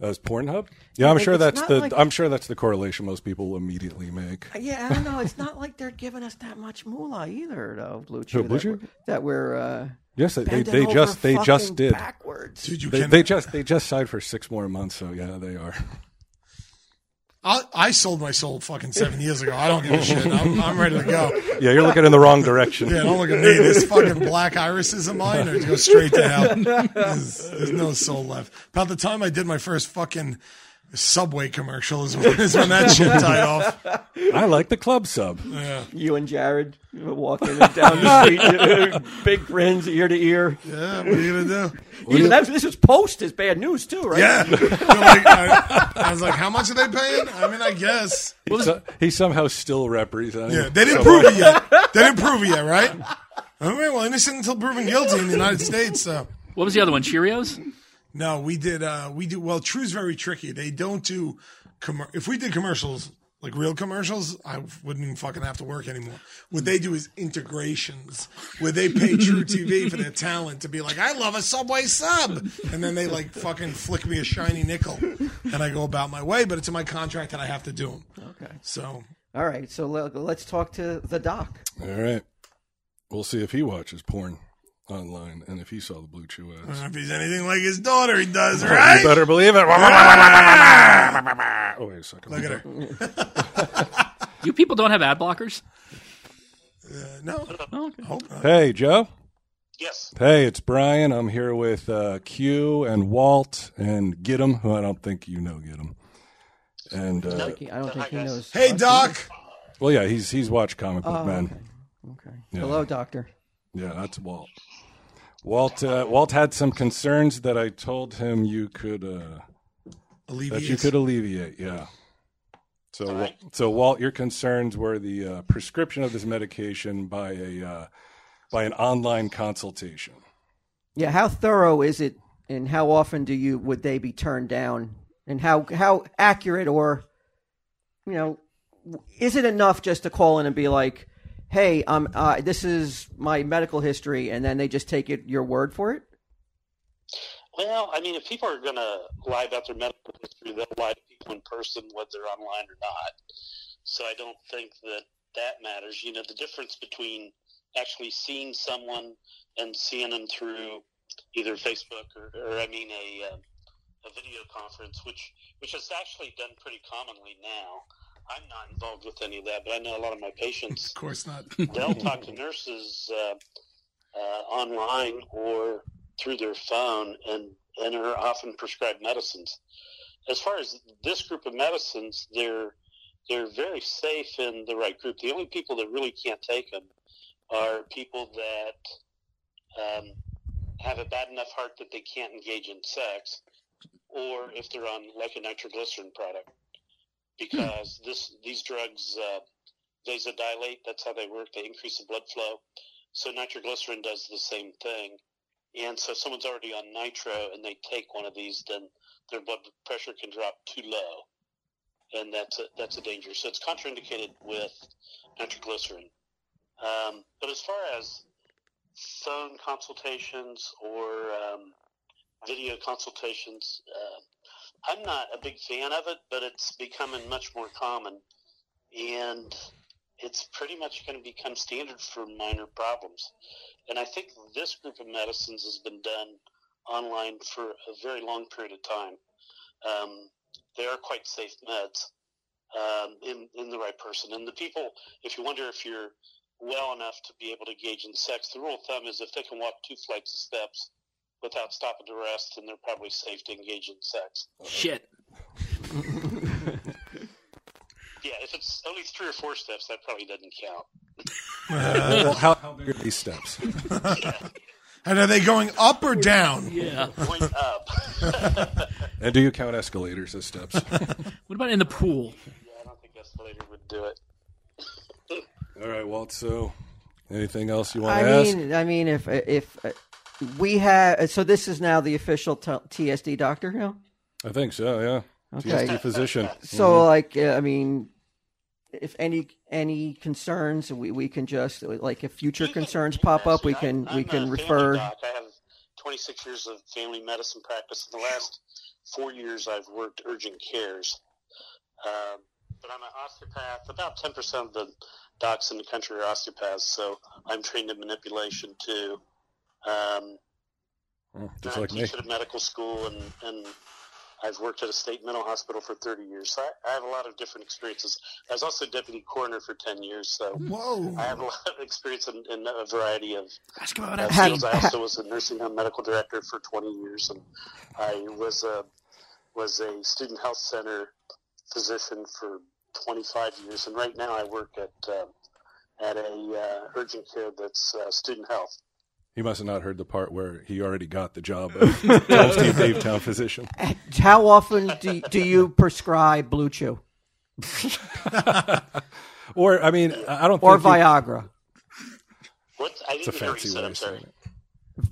B: That was Pornhub. Yeah, I'm
C: Like,
B: sure
C: it's
B: that's
C: not
B: the.
C: like-
B: I'm sure that's the correlation most people immediately make.
C: yeah, I don't know. It's not like they're giving us that much moolah either, though. Blue Chew,
B: Who, Blue
C: that, we're-
B: Chew?
C: that we're uh,
B: Yes, they they,
C: bending
B: they
C: over
B: just they just
C: fucking
B: did.
C: backwards.
E: Dude, you
B: They,
E: can.
B: they just they just signed for six more months. So yeah, they are. [laughs]
E: I, I sold my soul fucking seven years ago. I don't give a shit. I'm, I'm ready to go.
B: Yeah, you're looking in the wrong direction.
E: Yeah, don't look at me. This fucking black irises of mine or go straight to hell. There's, there's no soul left. About the time I did my first fucking Subway commercial is when, is when that shit died off.
B: I like the club sub.
C: You and Jared [laughs] walking down the street, [laughs] big grins ear to ear.
E: Yeah, what are you gonna do?
C: Even that, this is post is bad news too, right?
E: Yeah. They're like, I, I was like, how much are they paying? I mean, I guess.
B: He, so- he somehow still representing.
E: Yeah, they didn't prove it yet. They didn't prove it yet, right? All right, well, innocent until proven guilty in the United States, so.
F: What was the other one? Cheerios?
E: No, we did. Uh, we do. Well, True's very tricky. They don't do. Comm- if we did commercials, like real commercials, I wouldn't even fucking have to work anymore. What they do is integrations, where they pay True TV for their talent to be like, "I love a Subway sub," and then they like fucking flick me a shiny nickel, and I go about my way. But it's in my contract that I have to do them.
C: Okay.
E: So
C: All right, so let, let's talk to the doc.
B: All right. We'll see if he watches porn online and if he saw the blue chew
E: I
B: ads.
E: don't know if he's anything like his daughter, he does
B: You
E: right.
B: better believe it. [laughs] oh, wait a second.
E: Look at her.
F: You people don't have ad blockers?
E: Uh, no,
F: Oh, okay.
E: hope not.
B: Hey, Joe.
G: Yes.
B: Hey, it's Brian. I'm here with uh, Q and Walt and Gidim, who I don't think you know Gidim. And uh,
C: Like, I don't think he
G: guys.
C: knows.
E: Hey, Doc.
B: well, yeah, he's he's watched comic book
C: Oh,
B: man.
C: okay. Okay. Hello, doctor.
B: Yeah, that's Walt. Walt uh, Walt had some concerns that I told him you could uh, that you
E: Alleviate.
B: could alleviate. Yeah. So Wa-
G: right.
B: so Walt, your concerns were the uh, prescription of this medication by a uh, by an online
C: [laughs]
B: consultation.
C: Yeah, how thorough is it, and how often do you would they be turned down, and how how accurate or, you know, is it enough just to call in and be like, hey, um, uh, this is my medical history, and then they just take it your word for it?
G: Well, I mean, if people are going to lie about their medical history, they'll lie to people in person, whether they're online or not. So I don't think that that matters. You know, the difference between actually seeing someone and seeing them through either Facebook or, or I mean, a, um, a video conference, which which is actually done pretty commonly now. I'm not involved with any of that, but I know a lot of my patients
E: Of course not.
G: they'll talk to nurses uh, uh, online or through their phone and, and are often prescribed medicines. As far as this group of medicines, they're they're very safe in the right group. The only people that really can't take them are people that um, have a bad enough heart that they can't engage in sex, or if they're on like a nitroglycerin product, because this these drugs. Uh, vasodilate. That's how they work. They increase the blood flow. So nitroglycerin does the same thing. And so if someone's already on nitro and they take one of these, then their blood pressure can drop too low, and that's a, that's a danger. So it's contraindicated with nitroglycerin. Um, but as far as phone consultations or um, video consultations, uh, I'm not a big fan of it, but it's becoming much more common and it's pretty much going to become standard for minor problems. And I think this group of medicines has been done online for a very long period of time. Um, they are quite safe meds um, in, in the right person. And the people, if you wonder if you're well enough to be able to engage in sex, the rule of thumb is if they can walk two flights of steps without stopping to rest, then they're probably safe to engage in sex.
F: Shit.
G: Yeah, if it's only three or four steps, that probably doesn't count.
B: Well,
C: Uh.
B: how, how big are these steps?
E: And are they going up or down?
F: Yeah.
G: Point up. [laughs]
B: And do you count escalators as
C: [laughs]
B: steps?
F: What about in the pool?
G: Yeah, I don't think escalator would do it.
B: All right, Walt. So, anything else you want to
C: I
B: ask?
C: mean, I mean, if if uh, we have, so this is now the official t- TSD doctor now.
B: I think so. Yeah.
C: Okay. uh,
B: TSD physician. Mm-hmm.
C: So like, uh, I mean, if any any concerns, we, we can just like if future
G: You can-
C: concerns
G: you
C: pop up,
G: ask me.
C: we can
G: I'm-
C: we
G: I'm
C: can
G: a family
C: refer.
G: Doc. I have 26 years of family medicine practice. In the last four years, I've worked urgent cares. Um, but I'm an osteopath. About 10% of the docs in the country are osteopaths, so I'm trained in manipulation too. Um,
B: Oh,
G: and
B: just
G: I
B: like me.
G: teach at a medical school, and, and I've worked at a state mental hospital for 30 years. So I, I have a lot of different experiences. I was also deputy coroner for 10 years, so
F: Hmm.
E: Whoa.
G: I have a lot of experience in, in a variety of
F: Ask him about
G: uh,
F: it.
C: Have-
G: fields. I also was a nursing home medical director for 20 years, and I was a was a student health center physician for 25 years, and right now I work at um at a uh, urgent care that's uh, student health.
B: He must have not heard the part where he already got the job
C: [laughs]
B: of 12 Steve Dave Town physician.
C: How often do, do you prescribe Blue Chew
B: Or, I mean, I I don't
C: or
B: think. he-
C: Viagra?
G: What I
B: It's a
G: didn't hear what
B: fancy
G: you said.
B: way
G: I'm
B: of saying
G: sorry.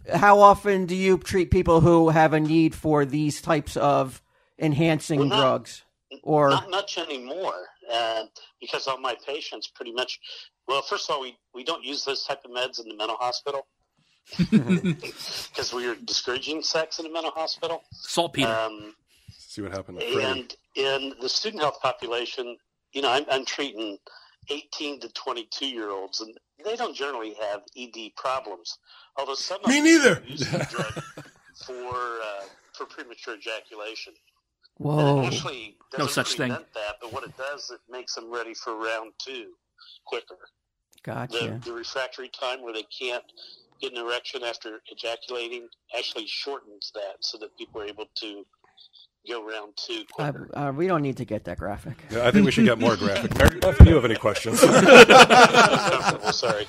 B: it.
C: How often do you treat people who have a need for these types of enhancing
G: Well, not-
C: drugs? Or
G: not much anymore uh, because all my patients pretty much well first of all we, we don't use those type of meds in the mental hospital [laughs] because we are discouraging sex in the mental hospital
F: Saltpeter.
G: um,
B: See what happened to Freddie.
G: and in the student health population you know i'm, I'm treating 18 to 22 year olds and they don't generally have ed problems although some of
E: Me
G: them
E: neither.
G: use the drug for uh, for premature ejaculation
C: whoa,
G: it actually
F: No
G: doesn't
F: such thing.
G: prevent that, but what it does, it makes them ready for round two quicker. The,
C: gotcha.
G: the refractory time where they can't get an erection after ejaculating actually shortens that so that people are able to go round two
C: Uh,
G: quicker.
C: uh, we don't need to get that graphic.
B: Yeah, I think we should get more [laughs] graphic. Mary Beth, do you have any [laughs] questions?
G: uncomfortable, sorry.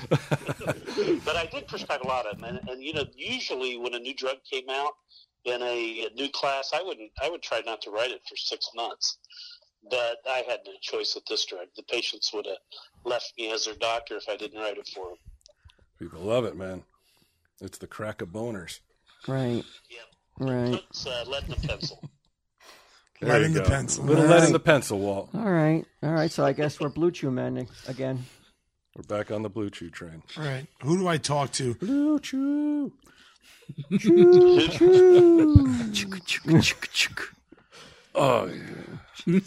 G: but I did prescribe a lot of them, and, and you know, usually when a new drug came out in a, a new class, I wouldn't, I would try not to write it for six months. But I had no choice with this drug. The patients would have left me as their doctor if I didn't write it for them.
B: People love it, man. It's the crack of boners.
C: Right,
G: Yeah,
C: right.
G: it's uh, lead in a pencil.
B: There
E: Lead
B: you
E: in the
B: go.
E: pencil.
B: Little lead in the pencil, Walt.
C: All right, all right. So I guess we're Blue Chew men again.
B: We're back on the Blue Chew train.
E: All right. Who do I talk to?
F: Hmm.
B: Blue Chew. Oh, yeah.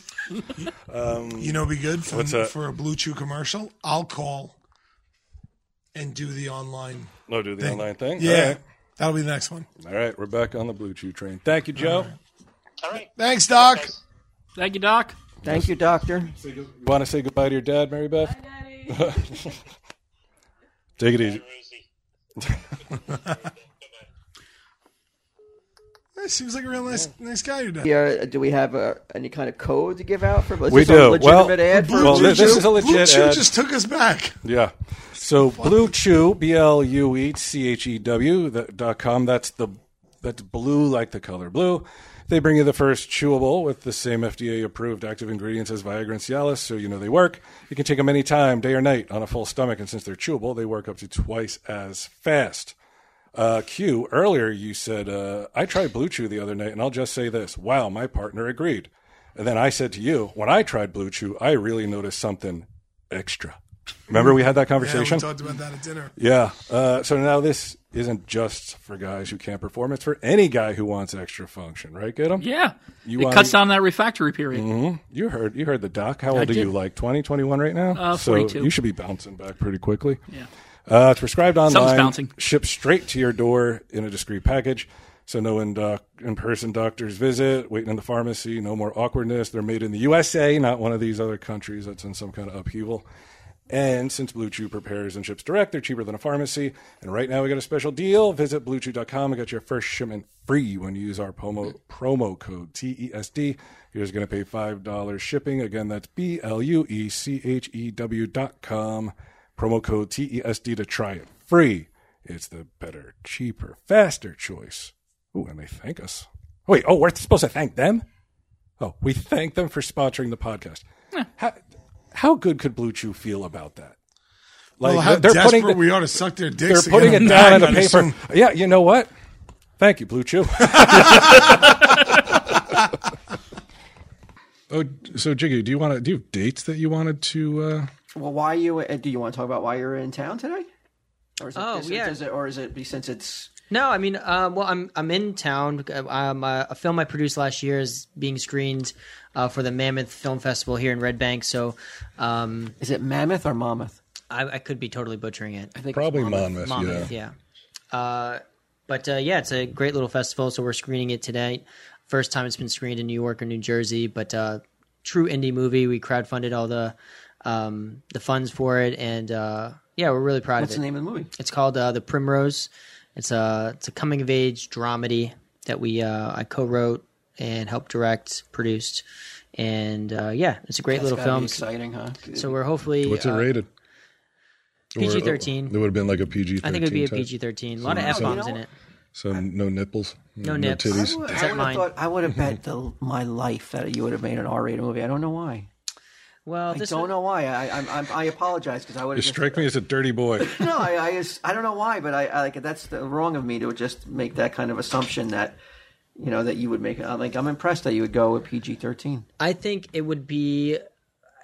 E: You know, be good for,
B: What's that?
E: for a Blue Chew commercial. I'll call and do the online.
B: No, do the
E: Thing.
B: online thing?
E: Yeah, that'll be the next one.
B: All right. All right, we're back on the Blue Chew train. Thank you, Joe.
G: All right.
E: Thanks, Doc.
G: guys.
F: Thank you, Doc.
C: Thank you, doctor.
B: You want to say goodbye to your dad, Mary Beth? [laughs] Take it easy.
G: Rosie.
E: Eh, seems like a real nice, nice guy. Your dad.
C: Yeah, do we have uh any kind of code to give out for? Is
B: We
C: this
B: do.
C: A legitimate
B: Well-
C: ad for
E: Blue
B: Well,
E: Chew
C: Blue
B: this
C: Chew?
B: is a
E: Blue
B: legit uh,
E: Chew
B: ad.
E: just took us back.
B: Yeah. So Blue Chew, B L U E C H E W the- dot com. That's the that's blue like the color blue. They bring you the first chewable with the same FDA approved active ingredients as Viagra and Cialis, so you know they work. You can take them anytime, day or night, on a full stomach, and since they're chewable, they work up to twice as fast. Uh, Q, earlier you said, uh, I tried Blue Chew the other night, and I'll just say this wow, my partner agreed. And then I said to you, when I tried Blue Chew, I really noticed something extra. Remember we had that
E: Yeah, we
B: conversation?
E: talked about that at dinner.
B: Yeah. Uh, so now this isn't just for guys who can't perform. It's for any guy who wants extra function, right? Get him?
F: Yeah.
B: You
F: it
B: wanna-
F: cuts down that refractory period.
B: You heard you heard the doc. How old are
F: did.
B: you? Like 20, 21 right now?
F: Uh,
B: so
F: 42.
B: you should be bouncing back pretty quickly.
F: Yeah.
B: Uh, it's prescribed online.
F: bouncing.
B: Shipped straight to your door in a discreet package. So no in doc, in-person doctor's visit, waiting in the pharmacy, no more awkwardness. They're made in the USA, not one of these other countries that's in some kind of upheaval. And since Blue Chew prepares and ships direct, they're cheaper than a pharmacy. And right now we got a special deal. Visit bluechew.com and get your first shipment free when you use our promo promo code E TESD. You're just going to pay $5 shipping. Again, that's B L U E C H E W dot com. Promo code TESD to try it free. It's the better, cheaper, faster choice. Ooh, and they thank us. Wait, oh, we're supposed to thank them? Oh, we thank them for sponsoring the podcast. How, how good could Blue Chew feel about that? Like
E: well, how
B: they're
E: desperate
B: putting the-
E: we are to suck their
B: they're
E: dicks. to
B: putting
E: get
B: it
E: them
B: down
E: back,
B: on the
E: I'd
B: paper.
E: assume.
B: Yeah, you know what?
E: [laughs]
B: Thank you, Blue Chew. Oh, so Jiggy, do you want to? Do you have dates that you wanted to? Uh,
C: Well, why you? uh, Do you want to talk about why you're in town today? Or is it,
A: Oh,
C: is it-
A: yeah.
C: Does it, or is it be- since it's
A: No, I mean, um, well, I'm I'm in town. Um, uh, a film I produced last year is being screened uh, for the Mammoth Film Festival here in Red Bank, so um,
C: is it Mammoth or Monmouth?
A: I, I could be totally butchering it.
C: I think it's
B: probably
C: Monmouth.
B: Monmouth.
A: Monmouth, yeah. Uh, but uh, yeah, it's a great little festival. So we're screening it tonight. First time it's been screened in New York or New Jersey, but uh, true indie movie. We crowdfunded all the um, the funds for it, and uh, yeah, we're really proud
C: What's
A: of
C: the
A: it.
C: name of the movie?
A: It's called uh, The Primrose. It's a it's a coming of age dramedy that we uh, I co-wrote and helped direct, produced, and uh, yeah, it's a great
C: That's
A: little
C: gotta be
A: film.
C: Exciting, huh?
A: So we're hopefully
B: What's it
A: uh,
B: rated? Or-
A: PG-13.
B: It would have been like a PG.
A: I think it would be a PG thirteen. A lot of
B: So-
A: f bombs
C: You know-
A: in it.
B: So no nipples.
A: No nips.
C: I
B: titties.
C: would, I
A: Except
C: would have
A: mine.
C: thought I would
B: [laughs]
C: have bet the, my life that you would have made an R-rated movie. I don't know why.
A: Well,
C: I
A: this
C: don't
A: one-
C: know why. I I, I'm- I apologize because I would
B: You
C: have just
B: strike me as a dirty boy.
C: no, I, I, just- I don't know why, but I, I like that's the wrong of me to just make that kind of assumption that you know that you would make. I'm Like I'm impressed that you would go with PG thirteen.
A: I think it would be,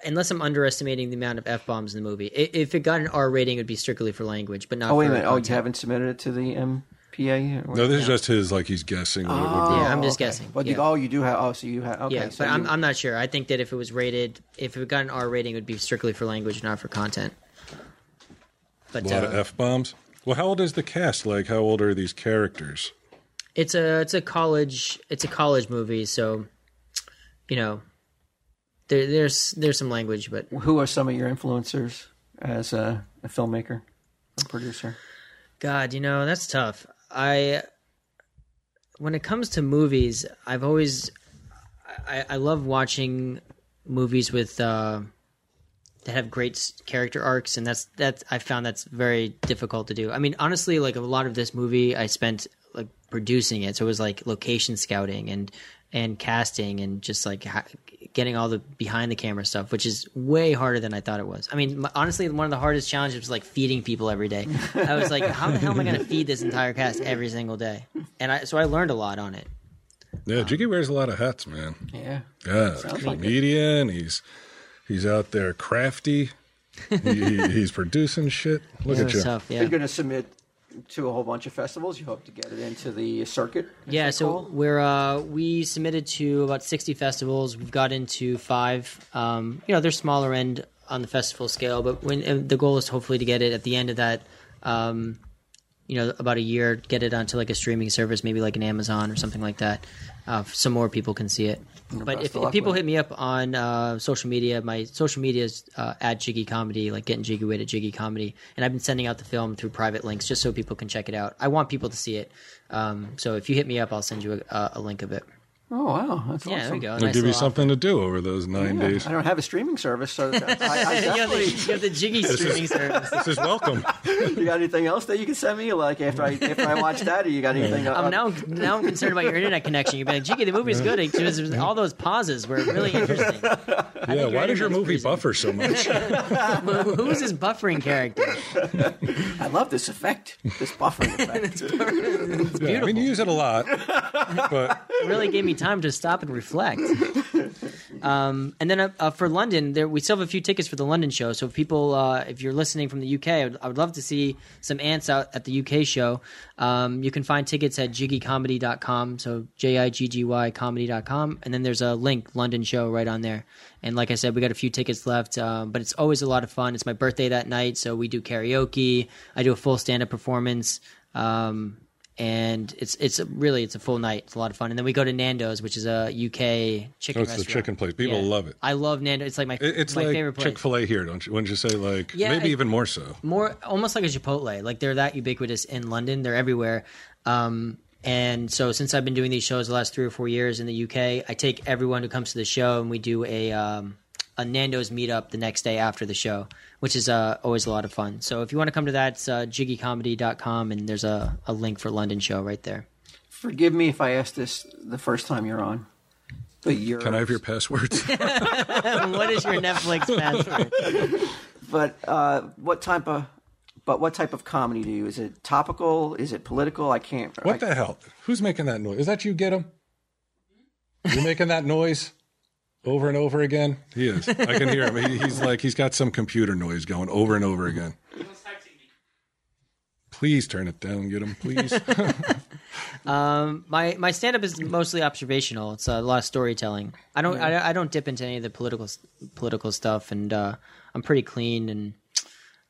A: unless I'm underestimating the amount of f bombs in the movie. I- If it got an R rating, it would be strictly for language, but not.
C: Oh wait a
A: for
C: minute! Oh, you
A: content.
C: haven't submitted it to the MPA. Or
B: No, this is just his. Like he's guessing what it would
A: Yeah, I'm just guessing.
C: But
A: yeah.
C: you, oh, you do have. Oh, so you have. Okay,
A: yeah,
C: so
A: but I'm,
C: you-
A: I'm not sure. I think that if it was rated, if it got an R rating, it would be strictly for language, not for content. But
B: be. A lot
A: uh,
B: of f bombs. Well, how old is the cast? Like, how old are these characters?
A: it's a it's a college it's a college movie, so you know there, there's there's some language, but
C: Who are some of your influencers as a, a filmmaker, a producer?
A: God, you know, that's tough. I when it comes to movies, I've always I, I love watching movies with uh that have great s- character arcs and that's that's I found that's very difficult to do. I mean, honestly, like a lot of this movie I spent like producing it. So it was like location scouting and and casting and just like ha- getting all the behind the camera stuff, which is way harder than I thought it was. I mean, m- honestly, one of the hardest challenges was like feeding people every day. I was like, how the hell am I going to feed this entire cast every single day? And I so I learned a lot on it.
B: Yeah, Jiggy wears a lot of hats, man.
C: Yeah.
B: Yeah, comedian. He's he's out there crafty.
A: [laughs]
B: he, he, he's producing shit. Look
A: It
B: at
A: was
B: you.
A: tough, yeah.
C: You're going to submit to a whole bunch of festivals. You hope to get it into the circuit. is
A: Yeah,
C: that
A: so
C: called?
A: we're uh, we submitted to about sixty festivals. We've got into five. Um, you know, they're smaller end on the festival scale, but when and the goal is hopefully to get it at the end of that. Um, you know, about a year, get it onto like a streaming service, maybe like an Amazon or something like that. Uh, so more people can see it. But
C: best
A: if,
C: of
A: if
C: luck
A: people
C: with
A: hit me up on uh, social media, my social media is uh, at Jiggy Comedy, like getting Jiggy with at Jiggy Comedy, and I've been sending out the film through private links just so people can check it out. I want people to see it. Um, so if you hit me up, I'll send you a, a, a link of it.
C: Oh wow, that's
A: Yeah,
C: awesome.
A: there we go.
B: I'll
A: Nice
B: give you
A: little offer.
B: something to do over those nine
C: Yeah,
B: days.
C: I don't have a streaming
A: [laughs]
C: service, so I, I
A: you, have the,
C: definitely.
A: you have the Jiggy streaming service.
B: This
A: [laughs]
B: is welcome.
C: You got anything else that you can send me? Like after I after I watch that, or you got anything?
B: Um,
A: I'm now now I'm concerned about your internet connection. You'd be like, Jiggy, the movie's good. It was- it was- all those pauses were really interesting.
B: Yeah, why does your
A: internet's
B: movie
A: freezing. [laughs]
B: buffer so much?
A: Who who is this buffering character?
C: I love this effect, this buffering
A: [laughs]
C: effect.
B: Yeah, I mean, you use it a lot, but
A: It really gave me time to stop and reflect. Um, and then uh, uh, for London, there we still have a few tickets for the London show. So if people, uh, if you're listening from the UK, I would, I would love to see some ants out at the UK show. Um, you can find tickets at jiggycomedy.com. So J I G G Y comedy.com. And then there's a link, London show, right on there. And like I said, we got a few tickets left, um, but it's always a lot of fun. It's my birthday that night. So we do karaoke, I do a full stand up performance. Um, and it's it's a, really it's a full night. It's a lot of fun. And then we go to Nando's, which is a UK chicken.
B: Oh, it's the
A: restaurant.
B: chicken place. People
A: Yeah.
B: love it.
A: I love Nando. It's like my
B: It- It's
A: my favorite
B: like
A: place.
B: Chick Fil A here, don't you? Wouldn't you say like
A: Yeah,
B: maybe
A: I-
B: even more so?
A: More almost like a Chipotle. Like they're that ubiquitous in London. They're everywhere. Um, and so since I've been doing these shows the last three or four years in the UK, I take everyone who comes to the show and we do a um, a Nando's meetup the next day after the show, which is uh, always a lot of fun. So if you want to come to that, it's uh, jiggycomedy.com and there's a, a link for London show right there.
C: Forgive me if I asked this the first time you're on, but you're.
B: Can I have
A: [laughs]
B: your passwords?
A: [laughs] what is your Netflix password?
C: But uh, what type of? But what type of comedy do you? Is it topical? Is it political? I can't.
B: What the hell? Who's making that noise? Is that you, Get him? You making that noise? over and over again? He is. I can hear him. He, he's like he's got some computer noise going over and over again.
D: He was texting me.
B: Please turn it down. Get
A: [laughs]
B: him, please.
A: Um, my my stand up is mostly observational. It's a lot of storytelling. I don't I, I don't dip into any of the political political stuff, and uh, I'm pretty clean and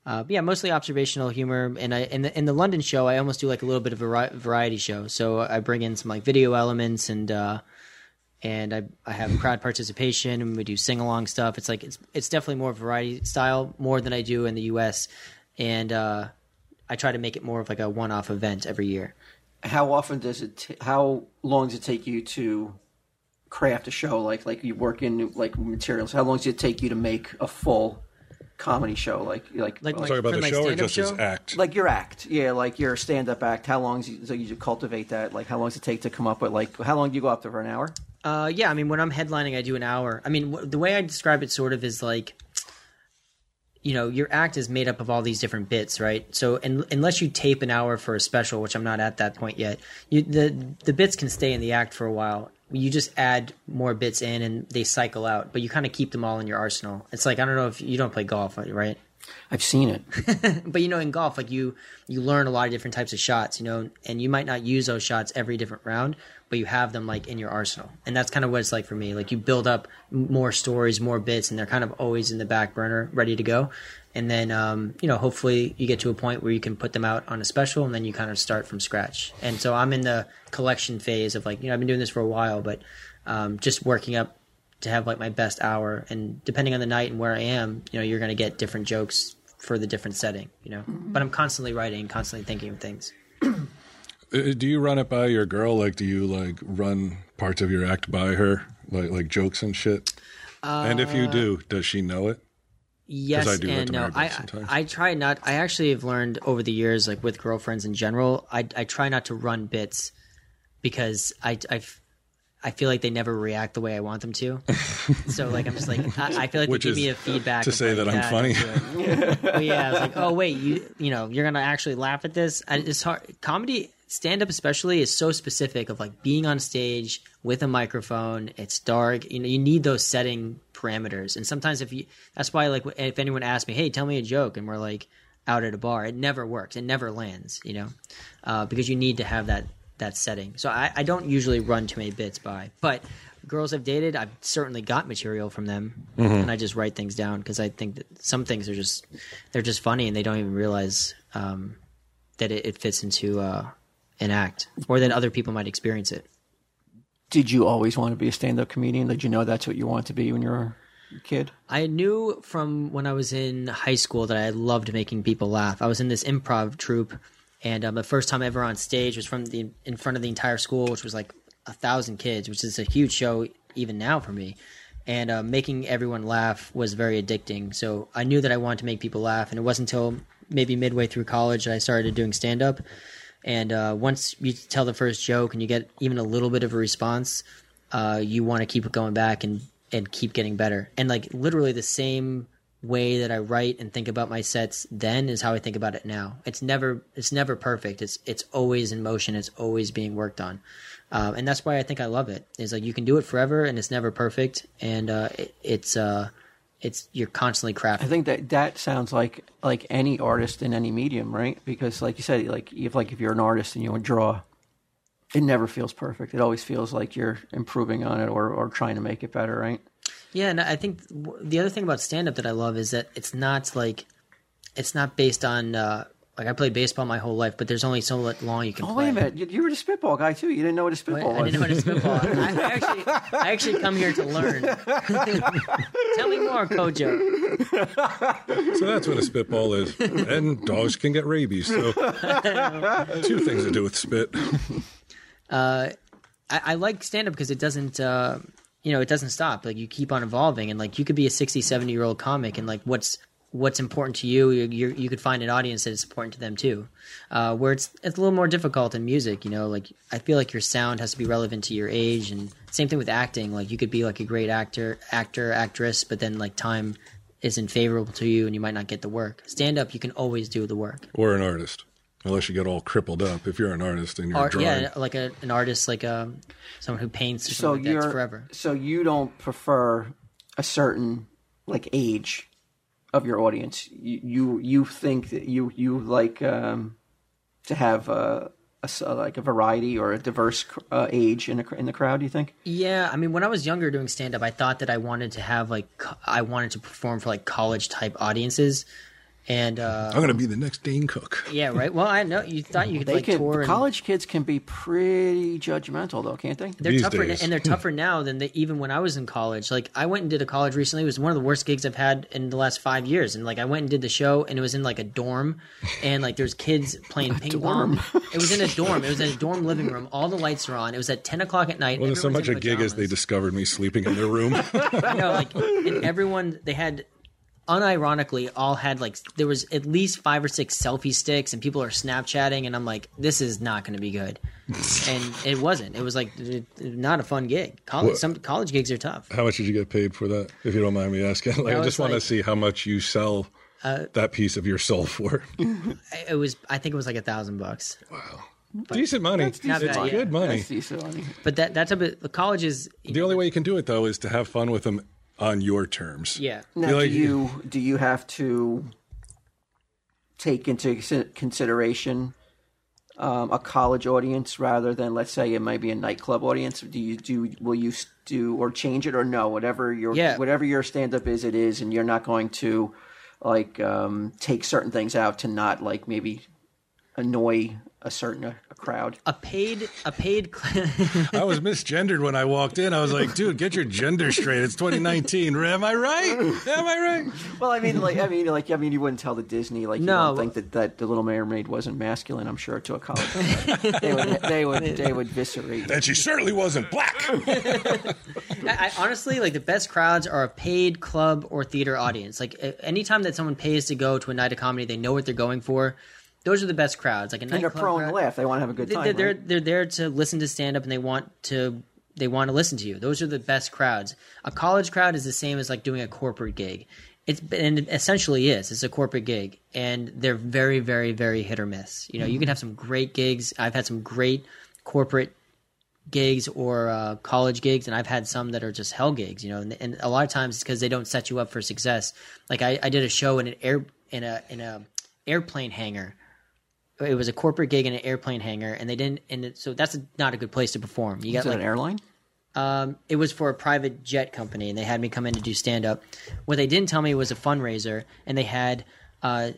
A: uh, but yeah, mostly observational humor. And I in the in the London show, I almost do like a little bit of a vari- variety show. So I bring in some like video elements and. Uh, and I, I have crowd participation and we do sing along stuff. It's like it's it's definitely more variety style more than I do in the U.S. And uh, I try to make it more of like a one off event every year.
C: How often does it? T- how long does it take you to craft a show? Like like you work in like materials. How long does it take you to make a full comedy show? Like like
A: Like-
C: like
A: like-
B: Talk about
A: For
B: the
A: my
B: show or
A: stand-up
B: just his
A: show?
B: act.
C: your act. Yeah, like your stand up act. How long does it, so you should cultivate that? Like how long does it take to come up with like how long do you go up to for an hour?
A: Uh, yeah, I mean, when I'm headlining, I do an hour. I mean, w- the way I describe it sort of is like, you know, your act is made up of all these different bits, right? So, un- unless you tape an hour for a special, which I'm not at that point yet, you, the the bits can stay in the act for a while. You just add more bits in, and they cycle out, but you kind of keep them all in your arsenal. It's like I don't know if you don't play golf, right?
C: I've seen
A: [laughs]
C: it.
A: but you know in golf like you you learn a lot of different types of shots you know and you might not use those shots every different round but you have them like in your arsenal and that's kind of what it's like for me like you build up m- more stories more bits and they're kind of always in the back burner ready to go and then um, you know hopefully you get to a point where you can put them out on a special and then you kind of start from scratch and so i'm in the collection phase of like you know i've been doing this for a while but um, just working up to have like my best hour and depending on the night and where i am you know you're going to get different jokes for the different setting you know but i'm constantly writing constantly thinking of things
B: Uh, Do you run it by your girl? Like, do you like run parts of your act by her, like like jokes and shit? and if
A: Uh,
B: you do, does she know it?
A: yes
B: 'Cause I do that
A: and
B: to
A: no
B: my
A: I,
B: bit sometimes.
A: I try not i actually have learned over the years like with girlfriends in general i, I try not to run bits because I, I f- I feel like they never react the way i want them
B: [laughs]
A: to so like i'm just like i, I feel like
B: Which
A: they give
B: is
A: me a feedback
B: to
A: of,
B: say
A: like,
B: that I'm
A: "Dad,
B: funny."
A: don't do it." But yeah, I was like, oh wait, you you know you're gonna actually laugh at this. And it's hard. Comedy stand up especially is so specific of like being on stage with a microphone. It's dark. You know you need those setting parameters. And sometimes if you that's why like if anyone asks me, hey, tell me a joke, and we're like out at a bar, it never works. It never lands. You know, uh, because you need to have that that setting. So I, I don't usually run too many bits by, but. Girls I've dated, I've certainly got material from them, and I just write things down because I think that some things are just they're just funny and they don't even realize um, that it, it fits into uh, an act or that other people might experience it.
C: Did you always want to be a stand up comedian? Did you know that's what you want to be when you were a kid?
A: I knew from when I was in high school that I loved making people laugh. I was in this improv troupe, and um, the first time ever on stage was from the in front of the entire school, which was like a thousand kids, which is a huge show even now for me. And uh, making everyone laugh was very addicting. So I knew that I wanted to make people laugh, and it wasn't until maybe midway through college that I started doing stand up. And uh, once you tell the first joke and you get even a little bit of a response, uh, you want to keep going back and and keep getting better. And like literally the same way that I write and think about my sets then is how I think about it now. It's never it's never perfect. It's it's always in motion. It's always being worked on. Um, and that's why I think I love it. Is like you can do it forever and it's never perfect. And uh, it, it's uh, it's you're constantly
C: I
A: crafting.
C: think that that sounds like like any artist in any medium, right? Because like you said, like if like if you're an artist and you draw, it never feels perfect. It always feels like you're improving on it or or trying to make it better, right?
A: Yeah, and I think w- the other thing about stand up that I love is that it's not like it's not based on uh, like I played baseball my whole life, but there's only so long you can
C: Oh
A: play.
C: wait a minute, you, you were the spitball guy too. You didn't know what
A: I,
C: a spitball
A: I
C: was.
A: didn't know what a spitball. I, I actually, I actually come here to learn. [laughs] Tell me more, Kojo.
B: So that's what a spitball is. And dogs can get rabies.
A: [laughs]
B: So two things to do with spit.
A: I, I like stand up because it doesn't, uh, you know, it doesn't stop. Like you keep on evolving, and like you could be a 60, 70 year old comic, and like what's what's important to you, you you you could find an audience that is important to them too. Uh, where it's it's a little more difficult in music, you know. Like I feel like your sound has to be relevant to your age, and same thing with acting. Like you could be like a great actor, actor, actress, but then like time isn't favorable to you, and you might not get the work. Stand up, you can always do the work.
B: Or an artist. unless you get all crippled up. If you're an artist and you're
A: Art,
B: drawing,
A: yeah, like a, an artist, like um, someone who paints or
C: so
A: something like
C: you're
A: that forever.
C: so you don't prefer a certain like age of your audience. You you, you think that you you like um, to have a, a s- like a variety or a diverse uh, age in a, cr- in the crowd. You think?
A: Yeah, I mean, when I was younger doing stand up, I thought that I wanted to have like co- I wanted to perform for like college type audiences, and uh,
B: I'm going to be the next Dane Cook.
A: yeah, right. Well, I know you thought you could
C: They
A: like
C: could.
A: tour. and-
C: college kids can be pretty judgmental, though, can't they?
A: they're
B: These
A: tougher
B: days.
A: and
B: [laughs]
A: they're tougher now than they, even when I was in college. Like I went and did a college recently. It was one of the worst gigs I've had in the last five years. And like I went and did the show, and it was in like a dorm, and like there's
B: [laughs]
A: kids playing ping
C: dorm.
A: pong. It was in a dorm. It was in a dorm living room. All the lights are on. It was at ten o'clock at night.
B: Wasn't so
A: Everyone's
B: much
A: in
B: a gig as they
A: pajamas.
B: discovered me sleeping in
A: [laughs]
B: their room.
A: No, like, and everyone they had, unironically, all had like there was at least five or six selfie sticks, and people are Snapchatting, and I'm like, this is not going to be good, and it wasn't. It was like d- d- not a fun gig. College,
B: What?
A: some college gigs are tough.
B: how much did you get paid for that? If you don't mind me asking, like,
A: No,
B: I
A: it's
B: just want to
A: like- Uh,
B: see how much you sell that piece of your
A: [laughs]
B: soul for.
A: I- It was, I think it was like a thousand bucks,
B: decent money. It's
A: decent money.
B: good money.
C: That's decent. I mean,
A: but that that's a bit. The college is,
B: The only way you can do it though is to have fun with them on your terms.
A: yeah.
C: Now,
B: Feel like-
C: do you do you have to take into consi- consideration um, a college audience rather than, let's say, it might be a nightclub audience? Do you do will you s- do or change it or no? Whatever your
A: Yeah.
C: whatever your stand up is, it is, and you're not going to like um, take certain things out to not like maybe annoy a certain uh crowd.
A: A paid, a paid. [laughs] cl-
B: I was misgendered when I walked in. I was like, dude, get your gender straight. It's 2019. Am I right? Am I right?
C: Well, I
A: [laughs]
C: mean, like I mean, like I mean, you wouldn't tell the Disney like you
A: No.
C: don't think that, that the Little Mermaid wasn't masculine. I'm sure to
A: [laughs]
C: a college, grad. they would they would they would eviscerate.
B: And she certainly wasn't black.
A: I, I honestly like the best crowds are a paid club or theater audience. Like a- anytime that someone pays to go to a night of comedy, they know what they're going for. Those are the best crowds. Like a
C: And they're
A: nightclub
C: prone to
A: crowd-
C: laugh. They want to have a good
A: They-
C: time.
A: they're,
C: right?
A: they're there to listen to stand up and they want to they want to listen to you. Those are the best crowds. A college crowd is the same as like doing a corporate gig. It's and it essentially is it's a corporate gig and they're very very very hit or miss. You know,
C: Mm-hmm.
A: you can have some great gigs. I've had some great corporate gigs or uh, college gigs, and I've had some that are just hell gigs, you know. And, and a lot of times it's because they don't set you up for success. Like I, I did a show in an air in a in a airplane hangar. It was a corporate gig in an airplane hangar, and they didn't. And it, so that's not a good place to perform. You got
C: Is it
A: like
C: an airline?
A: um, it was for a private jet company, and they had me come in to do stand up. What they didn't tell me was a fundraiser, and they had uh,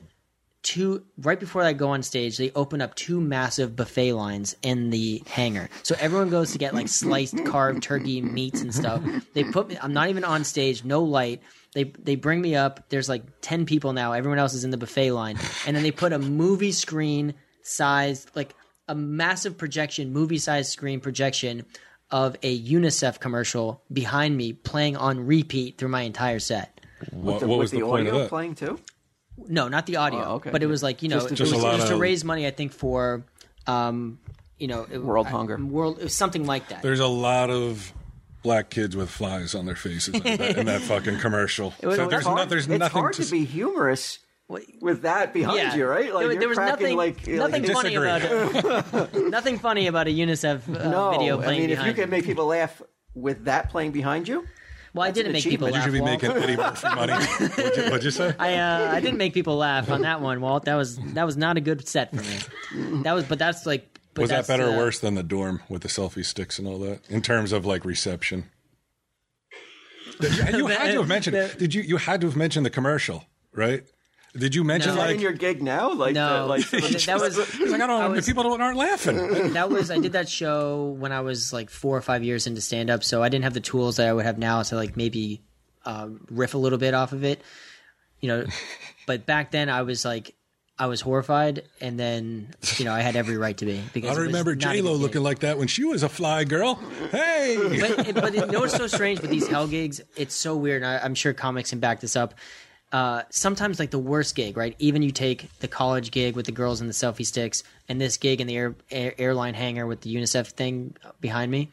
A: two right before I go on stage. They open up two massive buffet lines in the hangar, so everyone goes to get like sliced, carved turkey, meats, and stuff. They put me. I'm not even on stage, no light. They they bring me up. There's like ten people now. Everyone else is in the buffet line, and then they put a movie screen sized like a massive projection, movie sized screen projection of a UNICEF commercial behind me playing on repeat through my entire set.
B: What,
C: The-
B: what
C: with
B: was the,
C: the,
B: point of
C: audio
B: that?
C: playing too?
A: No, not the audio,
C: Oh, okay.
A: but it was like you know,
C: Just-
A: it
B: just
A: was-
B: a lot
A: it was to
B: of-
A: raise money. I think for, um, you know, it-
C: World
A: I-
C: hunger.
A: world, it was something like that.
B: There's a lot of black kids with flies on their faces in that, in that fucking commercial.
C: It
B: So
C: was
B: there's,
C: hard-
B: no, there's
C: it's
B: nothing
C: hard to,
B: s-
C: be humorous with that behind
A: yeah,
C: you, right? Like
A: there,
C: you're
A: there was
C: cracking
A: nothing,
C: like
A: nothing
C: like,
A: funny
B: Disagree.
A: about it.
B: [laughs]
A: nothing funny about a UNICEF uh,
C: no.
A: video
C: I
A: playing
C: mean, if you
A: behind
C: can
A: me.
C: make people laugh with that playing behind you,
A: well, I didn't
C: an
A: make people
C: achievement.
B: You
A: laugh.
B: should be
A: Walt.
B: making Eddie Murphy money. What'd you, what'd you say?
A: I, uh, I didn't make people laugh on that one, Walt. That was that was not a good set for
C: [laughs]
A: me. That was, but that's like. But
B: was that
A: that's,
B: better
A: uh,
B: or worse than the dorm with the selfie sticks and all that in terms of like reception? you
A: [laughs]
B: had to have mentioned. Did you? You had to have mentioned the commercial, right? Did you mention
A: No.
C: Is that
B: like?
C: in your gig now, like
A: No,
C: the, like
A: that, [laughs] that
B: [laughs]
A: was
B: It's like I don't.
A: I was-
B: people don't aren't laughing.
A: [laughs] that was
B: [laughs]
A: I did that show when I was like four or five years into stand up, so I didn't have the tools that I would have now to like maybe um, riff a little bit off of it, you
B: [laughs]
A: know. But back then, I was like, I was horrified, and then you know I had every right to be
B: I
A: because it was
B: remember
A: not a
B: J Lo
A: good gig.
B: looking like that when she was a fly girl. Hey,
A: [laughs] but but you know what's so strange with these hell gigs? It's so weird, and I, I'm sure comics can back this up. Uh, sometimes like the worst gig, right? Even you take the college gig with the girls and the selfie sticks, and this gig in the air, air, airline hangar with the UNICEF thing behind me.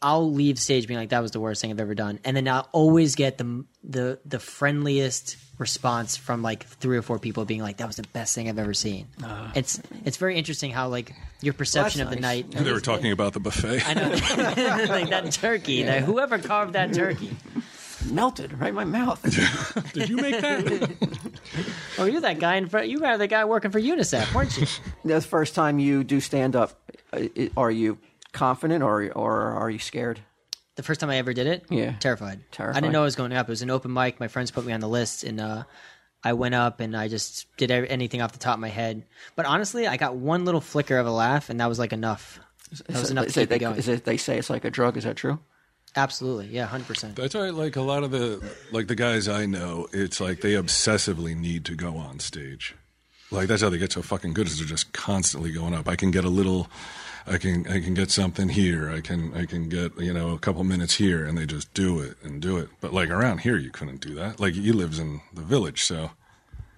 A: I'll leave stage being like that was the worst thing I've ever done, and then I'll always get the the the friendliest response from like three or four people being like that was the best thing I've ever seen. it's it's very interesting how like your perception of the
C: nice.
A: night.
B: They were talking about the buffet.
A: I know [laughs] like that turkey, that whoever carved that turkey.
C: melted right in my mouth.
B: Did [laughs] you make that?
A: [laughs] Oh, you're that guy in front. You were the guy working for UNICEF, weren't you?
C: the first time you do stand up, i- i- are you confident or or are you scared?
A: [laughs] the first time I ever did it,
C: Yeah.
A: terrified. I
C: Terrified.
A: didn't know I was going up. It was an open mic. My friends put me on the list, and uh, I went up and I just did ev- anything off the top of my head. But honestly, I got one little flicker of a laugh, and that was like enough. That was
C: Is
A: enough
C: it-
A: to keep
C: they,
A: it going.
C: is it- they say it's like a drug. Is that true?
A: Absolutely, yeah, hundred percent.
B: That's why, like a lot of the like the guys I know, it's like they obsessively need to go on stage. Like that's how they get so fucking good is they're just constantly going up. I can get a little, I can I can get something here. I can I can get you know a couple minutes here, and they just do it and do it. But like around here, you couldn't do that. Like he lives in the village, so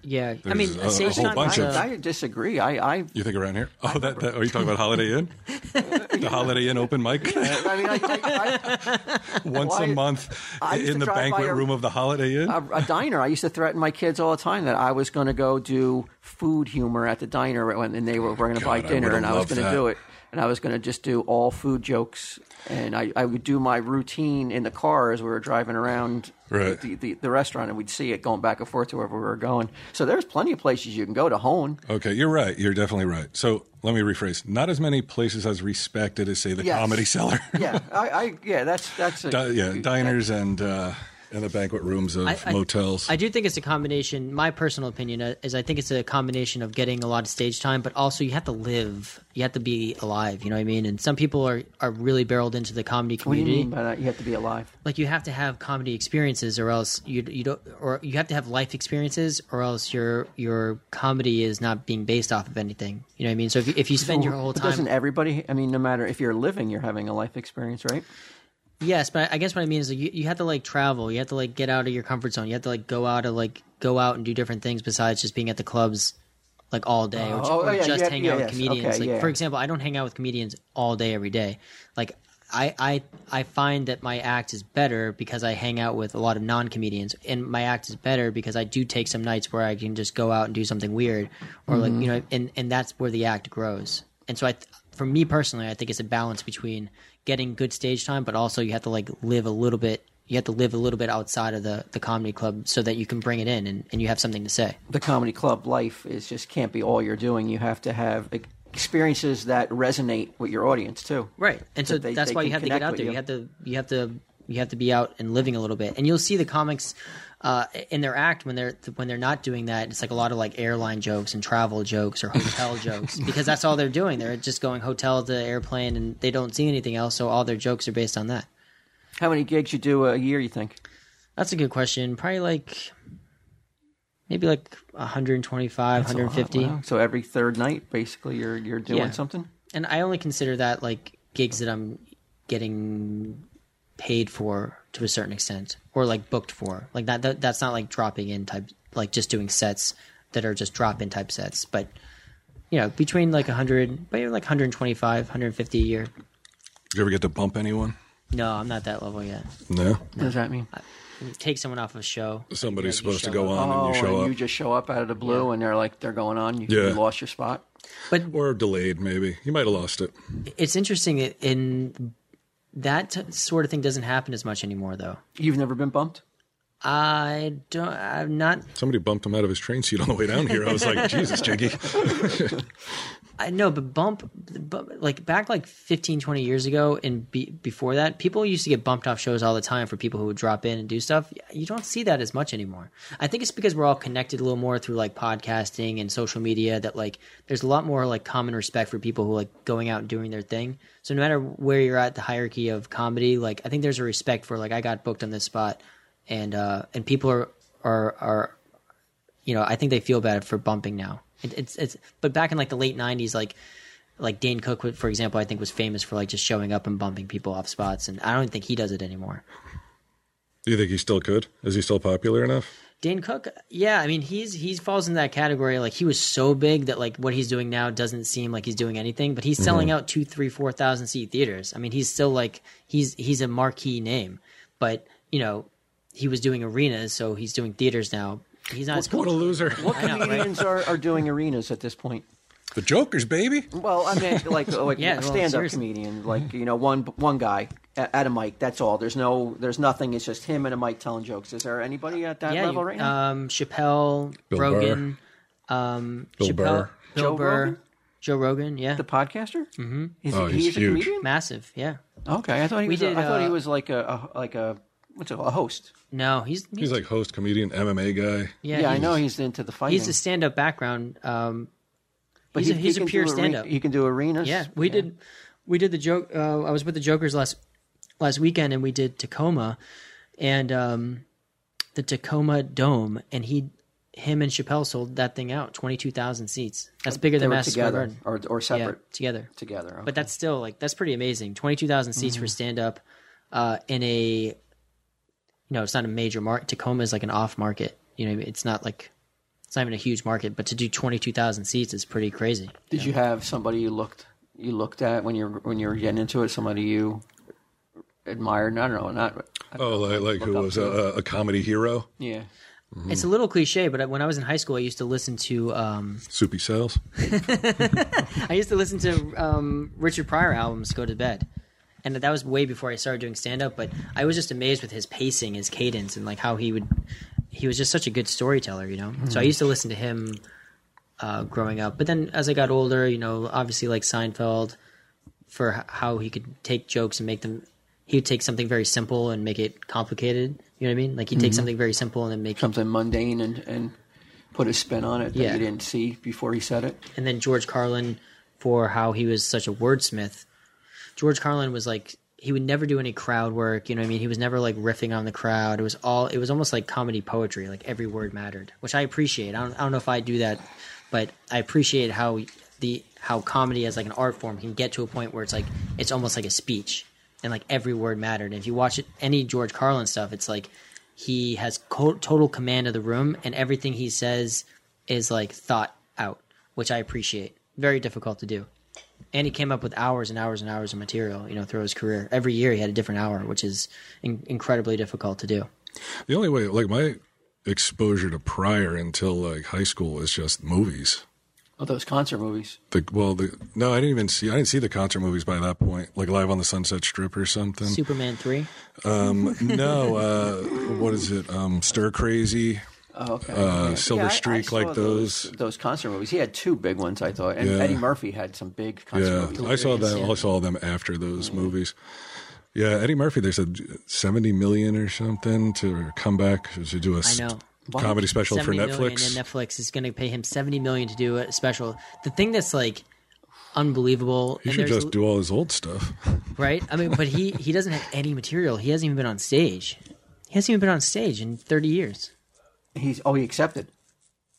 A: Yeah, I
B: There's
A: mean,
B: a- a
A: stage
B: whole
A: time
B: bunch
A: was,
B: of-
A: uh,
C: I, I disagree. I, I
B: you think around here? Oh, that, that are you talking about Holiday
C: [laughs]
B: Inn? the Holiday Inn open mic
C: I mean, I, I,
B: once
C: Why-
B: a month
C: I used
B: in
C: to
B: the
C: drive by
B: banquet
C: a-
B: room of the Holiday Inn.
C: I, a, a diner. I used to threaten my kids all the time that I was going to go do food humor at the diner, when, and they were, going to buy
B: God, I
C: dinner,
B: would've
C: and I was
B: loved
C: going to
B: that.
C: do it, and I was going to just do all food jokes, and I, I would do my routine in the car as we were driving around
B: Right.
C: the, the, the restaurant, and we'd see it going back and forth to wherever we were going. So there's plenty of places you can go
B: [laughs]
C: to hone.
B: Okay, you're right. You're definitely right. So let me rephrase. Not as many places as respected as say the
C: Yes.
B: comedy cellar.
C: Yeah, I, I yeah, that's that's a,
B: [laughs] Di- yeah, diners and uh, and the banquet rooms of
A: I- I-
B: motels.
A: I do think it's a combination. My personal opinion uh, is I think it's a combination of getting a lot of stage time, but also you have to live. You have to be alive. You know what I mean? And some people are, are really barreled into the comedy
C: What do you
A: community.
C: mean by that? You have to be alive.
A: like you have to have comedy experiences or else you you don't or you have to have life experiences or else your your comedy is not being based off of anything you know what i mean so if you, if you spend your whole
C: But Doesn't
A: time
C: everybody? I mean, no matter if you're living, you're having a life experience, right?
A: yes but i guess what i mean is like you, you have to like travel you have to like get out of your comfort zone you have to like go out and like go out and do different things besides just being at the clubs like all day or, ju-
C: Oh,
A: or
C: yeah,
A: just
C: yeah,
A: hang out with
C: yeah, yes.
A: comedians
C: Okay,
A: like
C: yeah.
A: for example i don't hang out with comedians all day every day like I, I I find that my act is better because I hang out with a lot of non comedians, and my act is better because I do take some nights where I can just go out and do something weird, or like you know, and and that's where the act grows. And so I, th- for me personally, I think it's a balance between getting good stage time, but also you have to like live a little bit. You have to live a little bit outside of the, the comedy club so that you can bring it in and, and you have something to say.
C: The comedy club life is just can't be all you're doing. You have to have ex- experiences that resonate with your audience too.
A: right and so
C: they-
A: that's
C: they
A: why you
C: can
A: have to
C: connect
A: get out
C: with
A: there you.
C: you.
A: have to you have to you have to be out and living a little bit and you'll see the comics uh, in their act when they're when they're not doing that it's like a lot of like airline jokes and travel jokes or
C: [laughs]
A: hotel jokes because that's all they're doing they're just going hotel to airplane and they don't see anything else so all their jokes are based on that
C: How many gigs you do a year? You think?
A: that's a good question probably like maybe like 125 150
C: Wow. So every third night, basically, you're you're doing
A: Yeah.
C: something.
A: and I only consider that like gigs that I'm getting paid for to a certain extent, or like booked for. Like that, that that's not like dropping in type, like just doing sets that are just drop in type sets. But you know, between like 100, but like 125, 150 a year.
B: Did you ever get to bump anyone?
A: No, I'm not that level yet.
B: No.
C: What does that mean?
A: Take someone off a show.
B: Somebody's
A: You know, you
B: supposed to
A: show
B: go
A: up.
B: on
C: oh,
B: and you show
C: and
B: up,
C: you just show up out of the blue, and they're like, they're going on. You,
B: Yeah.
C: you lost your spot.
A: But
B: or delayed maybe. You might have lost it.
A: it's interesting i- in that t- sort of thing doesn't happen as much anymore, though.
C: You've never been bumped.
A: I don't. I'm not
B: Somebody bumped him out of his train seat on the way down here. I
A: [laughs]
B: was like, Jesus, Jiggy.
A: I know, but bump, bu- like back like 15, 20 years ago and be, before that, people used to get bumped off shows all the time for people who would drop in and do stuff. You don't see that as much anymore. I think it's because we're all connected a little more through like podcasting and social media that like there's a lot more like common respect for people who like going out and doing their thing. So no matter where you're at the hierarchy of comedy, like I think there's a respect for like I got booked on this spot and, uh, and people are, are, are, you know, I think they feel bad for bumping now. It, it's it's but back in like the late '90s, like like Dane Cook, would- for example, I think was famous for like just showing up and bumping people off spots, and I don't think he does it anymore.
B: Do you think he still could? Is he still popular enough?
A: Dane Cook, yeah, I mean he's he falls in that category. Like he was so big that like what he's doing now doesn't seem like he's doing anything, but he's selling out two, three, four thousand seat theaters. I mean he's still like he's he's a marquee name, but you know he was doing arenas, so he's doing theaters now. He's not as
B: What a
A: cool.
B: loser.
C: What
A: I know, right?
C: comedians are, are doing arenas at this point?
B: The Joker's baby.
C: Well, I mean,
A: [laughs]
C: like like
A: Yeah,
C: a
A: well,
C: stand-up
A: seriously.
C: comedian, like you know, one one guy a- at a mic. That's all. There's no, there's nothing. It's just him and a mic telling jokes. Is there anybody at that
A: Yeah,
C: level
A: you-
C: right now?
A: um, Chappelle,
B: Bill
A: Rogan, um,
B: Bill
A: Chappelle,
B: Burr.
A: Bill
C: Joe
A: Burr,
C: Rogan?
A: Joe Rogan, yeah,
C: The podcaster? Mm-hmm. Is,
B: Oh,
C: he-
B: he's
C: he's a
B: huge.
C: comedian?
A: massive, yeah.
C: Okay, I thought he
A: We
C: was. a-
A: did,
C: I thought he
A: uh,
C: was like a, a like a what's it, called? a host.
A: No, he's
B: He's like host, comedian, MMA guy.
A: yeah,
C: Yeah, I
A: he's-
C: know he's into the fighting.
A: He's a stand-up background. Um,
C: but
A: he's a-
C: he- he
A: he's a
C: can do
A: pure
C: are-
A: stand-up.
C: He can do arenas.
A: yeah, we did. We did the joke. Uh, I was with the Jokers last last weekend, and we did Tacoma, and um, the Tacoma Dome, and he, him, and Chappelle sold that thing out twenty two thousand seats. That's bigger
C: They
A: than
C: were
A: Madison Square
C: together
A: Garden.
C: or or
A: Yeah,
C: separate
A: together.
C: together. okay.
A: But that's still like that's pretty amazing. Twenty two thousand seats for stand up uh, in a you know it's not a major market. Tacoma is like an off market. You know it's not like it's not even a huge market. But to do twenty two thousand seats is pretty crazy.
C: Did you have somebody you looked you looked at when you're when you were getting into it? Somebody you admired? I don't know. Not
B: Oh, like, like who
C: Look up
B: was
C: to
B: a, a comedy hero?
C: yeah.
A: It's a little cliche, but when I was in high school, I used to listen to um,
B: Soupy Sales.
A: [laughs] I used to listen to um, Richard Pryor albums. Go to bed. And that was way before I started doing stand up, but I was just amazed with his pacing, his cadence, and like how he would. He was just such a good storyteller, you know. So I used to listen to him uh, growing up. But then as I got older, you know, obviously like Seinfeld for h- how he could take jokes and make them. He would take something very simple and make it complicated. You know what I mean? Like he'd take something very simple and then make.
C: Something mundane and and put a spin on it that
A: Yeah.
C: you didn't see before he said it.
A: And then George Carlin for how he was such a wordsmith. George Carlin was like he would never do any crowd work. You know what I mean? He was never like riffing on the crowd. It was all it was almost like comedy poetry. Like every word mattered, which I appreciate. I don't, I don't know if I do that, but I appreciate how the how comedy as like an art form can get to a point where it's like it's almost like a speech and like every word mattered. And if you watch it, any George Carlin stuff, it's like he has co- total command of the room and everything he says is like thought out, which I appreciate. Very difficult to do and he came up with hours and hours and hours of material you know throughout his career every year he had a different hour which is in- incredibly difficult to do
B: The only way, like my exposure to Pryor until like high school is just movies.
C: Oh, those concert movies.
B: The well, the no, I didn't even see. I didn't see the concert movies by that point, like Live on the Sunset Strip or something.
A: superman 3
B: Um, no, uh, what is it? Um, Stir Crazy,
C: Oh, okay.
B: uh, Silver
C: Yeah, I- I
B: Streak,
C: saw
B: like those.
C: those concert movies. He had two big ones, I thought, and
B: Yeah.
C: Eddie Murphy had some big concert movies.
B: Yeah, I saw that. I saw them after those movies. Yeah, Eddie Murphy. They said seventy million or something to come back to do a s-
A: know.
B: comedy special for
A: 70 million
B: Netflix.
A: and netflix is going to pay him 70 million to do a special the thing that's like unbelievable
B: He
A: and
B: should
A: there's-
B: just do all his old stuff.
A: right i mean but he he doesn't have any material he hasn't even been on stage he hasn't even been on stage in 30 years
C: He's oh, he accepted.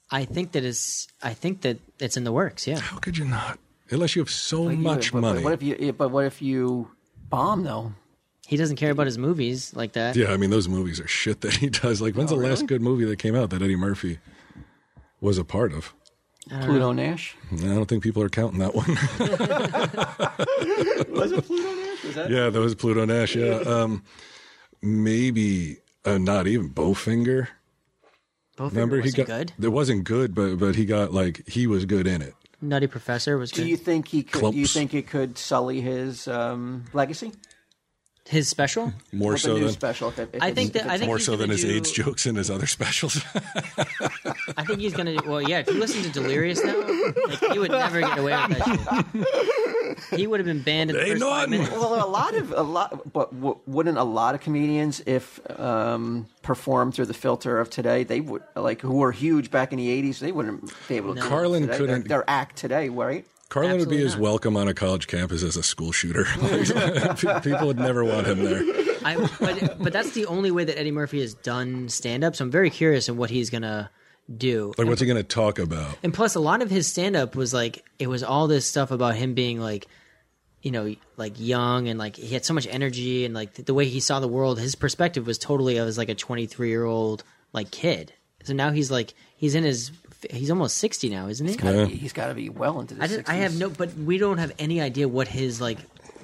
A: i think that is i think that it's in the works yeah
B: How could you not? Unless you have so
C: But you-
B: much
C: but- but
B: money.
C: What if you? But what if you bomb though?
A: he doesn't care about his movies like that
B: yeah, I mean those movies are shit that he [laughs] does. Like,
A: Oh,
B: when's the last good movie that came out that Eddie Murphy was a part of?
C: Pluto Nash.
B: I don't think people are counting that one.
C: Was it Pluto Nash? Was
B: [laughs]
C: that?
B: yeah, that was Pluto Nash. Yeah, um, maybe uh, not even Bowfinger.
A: both remember
B: Remember,
A: was
B: he got
A: good
B: It wasn't good, but but he got like he was good in it.
A: nutty professor was good
C: Do you think he could? Do you
B: Clumps.
C: think it could sully his um, legacy?
A: his special
B: More
C: With the
B: so
C: new
B: than
C: special. If, it- if
A: I
C: it's-
A: think
C: if
A: that-
C: it's
A: I think-
B: more
A: he's
B: so
A: gonna
B: than his
A: do-
B: AIDS jokes and his
A: [laughs]
B: other [laughs] specials.
A: I think he's gonna. Well, yeah. If you listen to Delirious now, like, he would never get away with that shit. He would have been banned in the
B: They
A: first five
B: not.
A: minutes.
C: Well, a lot of a lot, but w- wouldn't a lot of comedians, if um, performed through the filter of today, they would like who were huge back in the '80s, they wouldn't be able to. do it
B: Carlin
C: today. Their-
B: couldn't-
C: Their, act today, right?
B: Carlin would be
A: Absolutely
B: as
A: not.
B: welcome on a college campus as a school shooter. [laughs] People would never want him there.
A: I, but, but that's the only way that Eddie Murphy has done stand up. So I'm very curious of what he's gonna do.
B: Like, what's he going to talk about?
A: And plus, a lot of his stand up was like it was all this stuff about him being like, you know, like young and like he had so much energy and like the way he saw the world. His perspective was totally as like a 23 year old like kid. So now he's like he's in his he's almost sixty now, isn't he?
B: Yeah.
C: He's got to be well into the
A: I, just, I
C: 60s.
A: have no, but we don't have any idea what his like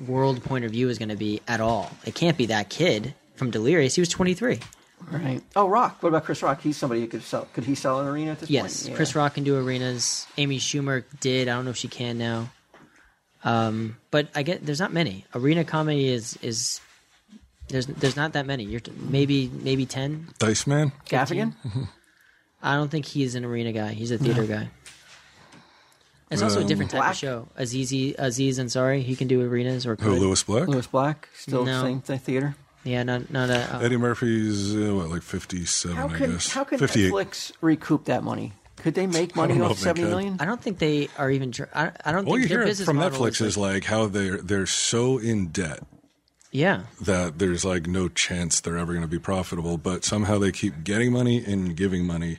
A: world point of view is going to be at all. It can't be that kid from Delirious. He was twenty three.
C: Right. Oh, Rock. What about Chris Rock? He's somebody who could sell. Could he sell an arena at this
A: Yes,
C: point? Yeah.
A: Chris Rock can do arenas. Amy Schumer did. I don't know if she can now. Um, but I get there's not many arena comedy is is there's there's not that many. You're t- maybe maybe ten.
B: Dice Man.
C: Gaffigan.
A: I don't think he's an arena guy. He's a theater guy. It's also a
B: Um,
A: different type
C: Black?
A: of show. Aziz Aziz Ansari, he can do arenas or
B: Who,
A: could.
B: Lewis Black?
C: Louis Black. Still
A: No.
C: same th- theater.
A: yeah, not not a.
B: Eddie Murphy's uh, what, like fifty-seven,
C: How
B: I
C: can
B: guess.
C: how can
B: 58.
C: Netflix recoup that money? Could they make money
B: know
C: off
B: if they
C: seventy
B: could.
C: million?
A: I don't think they are even. tr- I, I don't
B: All
A: think
B: you
A: their
B: hear
A: business
B: from
A: model
B: Netflix is like how they're they're so in debt
A: yeah,
B: that there's like no chance they're ever going to be profitable, but somehow they keep getting money and giving money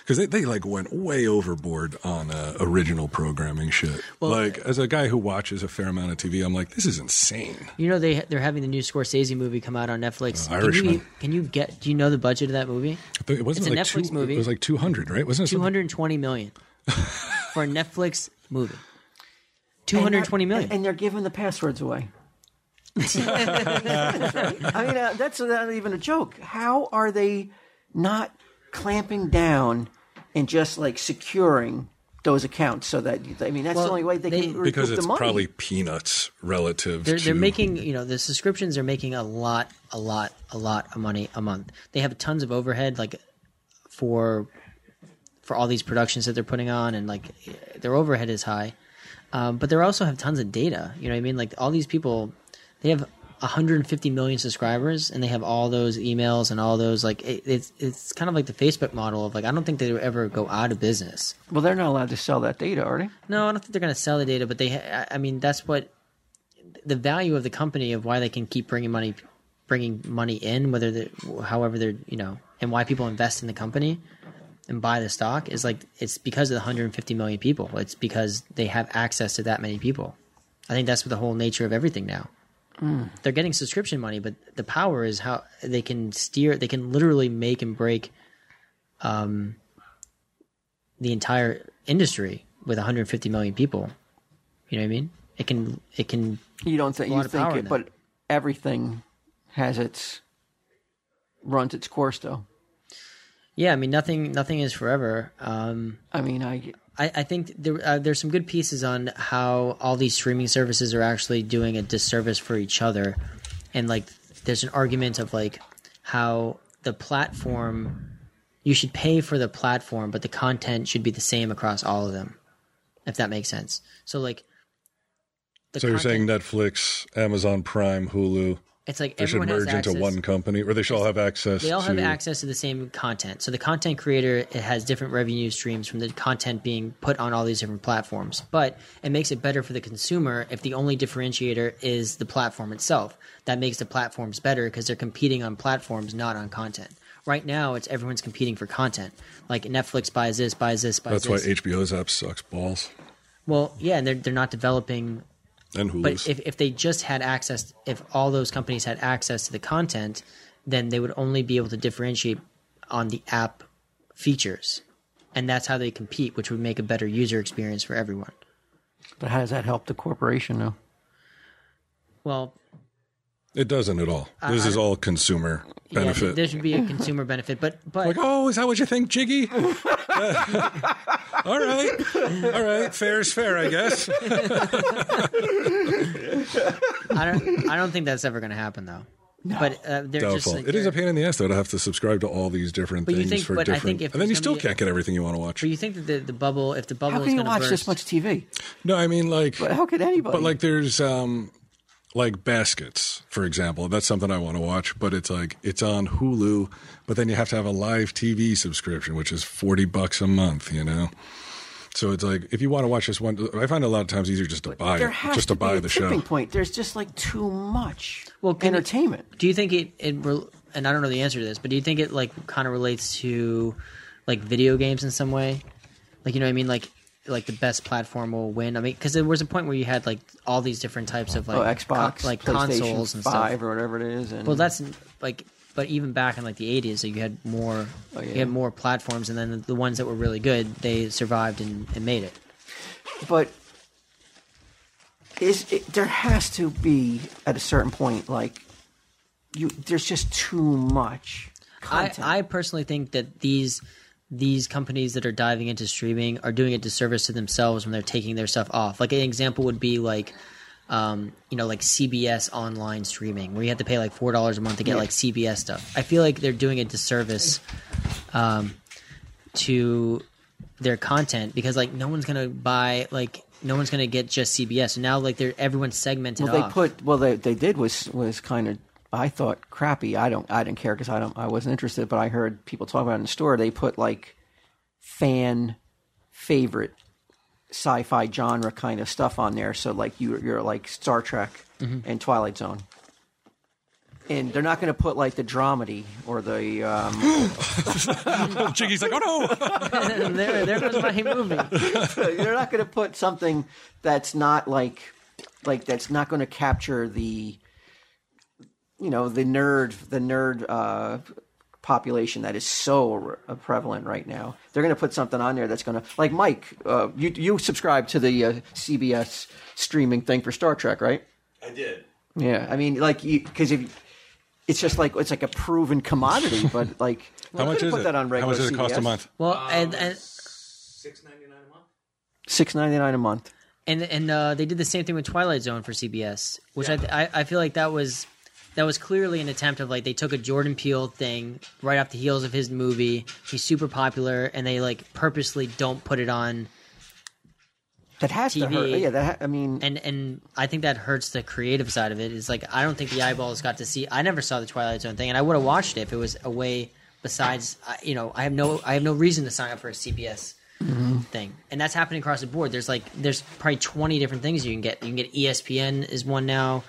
B: because they, they like went way overboard on uh, original programming shit. like as a guy who watches a fair amount of TV, I'm like, this is insane.
A: you know they they're having the new Scorsese movie come out on Netflix.
B: Uh,
A: can, you,
B: Irishman.
A: can you get? Do you know the budget of that
B: [laughs]
A: movie?
B: I think It wasn't
A: It's a
B: like
A: Netflix
B: two,
A: movie.
B: It was like 200, right? Wasn't it?
A: Two
B: something-
A: hundred twenty
B: [laughs]
A: million for a Netflix movie. Two hundred twenty million.
C: And, and they're giving the passwords [laughs] away. I mean, uh, that's not even a joke. How are they not clamping down and just like securing those accounts so that I mean that's
A: Well,
C: the only way they,
A: they-
C: can recoup
B: Because
C: the
B: it's
C: money.
B: probably peanuts relative
A: they're,
B: to.
A: they're making you know the subscriptions are making a lot a lot a lot of money a month they have tons of overhead like for for all these productions that they're putting on and like their overhead is high um, but they also have tons of data you know what i mean like all these people they have 150 million subscribers and they have all those emails and all those like it, it's it's kind of like the facebook model of like i don't think they would ever go out of business
C: well, they're not allowed to sell that data, are they?
A: no, I don't think they're going to sell the data, but they. Ha- I I mean, that's what the value of the company of why they can keep bringing money, bringing money in, whether they, however they're you know, and why people invest in the company and buy the stock is like it's because of the 150 million people. It's because they have access to that many people. I think that's the whole nature of everything now. They're getting subscription money, but the power is how they can steer. They can literally make and break the entire industry with 150 million people. You know what I mean? It can it can
C: You don't think
A: A
C: you
A: lot of
C: think
A: power in
C: it,
A: that.
C: but everything has its runs its course, though.
A: yeah. I mean nothing nothing is forever. Um,
C: I mean, I
A: I, I think there, uh, there's some good pieces on how all these streaming services are actually doing a disservice for each other, and like there's an argument of like how the platform you should pay for the platform, but the content should be the same across all of them, if that makes sense. So like. The
B: so you're
A: content-
B: saying Netflix, Amazon Prime, Hulu,
A: it's like
B: they should
A: everyone has
B: merge into
A: access.
B: one company, or they should all have access.
A: they all have
B: to-
A: access to the same content. So the content creator it has different revenue streams from the content being put on all these different platforms. But it makes it better for the consumer if the only differentiator is the platform itself. That makes the platforms better because they're competing on platforms, not on content. Right now, it's everyone's competing for content. Like Netflix buys this, buys this, buys
B: That's why
A: this.
B: HBO's app sucks balls
A: well, yeah, and they're they're not developing
B: and Hulu's.
A: but if, if they just had access, if all those companies had access to the content, then they would only be able to differentiate on the app features. And that's how they compete, which would make a better user experience for everyone.
C: but how does that help the corporation though?
A: Well,
B: It doesn't at all. This is all consumer
A: yeah,
B: benefit.
A: there should be a consumer benefit, but but
B: like, oh, is that what you think,
A: [laughs]
B: Jiggy? all right, all right, fair's fair, I
A: [laughs]
B: guess.
A: I don't I don't think that's ever going to happen though. But uh, they're just
B: Doubtful.
A: like,
B: it is a
A: they're-
B: pain in the ass though to have to subscribe to all these different
A: But you
B: things
A: think-
B: for
A: but I
B: different,
A: think if
B: and then you still
A: somebody-
B: can't get everything you want to watch.
A: But you think that the, the bubble, if the bubble
C: How
A: is
C: can you
A: going to
C: watch
A: burst,
C: this much TV?
B: no, I mean like,
C: But how could anybody?
B: but like there's um like baskets for example that's something i want to watch but it's like it's on hulu but then you have to have a live tv subscription which is 40 bucks a month you know so it's like if you want to watch this one i find a lot of times easier just to buy
C: there
B: it
C: has
B: just
C: to,
B: to buy
C: be a
B: the show
C: tipping point. There's just like too much
A: Well, can you-
C: entertainment.
A: Do you think it, it rel- and I don't know the answer to this, but do you think it like kind of relates to like video games in some way? Like you know what I mean? Like like the best platform will win. I mean, because there was a point where you had like all these different types of like
C: oh, Xbox,
A: con- like
C: PlayStation
A: consoles and
C: Five
A: stuff.
C: or whatever it is. And
A: Well, that's like, but even back in like the 80s, you had more
C: Oh, yeah.
A: you had more platforms, and then the ones that were really good, they survived and, and made it.
C: but is it, there has to be at a certain point like you there's just too much
A: I,
C: content.
A: I personally think that these these companies that are diving into streaming are doing a disservice to themselves when they're taking their stuff off. Like an example would be like um, you know, like CBS online streaming, where you have to pay like four dollars a month to get like CBS stuff. I feel like they're doing a disservice um, to their content because like no one's gonna buy like no one's gonna get just CBS. So now like they're everyone's segmented
C: well, they
A: off.
C: put well they they did was was kind of I thought crappy. I don't I didn't care because I don't I wasn't interested. But I heard people talk about it in the store. They put like fan favorite sci-fi genre kind of stuff on there. So like you you're like Star Trek and Twilight Zone. And they're not going to put like the dramedy or the um,
B: Jiggy's like, oh
A: [laughs]
B: no.
A: there, there goes my movie.
C: you're not going to put something that's not like like that's not going to capture the you know the nerd the nerd uh population that is so re- prevalent right now they're going to put something on there that's going to like mike uh, you you subscribe to the uh, cbs streaming thing for star trek right
H: I did.
C: yeah i mean like because if it's just like it's like a proven commodity but like
B: How much is
C: put
B: it?
C: that on
B: How
C: regular
B: much does it cost a
C: CBS.
B: month?
A: Well, and, and
H: Six ninety
C: 6.99
H: nine a month.
C: a month
A: and and uh, they did the same thing with Twilight Zone for CBS, which I I, I feel like that was that was clearly an attempt of like they took a Jordan Peele thing right off the heels of his movie. He's super popular, and they like purposely don't put it on.
C: that has to
A: TV.
C: hurt yeah that ha- i mean
A: And and I think that hurts the creative side of it. Is like I don't think the eyeballs got to see. I never saw the Twilight Zone thing, and I would have watched it if it was a way besides. I- You know, I have no I have no reason to sign up for a CBS. Thing and that's happening across the board. There's like there's probably 20 different things you can get. You can get E ESPN is one now,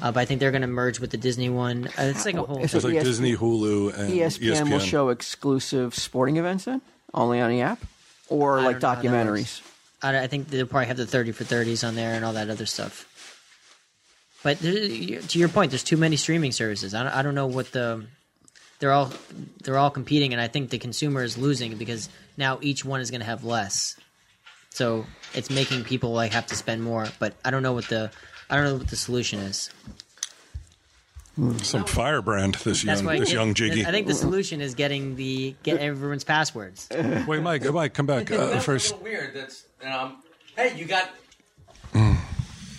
A: uh, but I think they're going to merge with the Disney one. Uh, it's like a whole.
C: Is
B: It's like
C: ESPN
B: Disney, Hulu, and E
C: ESPN,
B: ESPN.
C: will show exclusive sporting events then only on the app or
A: don't
C: like
A: know how that
C: documentaries.
A: I, I think they'll probably have the 30 for 30s on there and all that other stuff. But there, you- to your point, there's too many streaming services. I don't, I don't know what the they're all they're all competing, and I think the consumer is losing because now each one is going to have less. So it's making people like have to spend more. But I don't know what the I don't know what the solution is.
B: Some firebrand, this
A: That's
B: young,
A: why
B: this young Jiggy.
A: I think the solution is getting the get everyone's passwords.
B: Wait, Mike, Mike, come back uh,
H: That's a
B: first.
H: little weird. That's and um, hey, you got. Mm.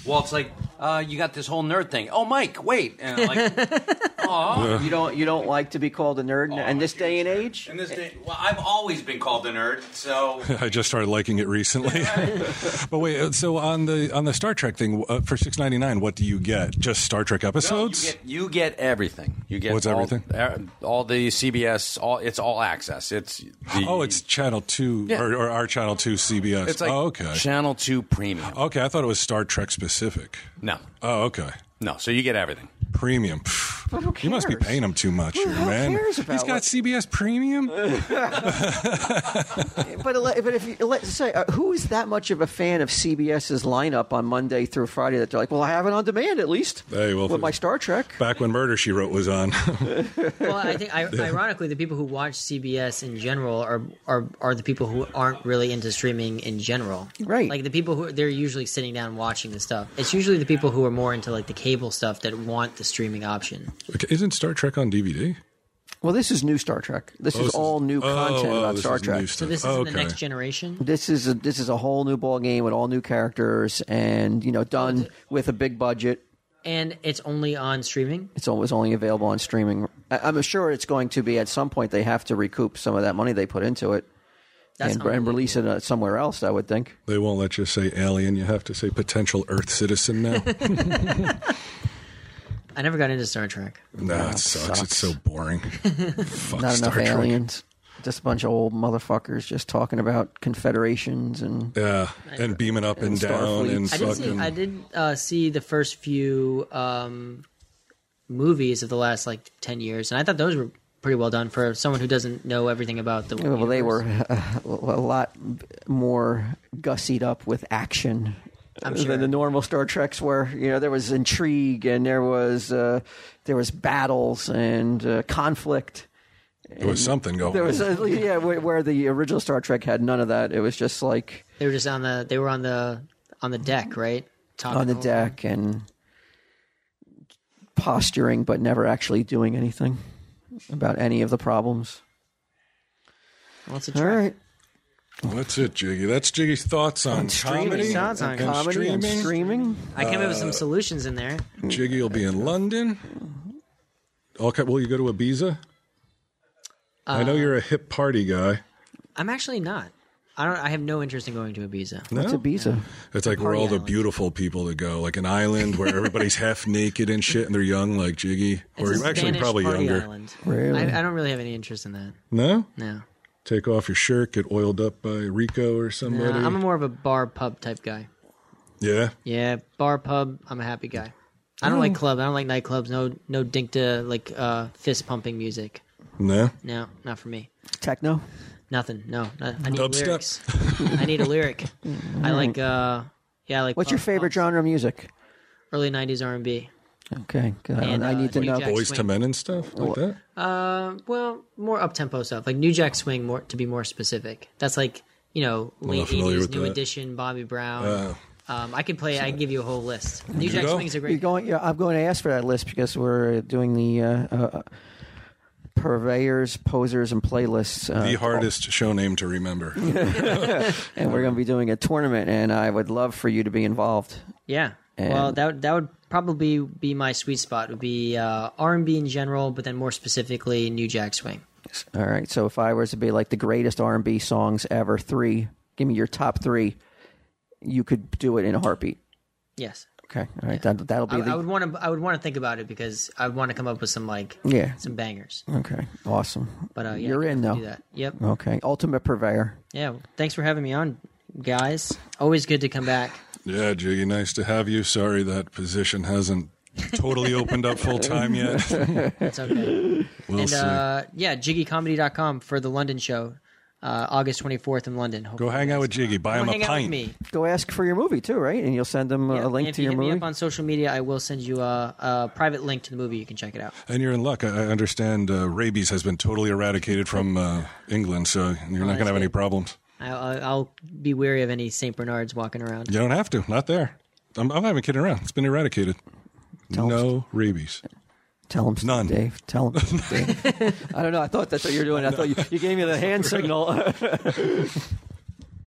H: Well, it's like uh, you got this whole nerd thing. Oh, Mike, wait, and I'm [laughs] like, oh,
C: You don't you don't like to be called a nerd
B: Oh,
C: in this day and age.
H: In this day, well, I've always been called a nerd,
B: [laughs]
H: so
B: I just started liking it recently. [laughs] but wait, uh, so on the on the Star Trek thing uh, for six ninety nine, what do you get? Just Star Trek
H: you
B: episodes?
H: get, you get everything. You get
B: What's
H: all,
B: everything?
H: er- All the CBS, all it's all access. It's the,
B: oh, it's Channel Two
H: Yeah.
B: or, or our Channel Two CBS.
H: it's like
B: oh, okay, Oh.
H: Channel Two Premium.
B: okay. I thought it was Star Trek specific.
H: No,
B: Oh, okay.
H: no, so you get everything.
B: Premium. Pff,
C: But who cares?
B: You must be paying him too much,
C: Who the hell
B: man.
C: cares about
B: He's got
C: what-
B: CBS Premium.
C: [laughs] But ele- but if you, let's say uh, who is that much of a fan of CBS's lineup on Monday through Friday that they're like, well, I have it on demand at least.
B: Hey, well,
C: with
B: if-
C: my Star Trek.
B: Back when Murder She Wrote was on. [laughs]
A: well, I think I, ironically, the people who watch CBS in general are, are are the people who aren't really into streaming in general.
C: Right.
A: Like the people who they're usually sitting down watching the stuff. It's usually the people who are more into like the cable stuff that want the streaming option.
B: Okay, Isn't Star Trek on DVD?
C: Well, this is new Star Trek. This
B: Oh, this
C: is
B: is-
C: all new content
B: oh, oh,
C: about
B: this
C: Star
B: is
C: Trek.
B: new
A: So
B: stuff.
A: this is
B: Oh,
A: the
B: okay.
A: next generation.
C: This is a, this is a whole new ball game with all new characters and you know done with a big budget.
A: And it's only on streaming.
C: it's always only available on streaming. I, I'm sure it's going to be at some point they have to recoup some of that money they put into it
A: That's
C: and, and release it uh, somewhere else. I would think.
B: They won't let you say alien. You have to say potential Earth citizen now.
C: [laughs]
A: I never got into Star Trek.
B: nah, it sucks. It's so
C: [laughs]
B: boring. Fuck
C: Not
B: Star
C: enough
B: Trek.
C: aliens. Just a bunch of old motherfuckers just talking about confederations and
B: Yeah, and beaming up and, down
C: Starfleet.
B: and
A: I did see
B: fucking.
A: I did uh, see the first few um, movies of the last like ten years, and I thought those were pretty well done for someone who doesn't know everything about the.
C: well, they
A: universe.
C: were uh, a lot more gussied up with action
A: I'm
C: than
A: sure.
C: the normal Star Treks were. You know, there was intrigue and there was uh, there was battles and uh, conflict.
B: There was something going.
C: There was uh, yeah, where, where the original Star Trek had none of that. It was just like
A: They were just on the they were on the on the deck, right? Talking
C: on the
A: the whole time.
C: deck and posturing, but never actually doing anything about any of the problems.
A: Well, it's a
C: All
A: trek.
C: right,
B: Well, that's it, Jiggy. That's Jiggy's thoughts on,
C: streaming.
B: comedy,
A: Thoughts on
B: and
C: comedy and
B: streaming.
C: streaming.
A: I came up with
B: Uh,
A: some solutions in there.
B: Jiggy will be in London. Okay, will you go to Ibiza? I
A: Uh,
B: know you're a hip party guy.
A: I'm actually not. I don't. I have no interest in going to Ibiza.
C: That's
B: Oh.
C: Ibiza.
B: It's like where all the beautiful people that go, like an island where
A: [laughs]
B: everybody's half naked and shit, and they're young, like Jiggy, or
A: It's a
B: you're actually
A: Spanish
B: probably
A: party
B: younger.
A: Island.
C: Really?
A: I, I don't really have any interest in that.
B: No,
A: No. Uh,
B: take off your shirt, get oiled up by Rico or
A: No,
B: somebody.
A: I'm more of a bar pub type guy.
B: yeah,
A: Yeah, bar pub. I'm a happy guy. I don't
C: Mm.
A: like club. I don't like nightclubs. No, no dink to like uh, fist pumping music.
B: no.
A: No, not for me.
C: Techno.
A: Nothing. No, no I need
B: Dubstep.
A: lyrics. I need a
C: [laughs]
A: lyric. I like. uh Yeah, I like.
C: What's your
A: punk-
C: favorite
A: punk.
C: genre of music?
A: Early '90s R&B.
C: Okay, good.
A: And,
C: I
A: uh,
C: need to
A: New
C: know.
A: Jack-
B: Boys to
A: Swing.
B: men and stuff like that.
A: Uh, well, more up tempo stuff like New Jack Swing. More to be more specific. That's like you know late
B: familiar
A: '80s,
B: with
A: New
B: that.
A: Edition, Bobby Brown.
B: Uh,
A: um, I can play. I can give you a whole list. New Jack
B: go?
A: Swing's a
C: You're
A: great.
C: going. Yeah, I'm going to ask for that list because we're doing the uh, uh, purveyors, posers, and playlists,
B: the
C: uh,
B: hardest show name
A: [laughs]
B: to remember.
C: and we're going to be doing a tournament. And I would love for you to be involved.
A: Yeah. well, that would- that would probably be my sweet spot. Would be uh, R and B in general, but then more specifically New Jack Swing.
C: All right. So if I was to be like the greatest R&B songs ever, three, give me your top three. You could do it in a heartbeat.
A: Yes.
C: Okay. All right. That, that'll be
A: I,
C: the.
A: I would want to. I would want to think about it because I want to come up with some like
C: Yeah.
A: some bangers.
C: Okay. Awesome.
A: But uh, yeah,
C: You're
A: I can
C: in,
A: definitely Do
C: though.
A: that. Yep.
C: Okay. Ultimate purveyor.
A: Yeah. Thanks for having me on, guys. Always good to come back.
B: Yeah, Jiggy, nice to have you. Sorry that position hasn't totally opened up full time yet.
A: [laughs] That's okay.
B: We'll
A: and
B: see.
A: uh, yeah, jiggycomedy.com for the London show, uh, August 24th in London.
B: Go hang out with Jiggy. Buy him a
A: hang
B: pint.
A: out with me.
C: Go ask for your movie too, right? And you'll send them
A: Yeah,
C: a link
A: and if
C: to
A: you
C: your
A: hit me
C: movie.
A: up on social media, I will send you a, a private link to the movie. You can check it out.
B: And you're in luck. I I understand uh, rabies has been totally eradicated from uh, England, so you're not going to have any problems.
A: I, I, I'll be wary of any Saint Bernards walking around.
B: You don't have to. Not there. I'm, I'm not even kidding around. It's been eradicated. No rabies.
C: Tell him,
B: None.
C: Dave.
B: [laughs]
C: Tell
B: [laughs]
C: him, Dave. I don't know. I thought that's what you're doing. I thought you, you gave me the hand signal.